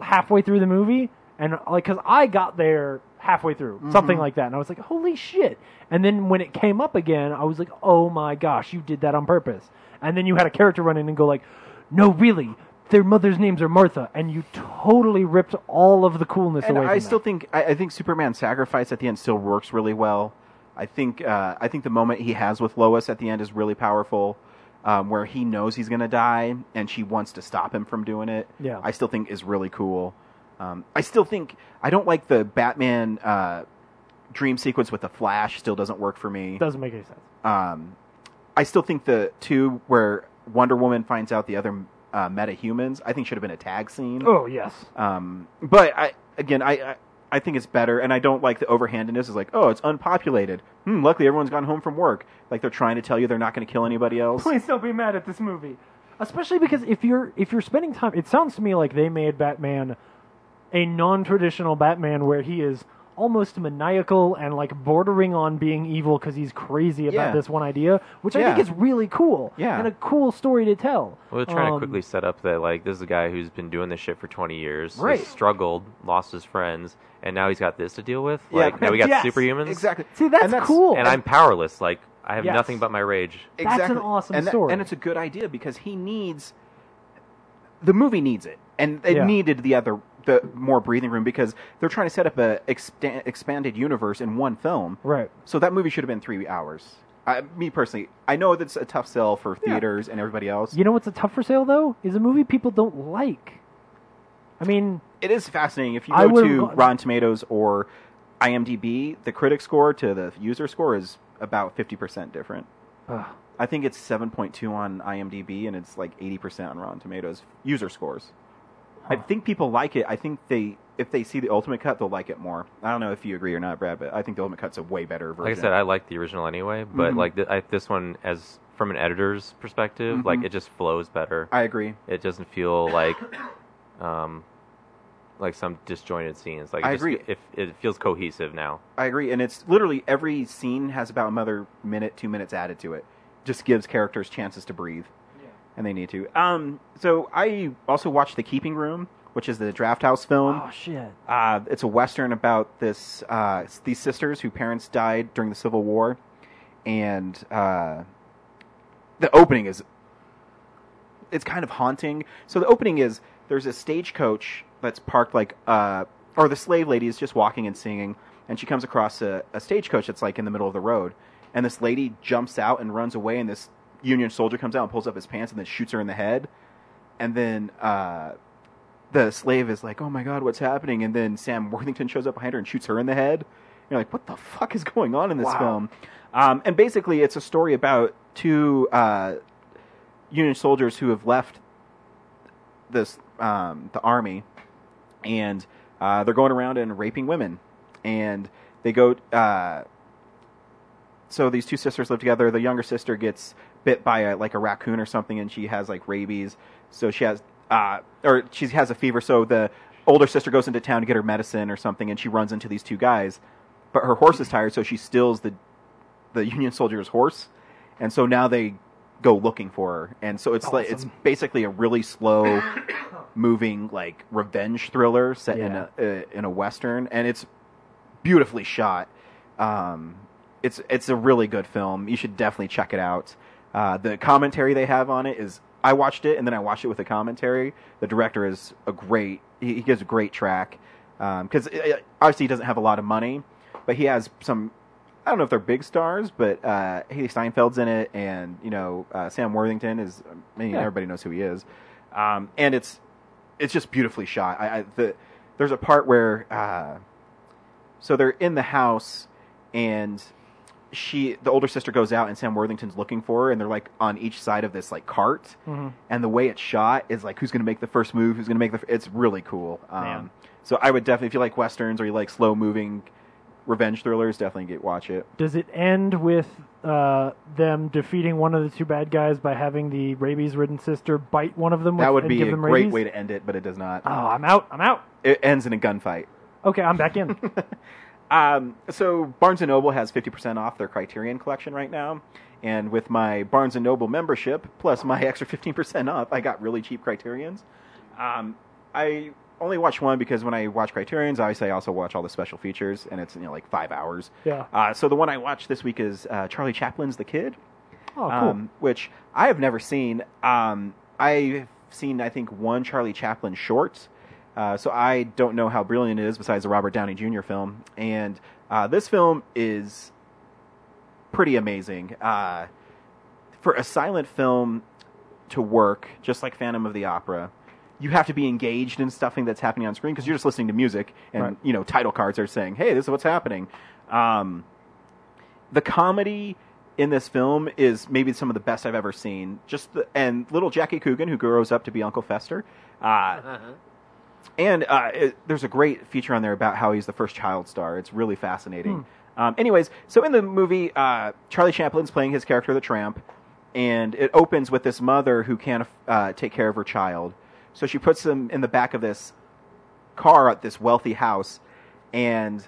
halfway through the movie and like cuz I got there halfway through Mm-hmm. something like that and I was like holy shit. And then when it came up again, I was like oh my gosh, you did that on purpose. And then you had a character run in and go like no really their mother's names are Martha and you totally ripped all of the coolness and away from I that. still think I, I think Superman's sacrifice at the end still works really well. I think uh, I think the moment he has with Lois at the end is really powerful, um, where he knows he's going to die and she wants to stop him from doing it. Yeah. I still think is really cool. Um, I still think I don't like the Batman uh, dream sequence with the Flash. Still doesn't work for me. doesn't make any sense. Um, I still think the two where Wonder Woman finds out the other uh, metahumans. I think should have been a tag scene. Oh yes. Um, but I again, I, I I think it's better, and I don't like the overhandedness. Is like, oh, it's unpopulated. Hmm, luckily, everyone's gone home from work. Like they're trying to tell you they're not going to kill anybody else. Please don't be mad at this movie. Especially because if you're if you're spending time, it sounds to me like they made Batman a non-traditional Batman where he is almost maniacal and like bordering on being evil because he's crazy about Yeah. this one idea, which I Yeah. think is really cool. Yeah. and a cool story to tell. Well, they're trying Um, to quickly set up that like this is a guy who's been doing this shit for 20 years, has Right. struggled, lost his friends, and now he's got this to deal with. Like now we got yes, superhumans, Exactly. See, that's, And that's- cool. and I'm powerless. Like I have Yes. nothing but my rage. That's an Exactly. awesome and that- story. and it's a good idea because he needs the movie needs it, and it Yeah. needed the other the more breathing room because they're trying to set up a exta- expanded universe in one film. right. So that movie should have been three hours. I, me personally, I know that's a tough sell for theaters and everybody else. You know what's a tough for sale though is a movie people don't like. I mean, it is fascinating if you I go would've to gone- Rotten Tomatoes or IMDb, the critic score to the user score is about fifty percent different. Ugh. I think it's seven point two on IMDb and it's like eighty percent on Rotten Tomatoes user scores. I think people like it. I think they if they see the ultimate cut, they'll like it more. I don't know if you agree or not, Brad, but I think the ultimate cut's a way better version. Like I said, I like the original anyway, but Mm-hmm. like th- I, this one, as from an editor's perspective, like it just flows better. Mm-hmm. I agree. it doesn't feel like, um, like some disjointed scenes. Like it I just, agree. If it feels cohesive now, I agree, and it's literally every scene has about another minute, two minutes added to it. Just gives characters chances to breathe, and they need to. Um, so I also watched The Keeping Room, which is the Draft House film. oh shit. Uh, it's a western about this uh, s- these sisters whose parents died during the Civil War, and uh, the opening is it's kind of haunting. So the opening is there's a stagecoach that's parked like uh, or the slave lady is just walking and singing, and she comes across a, a stagecoach that's like in the middle of the road, and this lady jumps out and runs away, and this Union soldier comes out and pulls up his pants and then shoots her in the head, and then. Uh, the slave is like, "Oh my god, what's happening?" And then Sam Worthington shows up behind her and shoots her in the head. And you're like, "What the fuck is going on in this film?" Um, and basically, it's a story about two uh, Union soldiers who have left this um, the army, and Uh, they're going around and raping women, and they go. Uh, so these two sisters live together. The younger sister gets bit by a, like a raccoon or something, and she has like rabies. So she has, uh, or she has a fever. So the older sister goes into town to get her medicine or something, and she runs into these two guys. But her horse is tired, so she steals the the Union soldier's horse, and so now they go looking for her. And so it's like it's Awesome. basically a really slow moving like revenge thriller set in a uh, in a western, and it's beautifully shot. Um, it's it's a really good film. You should definitely check it out. Uh, the commentary they have on it is I watched it and then I watched it with the commentary. The director is a great. He, he gives a great track because obviously he doesn't have a lot of money, but he has some. I don't know if they're big stars, but uh, Haley Steinfeld's in it, and you know uh, Sam Worthington is. I mean, Yeah. everybody knows who he is, um, and it's it's just beautifully shot. I, I the, there's a part where uh, so they're in the house and she the older sister goes out and sam worthington's looking for her and they're like on each side of this like cart Mhm. and the way it's shot is like who's going to make the first move who's going to make the f- it's really cool Man. um, so i would definitely if you like westerns or you like slow moving revenge thrillers definitely get watch it Does it end with uh, them defeating one of the two bad guys by having the rabies-ridden sister bite one of them? that with- would and be give a them great rabies? way to end it but it does not Oh, I'm out. I'm out. it ends in a gunfight Okay, I'm back in. Oh, Um, so Barnes and Noble has 50% off their Criterion collection right now. And with my Barnes and Noble membership plus my extra 15% off, I got really cheap Criterions. Um, I only watch one because when I watch Criterions, obviously I also watch all the special features, and it's you know like five hours. Yeah. Uh, so the one I watched this week is uh, Charlie Chaplin's The Kid, Oh, cool. um, which I have never seen. Um, I've seen I think one Charlie Chaplin short, uh, so I don't know how brilliant it is besides the Robert Downey Jr. film. And uh, this film is pretty amazing. Uh, for a silent film to work, just like Phantom of the Opera, you have to be engaged in stuffing that's happening on screen because you're just listening to music and Right. you know title cards are saying, "Hey, this is what's happening." Um, the comedy in this film is maybe some of the best I've ever seen. Just the, and little Jackie Coogan, who grows up to be Uncle Fester, uh, and uh, it, there's a great feature on there about how he's the first child star. It's really fascinating. Um, anyways, so in the movie, uh, Charlie Chaplin's playing his character, the tramp, and it opens with this mother who can't uh, take care of her child. So she puts him in the back of this car at this wealthy house, and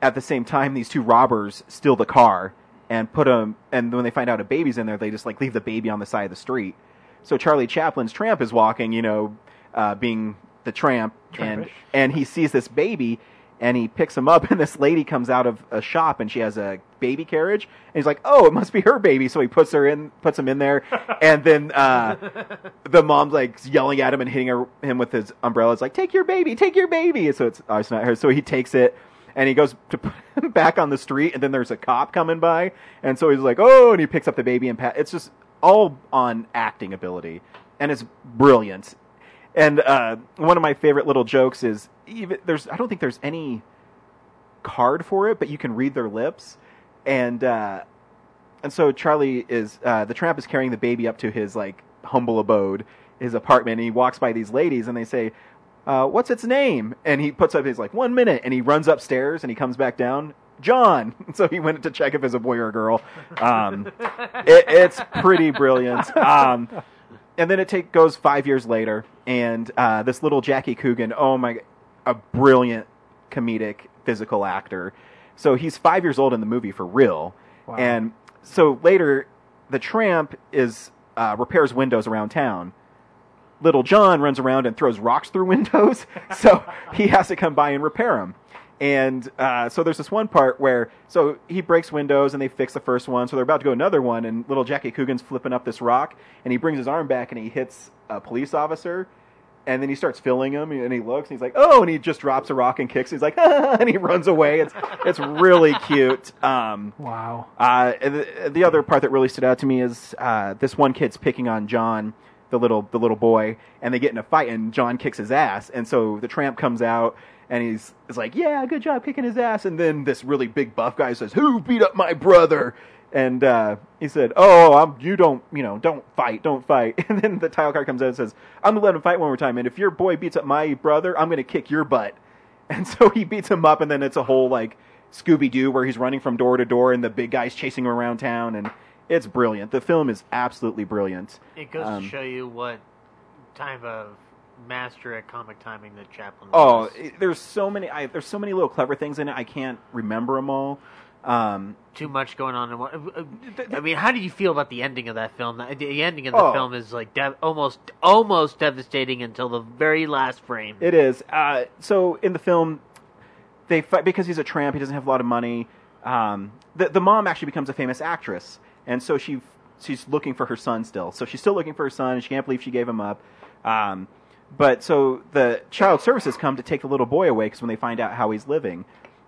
at the same time, these two robbers steal the car and put him. And when they find out a baby's in there, they just like leave the baby on the side of the street. So Charlie Chaplin's tramp is walking, you know, uh, being the tramp, and Trampish. and he sees this baby. And he picks him up, and this lady comes out of a shop, and she has a baby carriage. And he's like, "Oh, it must be her baby." So he puts her in, puts him in there, and then uh, the mom's like yelling at him and hitting her, him with his umbrella. It's like, take your baby, take your baby. So it's, oh, it's not her. So he takes it and he goes to put him back on the street. And then there's a cop coming by. And so he's like, oh, and he picks up the baby and pat. It's just all on acting ability. And it's brilliant. And uh, one of my favorite little jokes is even there's, I don't think there's any card for it, but you can read their lips. And, uh, and so Charlie is uh, the tramp is carrying the baby up to his like humble abode, his apartment, and he walks by these ladies, and they say, uh, "What's its name?" And he puts up his like one minute, and he runs upstairs, and he comes back down. John. So he went to check if it's a boy or a girl. Um, it, it's pretty brilliant. Um, and then it take, goes five years later, and uh, this little Jackie Coogan, oh my, a brilliant comedic physical actor. So he's five years old in the movie for real, Wow. and so later, the tramp is uh, repairs windows around town. Little John runs around and throws rocks through windows, so he has to come by and repair them. And uh, so there's this one part where so he breaks windows and they fix the first one, so they're about to go another one, and little Jackie Coogan's flipping up this rock, and he brings his arm back and he hits a police officer, and then he starts filling him, and he looks and he's like, oh, and he just drops a rock and kicks. He's like, "Ah," and he runs away. It's it's really cute. Um, wow. uh, the, the other part that really stood out to me is uh, this one kid's picking on John, the little the little boy, and they get in a fight, and John kicks his ass, and so the tramp comes out, and he's is like, "Yeah, good job kicking his ass," and then this really big buff guy says, "Who beat up my brother?" And uh, he said, "Oh, I'm, you don't, you know, don't fight, don't fight." And then the title card comes out and says, "I'm gonna let him fight one more time, and if your boy beats up my brother, I'm gonna kick your butt." And so he beats him up, and then it's a whole like Scooby Doo where he's running from door to door, and the big guy's chasing him around town, and it's brilliant. The film is absolutely brilliant. It goes Um, to show you what type of master at comic timing that Chaplin Oh, was. it- there's so many. I, there's so many little clever things in it. I can't remember them all. Um, Too much going on. In one, uh, I mean, how do you feel about the ending of that film? The- The ending of the Oh. film is like dev- almost almost devastating until the very last frame. It is. Uh, so in the film, they fight because he's a tramp. He doesn't have a lot of money. Um, the the mom actually becomes a famous actress, and so she she's looking for her son still. So she's still looking for her son. and She can't believe she gave him up. Um, but so the child services come to take the little boy away because when they find out how he's living,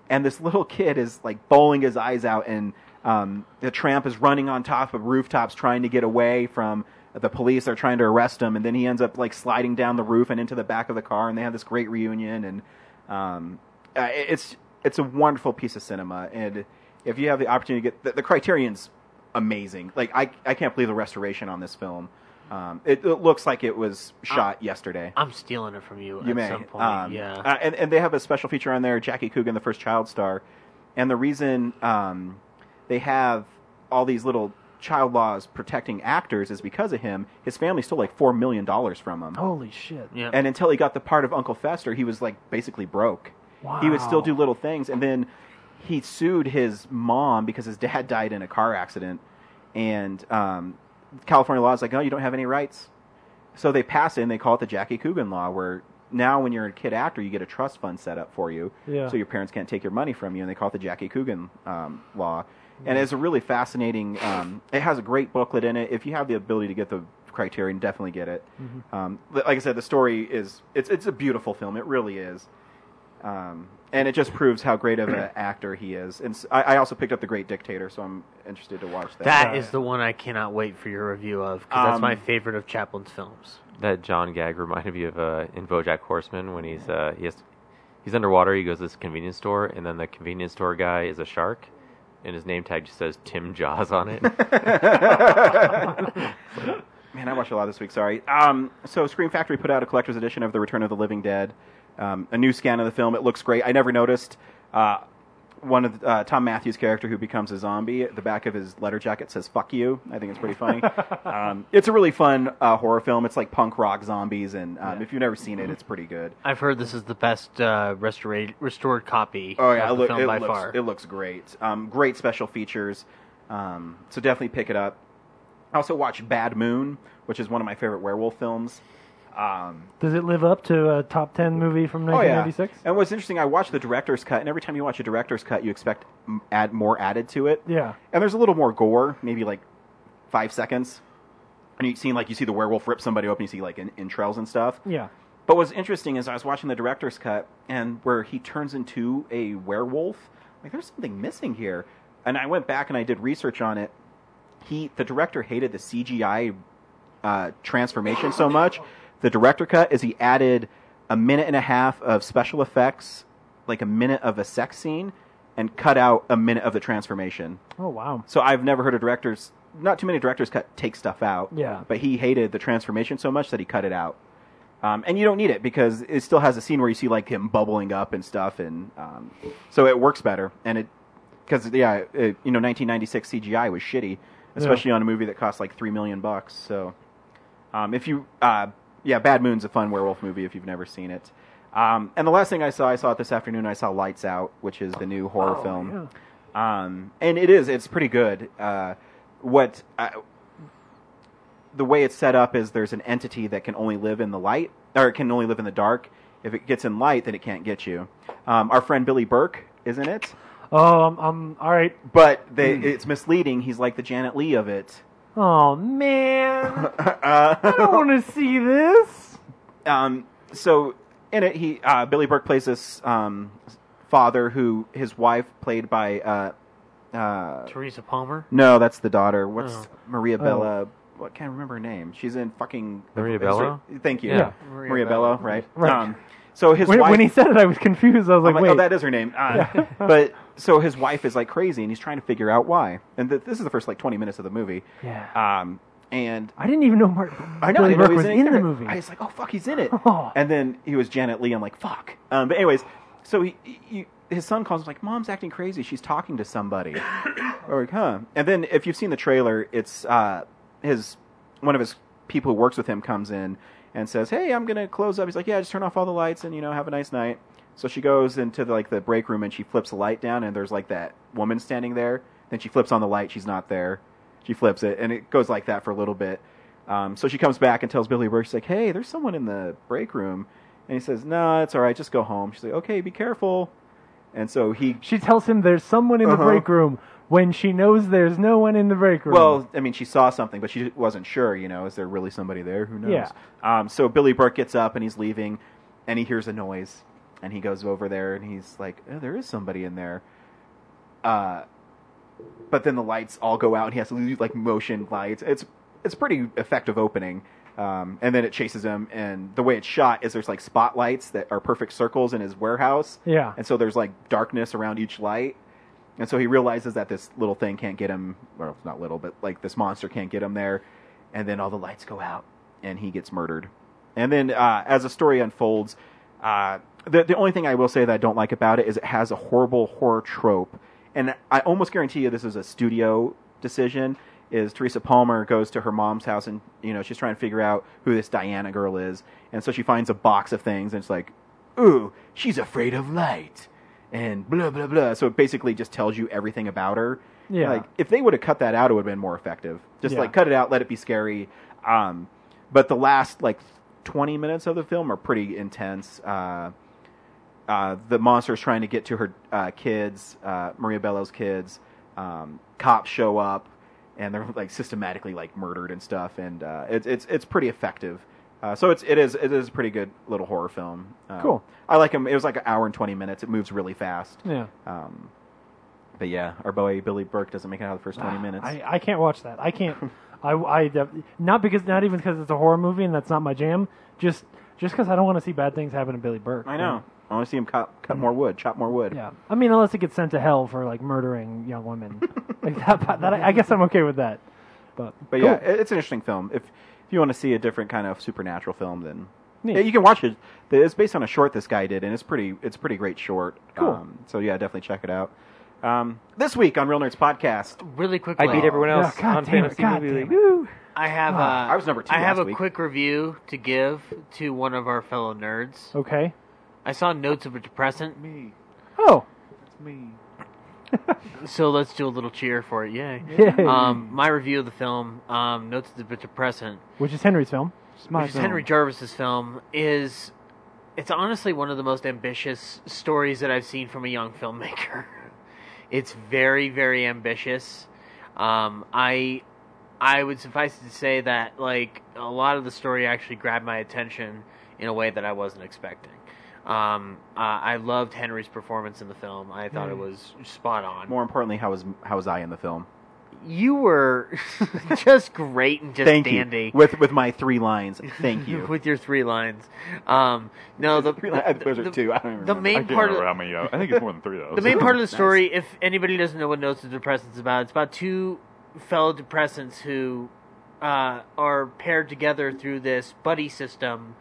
and this little kid is like bawling his eyes out, and um, the tramp is running on top of rooftops trying to get away from the police. They're trying to arrest him, and then he ends up like sliding down the roof and into the back of the car, and they have this great reunion. And um, uh, it- it's it's a wonderful piece of cinema, and if you have the opportunity to get the, the Criterion's amazing. Like I I can't believe the restoration on this film. Um, it, it looks like it was shot yesterday. I'm stealing it from you, You at may. some point. um, yeah. uh, and, and they have a special feature on there, Jackie Coogan, the first child star. And the reason um, they have all these little child laws protecting actors is because of him. His family stole like $4 million from Oh. him. Holy shit. Yeah. And until he got the part of Uncle Fester, he was like basically broke. Wow. He would still do little things. And then he sued his mom because his dad died in a car accident. And um, California law is like, oh, you don't have any rights. So they pass it and they call it the Jackie Coogan law, where now when you're a kid actor, you get a trust fund set up for you. Yeah. So your parents can't take your money from you. And they call it the Jackie Coogan um, law. And it's a really fascinating, um, it has a great booklet in it. If you have the ability to get the criterion, definitely get it. Mhm. Um, li- like I said, the story is it's it's a beautiful film. It really is, um, and it just proves how great of an actor he is. And s I I I, also picked up the Great Dictator, so I'm interested to watch that. That is the one I cannot wait for your review of because that's uh, Um, my favorite of Chaplin's films. That John gag reminded me of uh, in BoJack Horseman when he's uh, he has, he's underwater. He goes to this convenience store, and then the convenience store guy is a shark, and his name tag just says Tim Jaws on it. Man, I watched a lot this week. Sorry. Um, so Scream Factory put out a collector's edition of The Return of the Living Dead, um, a new scan of the film. It looks great. I never noticed. Uh, one of the, uh, Tom Matthews' character who becomes a zombie, the back of his letter jacket says "fuck you." I think it's pretty funny. um, it's a really fun uh, horror film. It's like punk rock zombies, and um, if you've never seen it, it's pretty good. I've heard this is the best uh, restored restored copy Oh of yeah, it, the look- film it by looks far. it looks great. Um, great special features. Um, so definitely pick it up. I also watched Bad Moon, which is one of my favorite werewolf films. Um, Does it live up to a top 10 movie from oh yeah, 1996? and what's interesting, I watched the director's cut, and every time you watch a director's cut, you expect m- add more added to it. Yeah. And there's a little more gore, maybe like five seconds, and you see like you see the werewolf rip somebody open, you see like in- entrails and stuff. Yeah. But what's interesting is I was watching the director's cut and where he turns into a werewolf. Like there's something missing here, and I went back and I did research on it. He, the director, hated the CGI uh, transformation so much. The director cut is he added a minute and a half of special effects, like a minute of a sex scene, and cut out a minute of the transformation. Oh, wow. So I've never heard a director's not too many directors cut take stuff out. Yeah. But he hated the transformation so much that he cut it out. Um, and you don't need it because it still has a scene where you see like him bubbling up and stuff, and um, so it works better. And it because yeah, it, you know, 1996 CGI was shitty, especially on a movie that cost like three million bucks. So um, if you uh, yeah, Bad Moon's a fun werewolf movie if you've never seen it. Um, and the last thing I saw, I saw it this afternoon. I saw Lights Out, which is the new horror Oh, film yeah. um, and it is it's pretty good uh, what I, the way it's set up is there's an entity that can only live in the light or it can only live in the dark if it gets in light then it can't get you um, our friend billy burke is in it Oh, I'm, I'm all right. but they, it's misleading he's like the janet lee of it Oh, man. I uh, don't want to see this. um, so in it he uh, billy burke plays this um, father who his wife played by uh, uh, Teresa Palmer. No, that's the daughter. What's Oh. Maria Bella? What can't I remember her name? She's in fucking Maria Bello? Thank you, Yeah. Maria, Maria Bello, Bello. right? Um, Right. so his When, wife. when he said it, I was confused. I was I'm like, like, wait. oh, that is her name. Uh, but so his wife is like crazy, and he's trying to figure out why. And th- this is the first like 20 minutes of the movie. Yeah. Um, and I didn't even know Mark I know, I Billy didn't know Burke he was was in it. the movie. I was like, oh fuck, he's in it. Oh. And then he was Janet Lee. I'm like, fuck. Um, but anyways, so he, he, his son calls him like, "Mom's acting crazy. She's talking to somebody." We're like, huh? And then if you've seen the trailer, it's uh, his one of his people who works with him comes in and says, "Hey, I'm gonna close up." He's like, "Yeah, just turn off all the lights and you know have a nice night." So she goes into the, like the break room and she flips a light down and there's like that woman standing there. Then she flips on the light. She's not there. She flips it and it goes like that for a little bit. Um, so she comes back and tells Billy Burke, she's like, "Hey, there's someone in the break room," and he says, "No, it's all right. Just go home." She's like, "Okay, be careful." And so he She tells him there's someone in Uh-huh. the break room when she knows there's no one in the break room. Well, I mean, she saw something, but she wasn't sure. You know, is there really somebody there? Who knows? Yeah. Um, so Billy Burke gets up and he's leaving, and he hears a noise, and he goes over there and he's like, oh, "There is somebody in there." Uh, but then the lights all go out, and he has to lose like motion lights. It's it's a pretty effective opening. Um, and then it chases him, and the way it's shot is there's like spotlights that are perfect circles in his warehouse. Yeah. And so there's like darkness around each light. And so he realizes that this little thing can't get him, well, it's not little, but like this monster can't get him there. And then all the lights go out and he gets murdered. And then uh, as the story unfolds, uh, the, the only thing I will say that I don't like about it is it has a horrible horror trope. And I almost guarantee you this is a studio decision. Is Teresa Palmer goes to her mom's house and you know she's trying to figure out who this Diana girl is, and so she finds a box of things and it's like, ooh, she's afraid of light, and blah blah blah. So it basically just tells you everything about her. Yeah. Like if they would have cut that out, it would have been more effective. Just Yeah. like cut it out, let it be scary. Um, but the last like twenty minutes of the film are pretty intense. Uh, uh, the monster's trying to get to her uh, kids, uh, Maria Bello's kids. Um, cops show up, and they're like systematically like murdered and stuff. And uh, it's it's it's pretty effective. Uh, so it's it is it is a pretty good little horror film. Uh, Cool. I like him. It was like an hour and twenty minutes. It moves really fast. yeah. Um, but yeah, our boy Billy Burke doesn't make it out of the first twenty minutes. Ah, I, I can't watch that. I can't. I, I def- not because not even because it's a horror movie and that's not my jam. Just just because I don't want to see bad things happen to Billy Burke. I know. I want to see him cut cut more wood, chop more wood. Mm. Yeah. I mean, unless it gets sent to hell for like murdering young women, like that, that. I guess I'm okay with that. But But cool. yeah, it- it's an interesting film. If if you want to see a different kind of supernatural film, then Neat. yeah, you can watch it. It's based on a short this guy did, and it's pretty it's pretty great short. Cool. Um, so yeah, definitely check it out. Um, this week on Real Nerds Podcast, Really quickly, I beat everyone else Yeah, God on damn it, fantasy God movie damn league. it. Woo. I have. Uh, I was number two I have last a week. quick review to give to one of our fellow nerds. Okay. I saw Notes of a Depressant, Me. Oh. That's me. so let's do a little cheer for it. Yay! Yay. Um, my review of the film, um, Notes of a Depressant, Which is Henry's film. which is Henry Jarvis's film, is it's honestly one of the most ambitious stories that I've seen from a young filmmaker. it's very, very ambitious. Um, I I would suffice it to say that like a lot of the story actually grabbed my attention in a way that I wasn't expecting. Um, uh, I loved Henry's performance in the film. I thought it was spot on. Hmm. more importantly, how was how was I in the film? You were just great and just Thank dandy. you with with my three lines. Thank you. with your three lines. Um, no, the, Three lines. I think those are the- two. I don't even the remember. I main can't part remember of how many. uh, I think it's more than three though. the main part of the Nice. story, if anybody doesn't know what Notes of Depressants is about, it's about two fellow depressants who uh, are paired together through this buddy system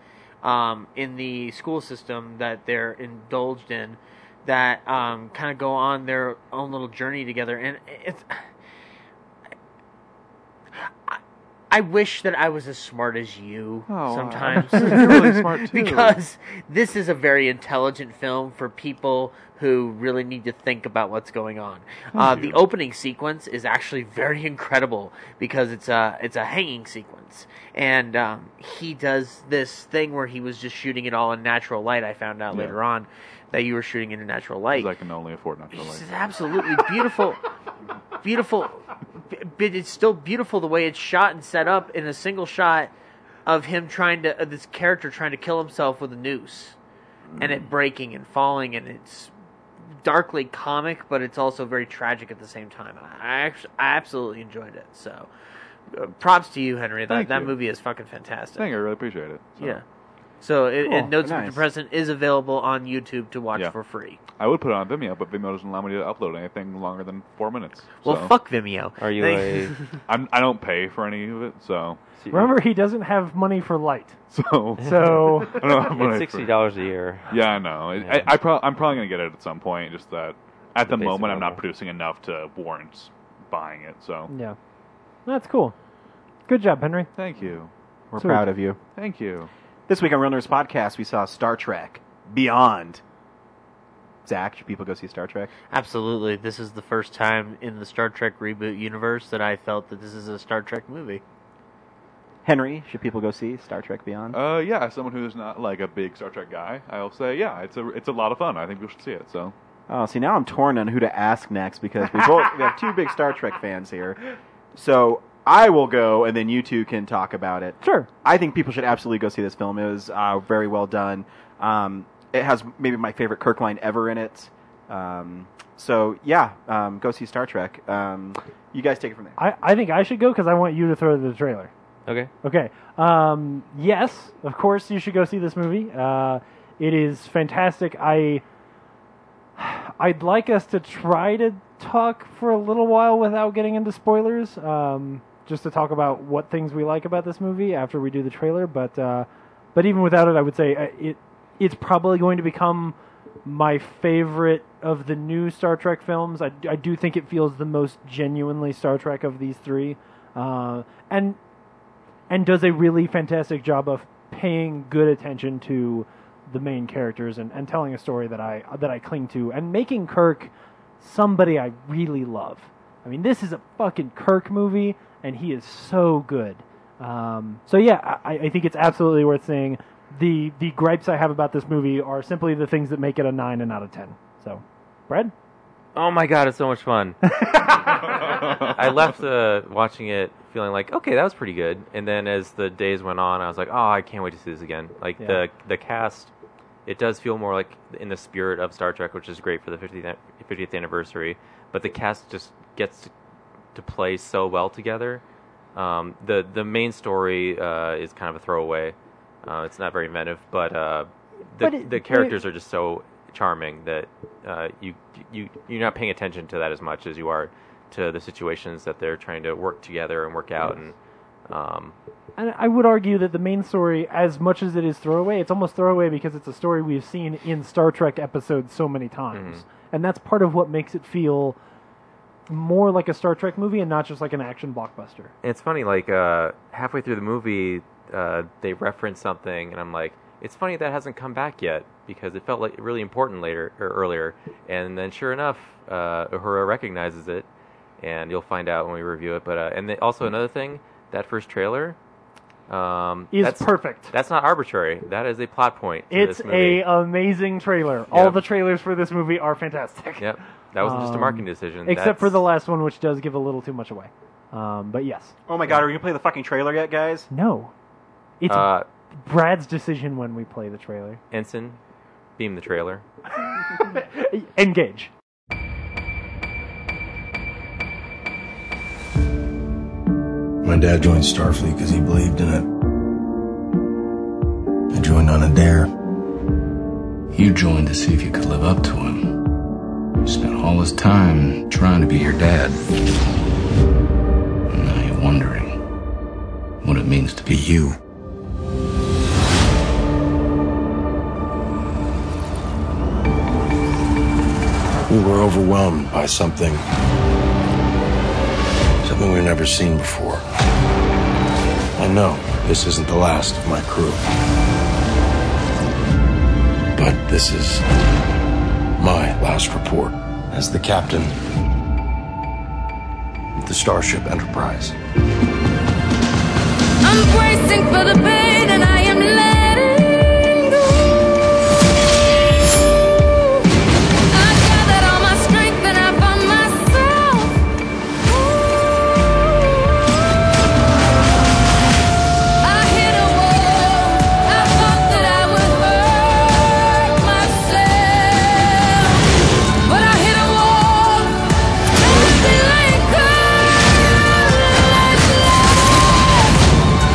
um, in the school system that they're indulged in, that um, kind of go on their own little journey together, and it's. I- I wish that I was as smart as you wow. sometimes. You're really smart, too. Because this is a very intelligent film for people who really need to think about what's going on. Uh, the opening sequence is actually very incredible because it's a it's a hanging sequence, and um, he does this thing where he was just shooting it all in natural light. I found out later on that you were shooting it in natural light. I can only afford not to It's like. just absolutely beautiful, beautiful. b- But it's still beautiful the way it's shot and set up in a single shot of him trying to of this character trying to kill himself with a noose, and it breaking and falling, and it's darkly comic, but it's also very tragic at the same time. I actually, I absolutely enjoyed it. So, uh, props to you, Henry. That Thank that you. movie is fucking fantastic. Dang, I really appreciate it. So. Yeah. So, it, Cool. and Notes Nice. from the Present is available on YouTube to watch Yeah. for free. I would put it on Vimeo, but Vimeo doesn't allow me to upload anything longer than four minutes. Well, so. fuck Vimeo. Are you They- a- I'm, I don't pay for any of it, so. Remember, he doesn't have money for light. So, So- I don't know how much- It's $60 a year. Yeah, I know. It- I, I prob- I'm probably going to get it at some point. Just that at the, basic moment, I'm not producing enough to warrant buying it. So Yeah, that's cool. Good job, Henry. Thank you. We're Sweet. proud of you. Thank you. This week on Real Nerds Podcast, we saw Star Trek Beyond. Zach, should people go see Star Trek? Absolutely. This is the first time in the Star Trek reboot universe that I felt that this is a Star Trek movie. Henry, should people go see Star Trek Beyond? Uh, yeah, as someone who's not like a big Star Trek guy, I'll say yeah, it's a it's a lot of fun. I think we should see it. So Oh, see, now I'm torn on who to ask next because we both we have two big Star Trek fans here. So I will go, and then you two can talk about it. Sure. I think people should absolutely go see this film. It was uh, very well done. Um, it has maybe my favorite Kirk line ever in it. Um, so yeah, um, go see Star Trek. Um, you guys take it from there. I, I think I should go because I want you to throw the trailer. Okay. Okay. Um, yes, of course you should go see this movie. Uh, it is fantastic. I I'd like us to try to talk for a little while without getting into spoilers, um, just to talk about what things we like about this movie after we do the trailer. But uh, but even without it, I would say uh, it it's probably going to become my favorite of the new Star Trek films. I, I do think it feels the most genuinely Star Trek of these three, uh, and and does a really fantastic job of paying good attention to the main characters and, and telling a story that I that I cling to and making Kirk somebody I really love. I mean, this is a fucking Kirk movie, and he is so good. Um, so yeah, I, I think it's absolutely worth seeing. The the gripes I have about this movie are simply the things that make it a nine and not a ten. So, Brad, Oh my god, it's so much fun. I left uh, watching it feeling like, okay, that was pretty good. And then as the days went on, I was like, oh, I can't wait to see this again. Like Yeah. the the cast, it does feel more like in the spirit of Star Trek, which is great for the 50th, an- 50th anniversary. But the cast just gets to, to play so well together. Um, the the main story uh, is kind of a throwaway. Uh, it's not very inventive, but uh, the, But it- the characters are just so charming that uh, you you you're not paying attention to that as much as you are to the situations that they're trying to work together and work out. And um, and I would argue that the main story, as much as it is throwaway, it's almost throwaway because it's a story we've seen in Star Trek episodes so many times, Mm-hmm. and that's part of what makes it feel more like a Star Trek movie and not just like an action blockbuster. it's funny, like uh, halfway through the movie, uh, they reference something, and I'm like, it's funny that hasn't come back yet because it felt like really important later or earlier. And then, sure enough, uh, Uhura recognizes it, and you'll find out when we review it. But uh, and then also another thing, that first trailer. Um, Is that's- perfect. That's not arbitrary. That is a plot point. to It's this movie. a amazing trailer. All Yep. the trailers for this movie are fantastic. Yep. That wasn't just a Um, marketing decision. Except That's- for the last one, which does give a little too much away. Um, but yes. Oh my god, are we gonna play the fucking trailer yet, guys? No. It's Uh, Brad's decision when we play the trailer. Ensign, beam the trailer. Engage. My dad joined Starfleet because he believed in it. I joined on a dare. You joined to see if you could live up to him. You spent all this time trying to be your dad. And now you're wondering what it means to be you. We were overwhelmed by something. Something we've never seen before. I know this isn't the last of my crew. But this is my last report as the captain of the Starship Enterprise. I'm bracing for the pain and I am letting go. I gathered all my strength and I found myself. I hit a wall. I thought that I would hurt myself, but I hit a wall. Nothing like good.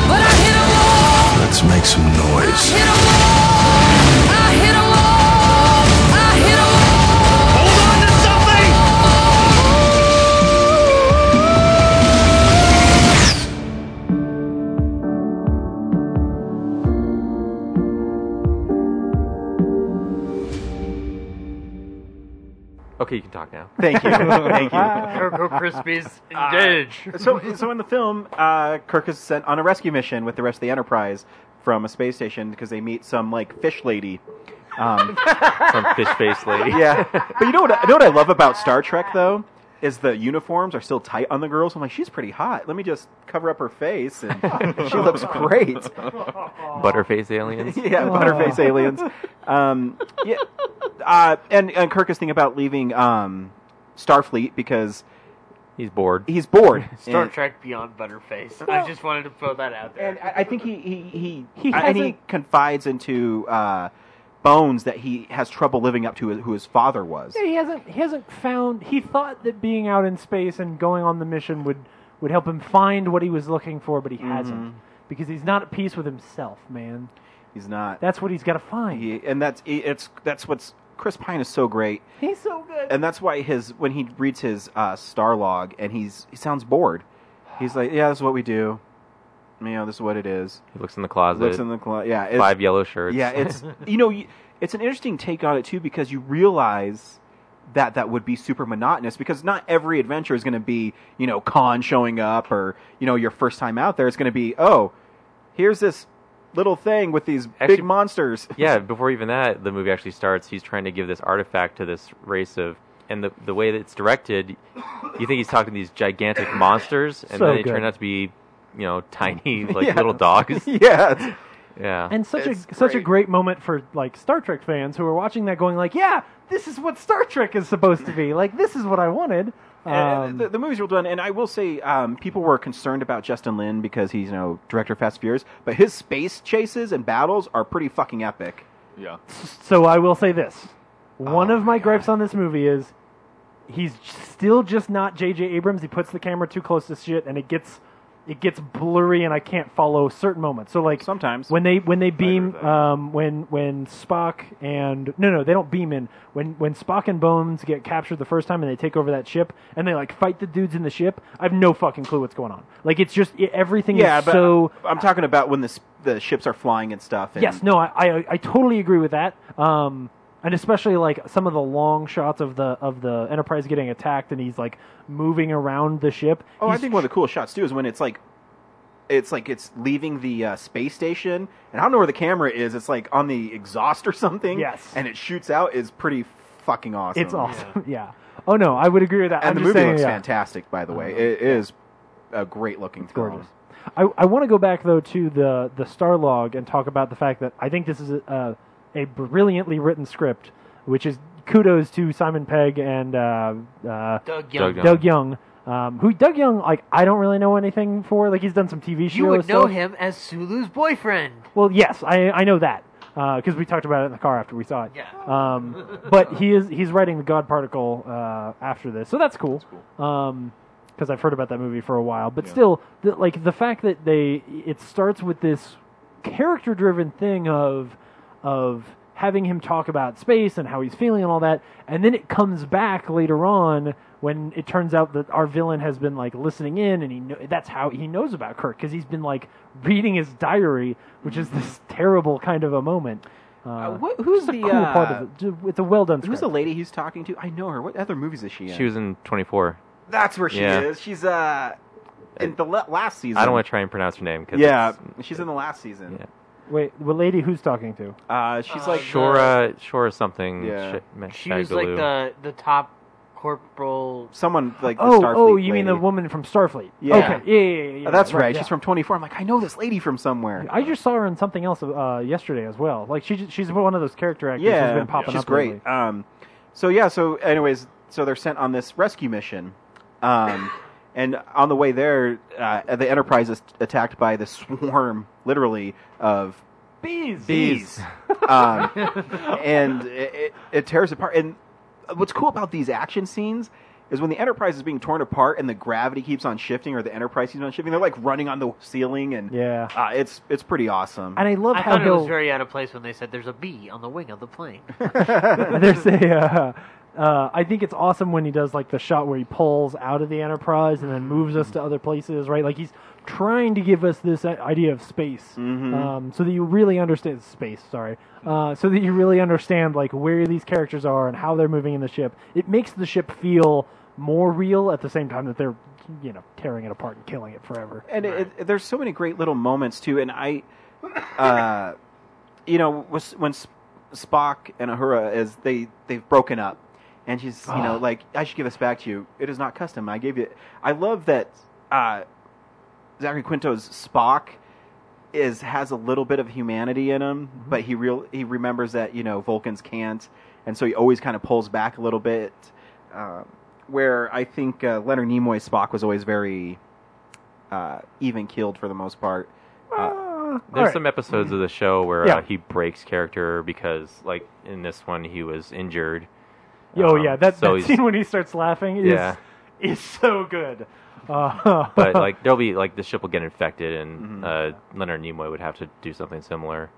But I hit a wall. Let's make some noise. Hit a wall. Okay, you can talk now. Thank you. Thank you. Cocoa Krispies, engage. Uh, so, so in the film, uh, Kirk is sent on a rescue mission with the rest of the Enterprise from a space station because they meet some like fish lady. Um, Some fish face lady. yeah, but you know what? I, you know what I love about Star Trek though is the uniforms are still tight on the girls. I'm like, she's pretty hot. Let me just cover up her face, and she looks great. Butterface aliens. yeah, butterface aliens. Um, yeah, uh, and and Kirk is thinking about leaving um, Starfleet because he's bored. He's bored. Star And- Trek Beyond Butterface. I just wanted to throw that out there. And I, I think he he he, He and he hasn't- confides into uh, Bones that he has trouble living up to who his father was. Yeah, he hasn't he hasn't found he thought that being out in space and going on the mission would would help him find what he was looking for, but he Mm-hmm. hasn't because he's not at peace with himself, man. He's not. That's what he's got to find. He, and that's it's that's what's Chris Pine is so great. He's so good. and that's why his when he reads his uh, star log and he's he sounds bored. He's like, yeah, this is what we do. You know, this is what it is. He looks in the closet. Looks in the closet. Yeah, it's- Five yellow shirts. Yeah, it's you know, you- it's an interesting take on it too because you realize that that would be super monotonous because not every adventure is going to be you know Khan showing up or you know your first time out there. It's going to be oh, here's this little thing with these Actually- big monsters. yeah, before even that, the movie actually starts. He's trying to give this artifact to this race of, and the the way that it's directed, you think he's talking to these gigantic monsters, and So then they good. turn out to be, you know, tiny like Yeah. little dogs. yeah, it's- Yeah. and such a such a great moment for like Star Trek fans who are watching that, going like, "Yeah, this is what Star Trek is supposed to be. Like, this is what I wanted." And- Um, and the, the movies were done, and I will say, um, people were concerned about Justin Lin because he's you know director of Fast and Furious, but his space chases and battles are pretty fucking epic. Yeah, So I will say this. One Oh of my gripes on this movie is he's still just not J.J. Abrams. He puts the camera too close to shit, and it gets it gets blurry, and I can't follow certain moments. So like sometimes when they when they beam um, when when Spock and no no they don't beam in when when Spock and Bones get captured the first time and they take over that ship and they like fight the dudes in the ship. I have no fucking clue what's going on. Like it's just it, everything yeah, is but so I'm talking about when the s- the ships are flying and stuff. And Yes, no, I, I I totally agree with that. Um, and especially like some of the long shots of the of the Enterprise getting attacked, and he's like moving around the ship. Oh, I He's- think one of the coolest shots too is when it's like, it's like it's leaving the uh, space station, and I don't know where the camera is. It's like on the exhaust or something. Yes. and it shoots out. is pretty fucking awesome. it's awesome. Yeah. Oh no, I would agree with that. And I'm the just movie saying, looks yeah. fantastic, by the way. It is a great looking film. gorgeous. I, I want to go back though to the the Starlog and talk about the fact that I think this is a, a, a brilliantly written script, which is kudos to Simon Pegg and uh, uh, Doug Young. Doug Young. Doug Young, um, who Doug Young like I don't really know anything for. Like he's done some TV shows. you would know stuff. him as Sulu's boyfriend. Well, yes, I I know that because we talked about it in the car after we saw it. Yeah. Um, but he is he's writing the God Particle uh, after this, so that's cool. Um, because I've heard about that movie for a while, but still, the, like the fact that they it starts with this character driven thing of of having him talk about space and how he's feeling and all that and then it comes back later on when it turns out that our villain has been like listening in and he kno- that's how he knows about Kirk cuz he's been like reading his diary which is this terrible kind of a moment uh, what- who's just a the, cool part uh, of it Ju- it's a well done Who's script the lady he's talking to? I know her. What other movies is she in? She was in 24. That's where she Yeah. is. She's uh in the la- last season. I don't want to try and pronounce her name because Yeah, she's in the last season. wait the lady who's talking to Uh, she's like Shora Shora something. Yeah. Sh- She was like the the top corporal. someone like the oh Starfleet oh you mean the lady. woman from Starfleet Yeah. okay yeah yeah, yeah, yeah, Oh, that's right. yeah. She's from 24. I'm like, I know this lady from somewhere. I just saw her in something else uh, yesterday as well. Like she, she's one of those character actors who's been popping she's up. great. lately. Um, so yeah, so anyways, so they're sent on this rescue mission, um, and on the way there, uh, the Enterprise is attacked by the swarm, literally of Bees. bees, um, and it, it, it tears apart. And what's cool about these action scenes. Is when the Enterprise is being torn apart and the gravity keeps on shifting, or the Enterprise keeps on shifting. They're like running on the ceiling, and yeah, uh, it's it's pretty awesome. And I love I how thought it he'll- was very out of place when they said there's a bee on the wing of the plane. There's a uh, Uh, I think it's awesome when he does like the shot where he pulls out of the Enterprise and then moves us to other places, right? Like he's trying to give us this i- idea of space, Mhm. um, so that you really understand space. Sorry, uh, so that you really understand like where these characters are and how they're moving in the ship. It makes the ship feel more real at the same time that they're you know tearing it apart and killing it forever. and it, it, there's so many great little moments too. And I, uh, you know, was- when S- Spock and Ahura is they they've broken up, and she's you know Ah. like I should give this back to you. It is not custom. I gave you. I love that uh, Zachary Quinto's Spock is has a little bit of humanity in him, but he real he remembers that you know Vulcans can't, and so he always kind of pulls back a little bit. Um, where I think uh, Leonard Nimoy's Spock was always very uh, even keeled for the most part. Uh, There's some episodes of the show where Yeah. uh, he breaks character because, like in this one, he was injured. Yo, Um, yeah, that, so that he's- scene when he starts laughing is Yeah. is so good. Uh, but like there'll be like the ship will get infected, and Mm-hmm. uh, Leonard Nimoy would have to do something similar.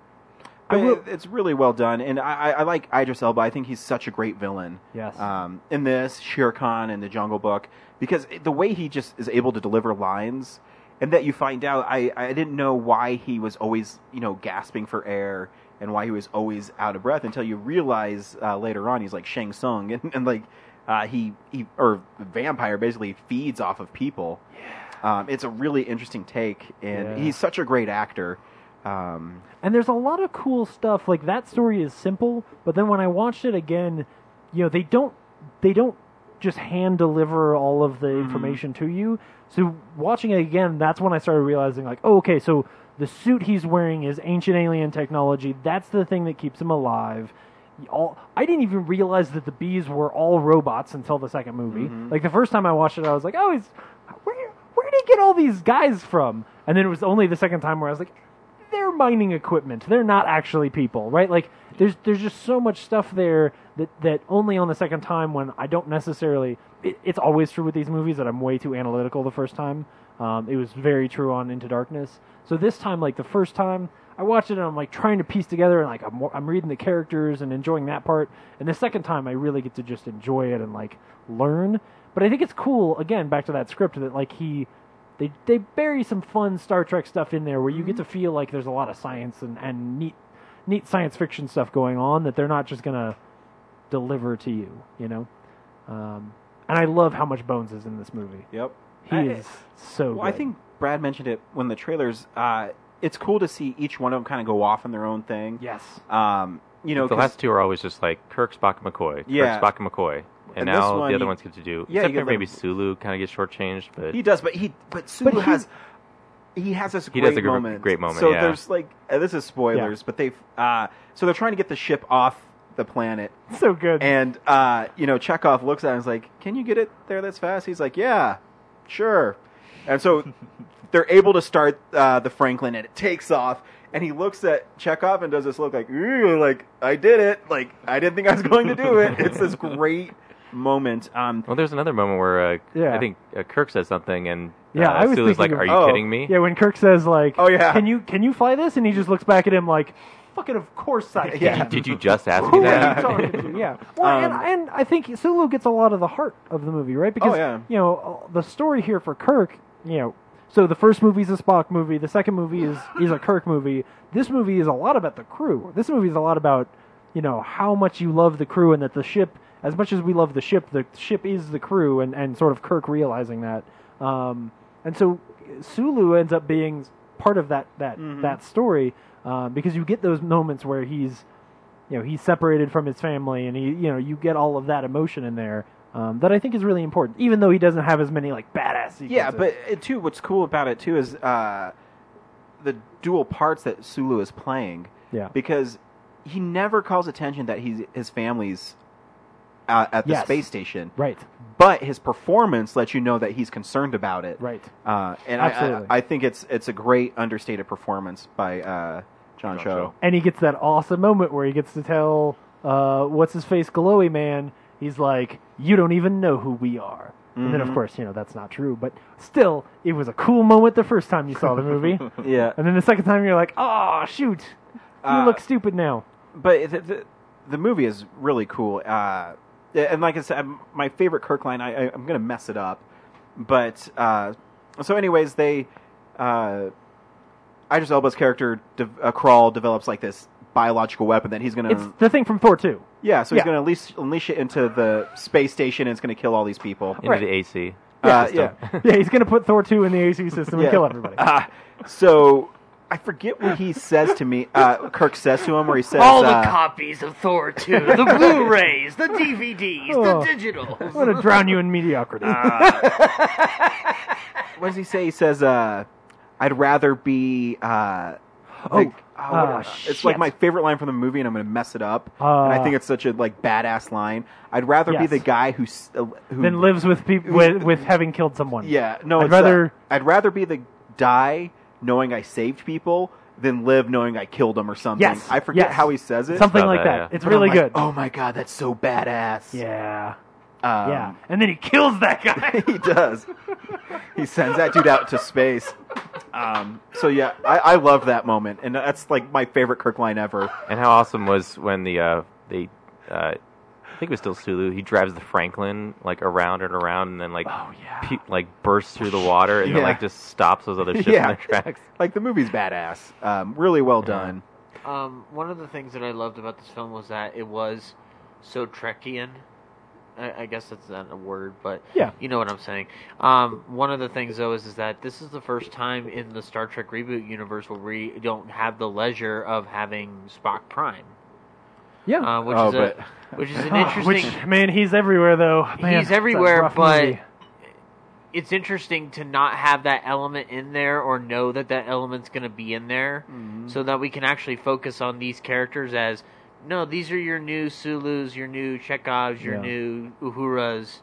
But it- it's really well done, and I, I, I like Idris Elba. I think he's such a great villain. Yes. Um, in this Shere Khan and the Jungle Book, because it- the way he just is able to deliver lines, and that you find out, I, I didn't know why he was always you know gasping for air and why he was always out of breath until you realize uh, later on he's like Shang Tsung and, and like uh, he he or vampire basically feeds off of people. Yeah. Um, it's a really interesting take, and Yeah. he's such a great actor. Um, and there's a lot of cool stuff. Like that story is simple, but then when I watched it again, you know, they don't they don't just hand deliver all of the information to you. So watching it again, that's when I started realizing like, oh, okay, so the suit he's wearing is ancient alien technology. That's the thing that keeps him alive. All, I didn't even realize that the bees were all robots until the second movie. Mhm. Like the first time I watched it, I was like, "Oh, he's where? Where did he get all these guys from?" And then it was only the second time where I was like, they're mining equipment. They're not actually people, right? Like there's there's just so much stuff there that that only on the second time when I don't necessarily. It, it's always true with these movies that I'm way too analytical the first time. Um, it was very true on Into Darkness. So this time, like the first time. I watched it and I'm like trying to piece together and like I'm, I'm reading the characters and enjoying that part. And the second time I really get to just enjoy it and like learn. But I think it's cool again back to that script that like he they they bury some fun Star Trek stuff in there where you Mm-hmm. get to feel like there's a lot of science and, and neat neat science fiction stuff going on that they're not just gonna deliver to you, you know. Um, and I love how much Bones is in this movie. Yep, he I- is so. Well, I good. think Brad mentioned it when the trailers. Uh, it's cool to see each one of them kind of go off on their own thing. Yes. Um, you know, the 'cause- last two are always just like Kirk, Spock, McCoy. Kirk, Yeah. Spock, and McCoy. And, And this now one, the other you- ones get to do. yeah, except you for get maybe Sulu kind of gets shortchanged, but he does, but he but Sulu he- has he has this He great does a gr- moment. great moment, So yeah. there's like uh, this is spoilers, but they've uh, so they're trying to get the ship off the planet. So good. And uh, you know, Chekhov looks at him and is like, "Can you get it there that's fast?" He's like, "Yeah, sure." And so they're able to start uh, the Franklin, and it takes off. And he looks at Chekhov and does this look like, "Ooh, like I did it! Like I didn't think I was going to do it." It's this great moment. Um, well, there's another moment where uh, Yeah. I think uh, Kirk says something, and Yeah, uh, I was Sulu's like, thinking "Are of- oh. you kidding me?" Yeah, when Kirk says like, "Oh yeah, can you can you fly this?" and he just looks back at him like, "Fucking, of course I can." Did, you, did you just ask me Who are you that? talking to? Yeah. Well, and, Um, Oh, and I think Sulu gets a lot of the heart of the movie, right? Because yeah. you know uh, the story here for Kirk, you know. So the first movie's a Spock movie. The second movie is is a Kirk movie. This movie is a lot about the crew. This movie is a lot about you know how much you love the crew and that the ship. As much as we love the ship, the ship is the crew, and and sort of Kirk realizing that. Um, and so Sulu ends up being part of that that Mhm. that story uh, because you get those moments where he's you know he's separated from his family and he you know you get all of that emotion in there um, that I think is really important even though he doesn't have as many like badass sequences. Yeah, but it, too, what's cool about it too is uh, the dual parts that Sulu is playing. Yeah. Because he never calls attention that he's his family's uh, at the Yes. space station, right but his performance lets you know that he's concerned about it. right Uh, and I, Absolutely. I, I think it's it's a great understated performance by uh, John, Cho. and he gets that awesome moment where he gets to tell uh, what's his face glowy man he's like you don't even know who we are and then of Mhm. course you know that's not true but still it was a cool moment the first time you saw the movie Yeah. and then the second time you're like oh shoot you Uh, look stupid now But the, the, the movie is really cool. Uh, Yeah, and like I said, I'm- my favorite Kirk line. I, I I'm gonna mess it up, but uh, so anyways, they uh, Idris Elba's character de- uh, Crawl develops like this biological weapon that he's gonna. It's the thing from Thor two. yeah, so he's yeah. gonna unleash, unleash it into the space station and it's gonna kill all these people. Into the AC. Uh, system. yeah, yeah, he's gonna put Thor two in the AC system and Yeah. kill everybody. Ah, so I forget what he says to me. Uh, Kirk says to him, where he says, All the uh, copies of Thor 2, the Blu-rays, the DVDs, Oh, the digitals. I'm gonna drown you in mediocrity. what does he say? He says, uh, "I'd rather be." Uh, Oh, like- what- ah, it's like shit. my favorite line from the movie, and I'm going to mess it up. and I Uh, think it's such a like badass line. I'd rather be Yes. the guy who s- uh, who then lives with people with, with having killed someone. Yeah, no. I'd it's, uh, rather I'd rather be the die knowing I saved people than live knowing I killed them or something. Yes, I forget yes. how he says it. something like that. It's But I'm really good. like, Oh my god, that's so badass. Yeah. Um, yeah. And then he kills that guy. he does. He sends that dude out to space. Um, so yeah, I, I love that moment, and that's like my favorite Kirk line ever. And how awesome was when the uh, they, uh, I think it was still Sulu. He drives the Franklin like around and around, and then like Oh, pe- like bursts through the water, and then Yeah. like just stops those other ships in yeah, their tracks. like the movie's badass. Um, really well done. Um, one of the things that I loved about this film was that it was so Trekkian. I, I guess that's not a word, but Yeah. you know what I'm saying. Um, one of the things though is, is that this is the first time in the Star Trek reboot universe where we don't have the leisure of having Spock Prime. Yeah. uh, which Oh, is a, which is an Ah, interesting. Which man, he's everywhere though. Man, he's it's a everywhere, rough but movie. it's interesting to not have that element in there or know that that element's going to be in there Mm-hmm. so that we can actually focus on these characters as no, these are your new Sulus, your new Chekhovs, your Yeah. new Uhuras.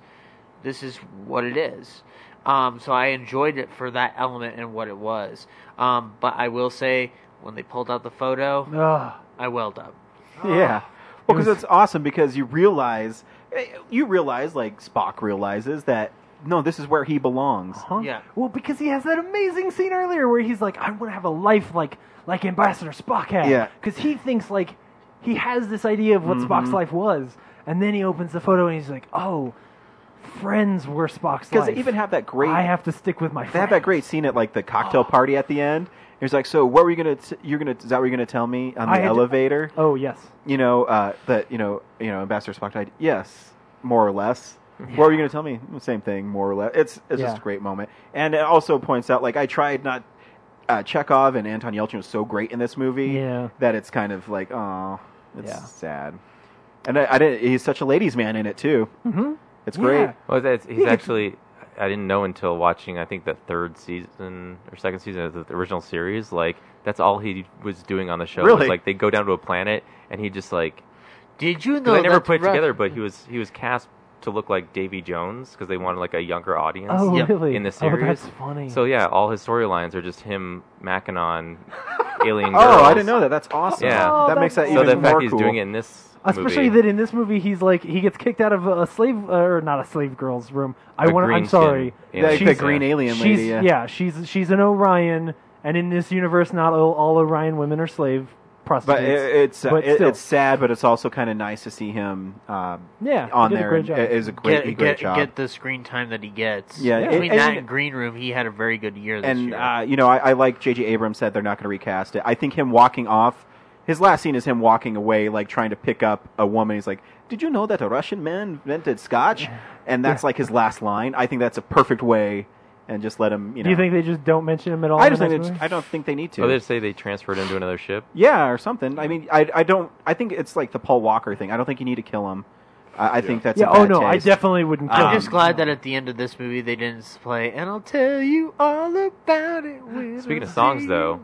This is what it is. Um, so I enjoyed it for that element and what it was. Um, but I will say, when they pulled out the photo, Ugh. I welled up. Oh. Yeah. Well, because it's awesome because you realize eh, you realize like Spock realizes that no, this is where he belongs. Huh? Yeah. Well, because he has that amazing scene earlier where he's like, "I want to have a life like like Ambassador Spock had." Yeah. Because he thinks like he has this idea of what Spock's Mm-hmm. life was, and then he opens the photo and he's like, "Oh, friends were Spock's life." Because they even have that great I have to stick with my they friends. have that great scene at like the Oh. cocktail party at the end. He's like, so what were you gonna? T- you're gonna? Is that what you're gonna tell me on I the had to- elevator? Oh yes. you know uh, that you know you know Ambassador Spock died. Yes, more or less. What were you going to tell me? Mm, Same thing, more or less. It's it's Yeah. just a great moment, and it also points out like I tried not. Uh, Chekhov and Anton Yelchin was so great in this movie Yeah. that it's kind of like oh, it's Yeah. sad. And I, I didn't. He's such a ladies' man in it too. Mhm. It's Yeah. great. Well, that's, He he's gets- actually. I didn't know until watching. I think the third season or second season of the original series. Like that's all he was doing on the show. Really? Was, like they go down to a planet, and he just like Did you know because I never that's put it right? together. But he was he was cast to look like Davy Jones because they wanted like a younger audience. Oh Yep. really? in the Oh, series. that's funny. So yeah, all his storylines are just him macking on alien girls. Oh, I didn't know that. That's awesome. Yeah. Oh, that that's makes that So even the more fact he's cool. doing it in this Especially movie, that in this movie, he's like he gets kicked out of a slave uh, or not a slave girl's room. I The want. I'm green-skinned sorry. alien. Like the She's- green alien she's, lady. Yeah. she's she's an Orion, and in this universe, not all, all Orion women are slave prostitutes. But it, it's uh, But it, still. it's sad, but it's also kind of nice to see him um, yeah, he on did a there. great and job. It is a great, Get, great get, job. get the screen time that he gets. Yeah, Yeah. between and- that and- and Green Room, he had a very good year this and year. uh, you know, I, I like J.J. Abrams said they're not going to recast it. I think him walking off. His last scene is him walking away, like trying to pick up a woman. He's like, "Did you know that a Russian man invented scotch?" And that's like his last line. I think that's a perfect way, and just let him. You know, Do you think they just don't mention him at all? I in just the think next it's- movie? I don't think they need to. oh, they say they transferred him to another ship. Yeah, or something. I mean, I, I don't. I think it's like the Paul Walker thing. I don't think you need to kill him. I, I think that's. yeah. a Oh bad no, I taste. definitely wouldn't. Kill I'm him. just um, glad that at the end of this movie they didn't play, and I'll tell you all about it. When Speaking I of songs, see you." though,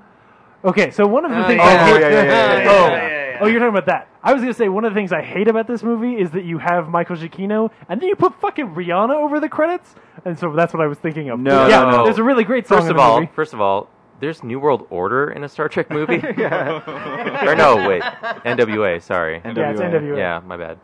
Okay, so one of the Oh, things. yeah. Oh, yeah, yeah, yeah, yeah, oh, yeah, yeah, yeah. oh, you're talking about that. I was gonna say one of the things I hate about this movie is that you have Michael Giacchino and then you put fucking Rihanna over the credits, and so that's what I was thinking of. No, yeah, no, no. there's a really great song. first in of the all, movie. first of all, there's New World Order in a Star Trek movie. or no, wait, NWA. Sorry, yeah, it's NWA. Yeah, my bad.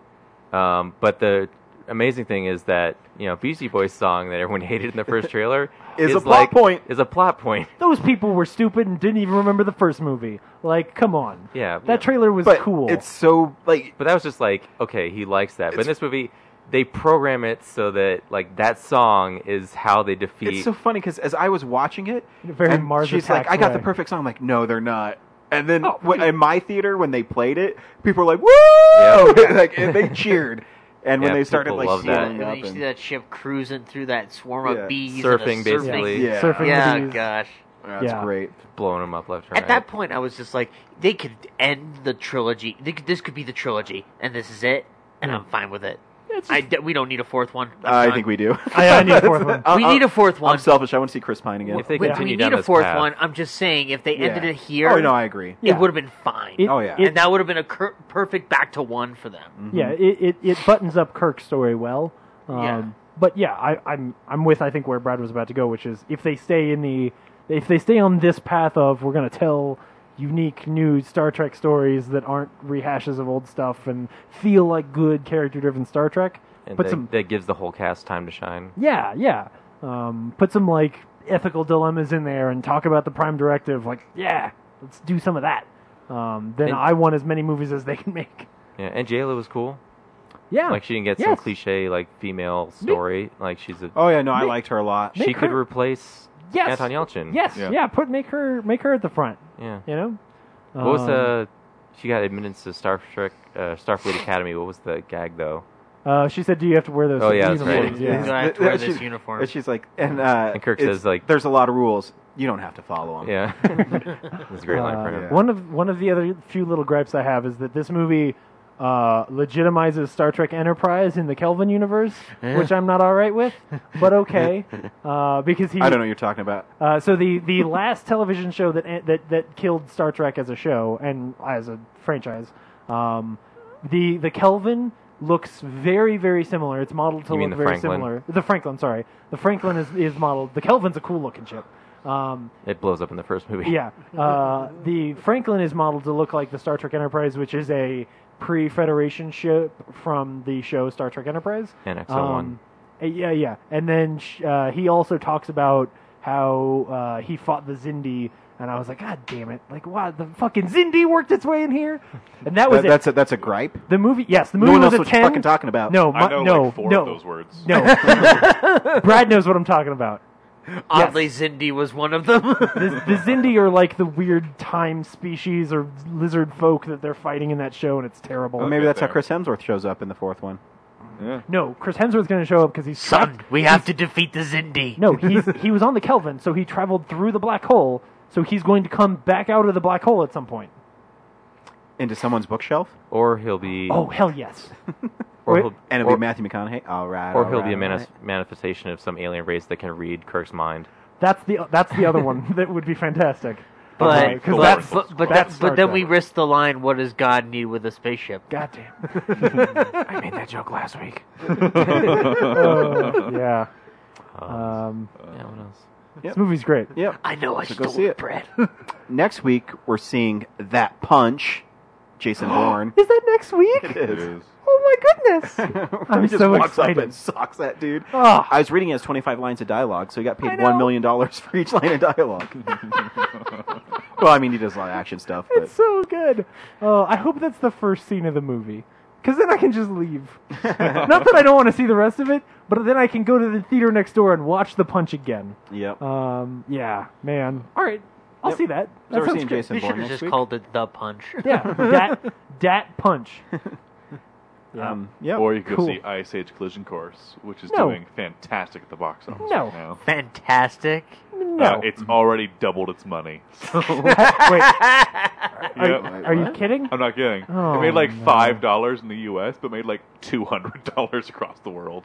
Um, but the amazing thing is that you know Beastie Boys song that everyone hated in the first trailer Is a plot like- point. Is a plot point. Those people were stupid and didn't even remember the first movie. Like, come on. Yeah. That trailer was but cool. It's so like But that was just like okay, he likes that. But in this movie, they program it so that like that song is how they defeat. It's so funny because as I was watching it, a very and Mars she's like, Attacks "I got the way. perfect song." I'm like, "No, they're not." And then Oh, when, in my theater, when they played it, people were like, "Woo!" like and they cheered. And when Yeah, they started people like love that. healing And then up you see and that ship cruising through that swarm of Yeah. Surfing, bees, and a surfing. basically. Yeah. Surfing yeah, bees. gosh. Oh, that's Yeah. great. blowing them up left and At right. that point, I was just like, they could end the trilogy. They could, this could be the trilogy, and this is it, and I'm fine with it. I d we don't need a fourth one. I'm I done. think we do. I- I need a fourth one. I'm- We I'm- need a fourth one. I'm selfish. I want to see Chris Pine again. if they we, continue we down need a this fourth path, one. I'm just saying, if they Yeah. ended it here, Oh no, I agree. it Yeah. would have been fine. It- Oh, yeah. it- and that would have been a cur- perfect back to one for them. Yeah, it, it, it buttons up Kirk's story well. Um, Yeah. But yeah, I, I'm I'm with I think where Brad was about to go, which is if they stay in the if they stay on this path of we're going to tell unique new Star Trek stories that aren't rehashes of old stuff and feel like good character driven Star Trek. and put that, some that gives the whole cast time to shine. yeah yeah um, put some like ethical dilemmas in there and talk about the Prime Directive. Like yeah, let's do some of that. Um, then And- I want as many movies as they can make. Yeah, and Jayla was cool. Yeah, Like she didn't get some Yes. cliche like female story. Like she's a Oh yeah, no, I liked her a lot. she make could her- replace Yes. Anton Yelchin. Yes, Yeah. yeah. Put make her make her at the front. Yeah. You know. What was Um, the? She got admittance to Star Trek, uh, Starfleet Academy. What was the gag though? Uh, she said, "Do you have to wear those?" Oh, yeah, these that's right. ones?" Yeah. Mm-hmm. Yeah. Do I have to Yeah, wear this she's- uniform? And she's like, and, uh, And Kirk it's- says, like- "There's a lot of rules. You don't have to follow them." Yeah, that's a great line for Uh, him. One of one of the other few little gripes I have is that this movie uh, legitimizes Star Trek Enterprise in the Kelvin universe, Eh. which I'm not all right with, but okay, uh, because he I don't know what you're talking about. Uh, so the, the last television show that eh, that that killed Star Trek as a show and as a franchise, um, the the Kelvin looks very very similar. It's modeled to You mean look the very Franklin? similar. The Franklin, sorry, the Franklin is, is modeled. The Kelvin's a cool looking ship. Um, It blows up in the first movie. yeah, uh, the Franklin is modeled to look like the Star Trek Enterprise, which is a pre-Federation ship from the show Star Trek Enterprise. And XO1. uh, yeah, yeah, and then sh- uh, he also talks about how uh, he fought the Zindi, and I was like, God damn it! Like, wow, the fucking Zindi worked its way in here, and that was That- it. that's a that's a gripe. the movie, yes, the No movie one was knows a what ten. you're fucking talking about. No, I my, know no, like four no, of those words. no. Brad knows what I'm talking about. Oddly, Zindi was one of them. the, the Zindi are like the weird time species or lizard folk that they're fighting in that show, and it's terrible. Well, Uh, maybe get that's how there. Chris Hemsworth shows up in the fourth one. Yeah. no, Chris Hemsworth's going to show up because he's Son, trapped. we have to defeat the Zindi. No, he's he was on the Kelvin, so he traveled through the black hole. So he's going to come back out of the black hole at some point. Into someone's bookshelf, Or he'll be. Oh hell yes! or wait. he'll, and it'll or, be Matthew McConaughey. All right. or all he'll right, be a all manis- right. manifestation of some alien race that can read Kirk's mind. That's the that's the other one that would be fantastic. But, because but, that's but, but, that's that- Star but then we Trek. risk the line, what does God need with a spaceship? goddamn. I made that joke last week. Uh, yeah, um, yeah, what else? this movie's great. Yep. I know I So go stole see the it. bread. Next week we're seeing that punch, Jason Bourne. Is that next It week? It is. is. Oh my goodness! Where I'm he just so walks excited. Up and socks that dude. Ah. I was reading his 25 lines of dialogue, so he got I paid know. one million dollars for each line of dialogue. well, I mean, he does a lot of action stuff, but It's so good. Oh, I hope that's the first scene of the movie. Because then I can just leave. Not that I don't want to see the rest of it, but then I can go to the theater next door and watch The Punch again. yep. Um, yeah, man. All right, I'll Yep. see that. So That we're sounds seeing great. Jason We should Bourne have next just week. called it the punch. Yeah, dat, dat Punch. Yeah. Um, yeah. Or you could Cool. see Ice Age Collision Course, which is No. doing fantastic at the box office No. right now. Fantastic. No. Uh, it's already doubled its money. Wait, Yep. are you kidding? Uh, I'm not kidding. Oh, it made like no. five dollars in the U.S., but made like two hundred dollars across the world.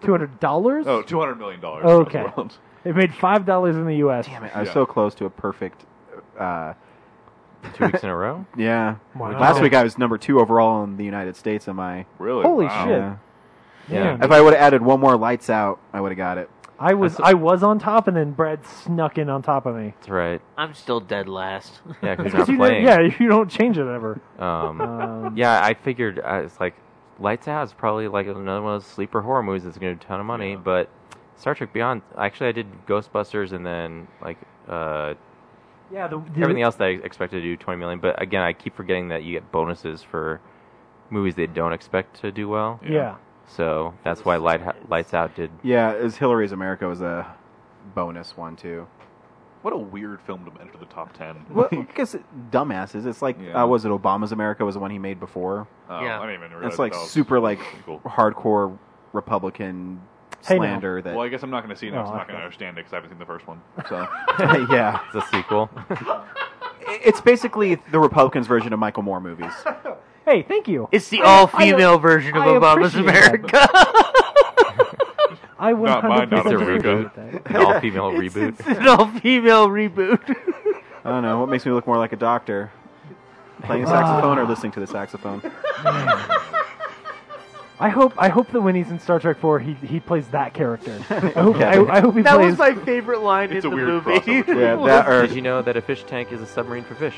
$200? Oh, two hundred million dollars. Okay. Across the world. It made $5 in the U.S. Damn it! I was Yeah. so close to a perfect. Uh, Two weeks in a row? yeah. Wow. Last week I was number two overall in the United States. Am I? Really? Holy Wow. shit. Yeah. Yeah. Man, If I would have added one more lights out, I would have got it. I was I was on top, and then Brad snuck in on top of me. That's right. I'm still dead last. Yeah, because Because you're you not never- playing. yeah, you don't change it ever. Um, Um, yeah, I figured uh, it's like Lights Out is probably like another one of those sleeper horror movies that's going to do a ton of money. But Star Trek Beyond, actually, I did Ghostbusters and then like uh, yeah, the, the, everything else that I expected to do twenty million. But again, I keep forgetting that you get bonuses for movies they don't expect to do well. Yeah. So that's why Light, Lights Out did Yeah, is Hillary's America was a bonus one too. What a weird film to enter the top ten. Well, because dumbasses, it's like Yeah. uh, was it Obama's America was the one he made before? Oh, I Yeah. didn't even realize It's like that was super like cool. hardcore Republican Hey, now. slander that. Well, I guess I'm not going to see it. Oh, No, now, so I'm I not going to understand it because I haven't seen the first one. So yeah, it's a sequel. it's basically the Republicans' version of Michael Moore movies. Hey, thank you. It's the all-female version of Obama's America. I Not 100% mine, not a agree reboot. with An that. all-female reboot. an all-female reboot. I don't know what makes me look more like a doctor, playing a saxophone or listening to the saxophone. I hope I hope that when he's in Star Trek Four, he he plays that character. I hope, I, I hope he that plays. was my favorite line in the movie. Did you know that a fish tank is a submarine for fish?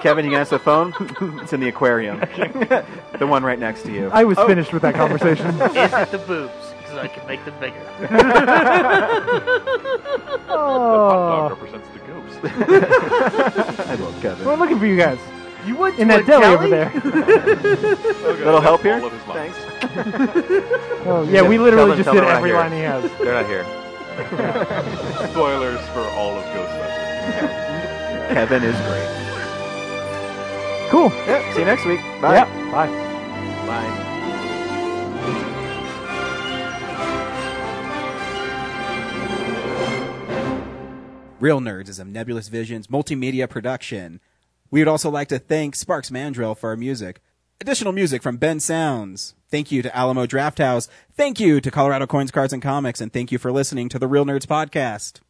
Kevin, you got us a phone? It's in the aquarium. the one right next to you. I was finished with that conversation. Is it the boobs? Because I can make them bigger. Oh. represents the ghost. I love Kevin. We're looking for you guys. You went in to that a deli over deli? there. Little help here? Thanks. Oh, yeah, we Tell literally them- just tell did them every we're not line he here. has. They're not here. Spoilers for all of Ghostbusters. Kevin is great. Cool. Yep, see you next week. Bye. Yeah. Bye. Bye. Real Nerds is a Nebulous Visions multimedia production. We would also like to thank Sparks Mandrell for our music. Additional music from Ben Sounds. Thank you to Alamo Drafthouse. Thank you to Colorado Coins, Cards, and Comics. And thank you for listening to the Real Nerds podcast.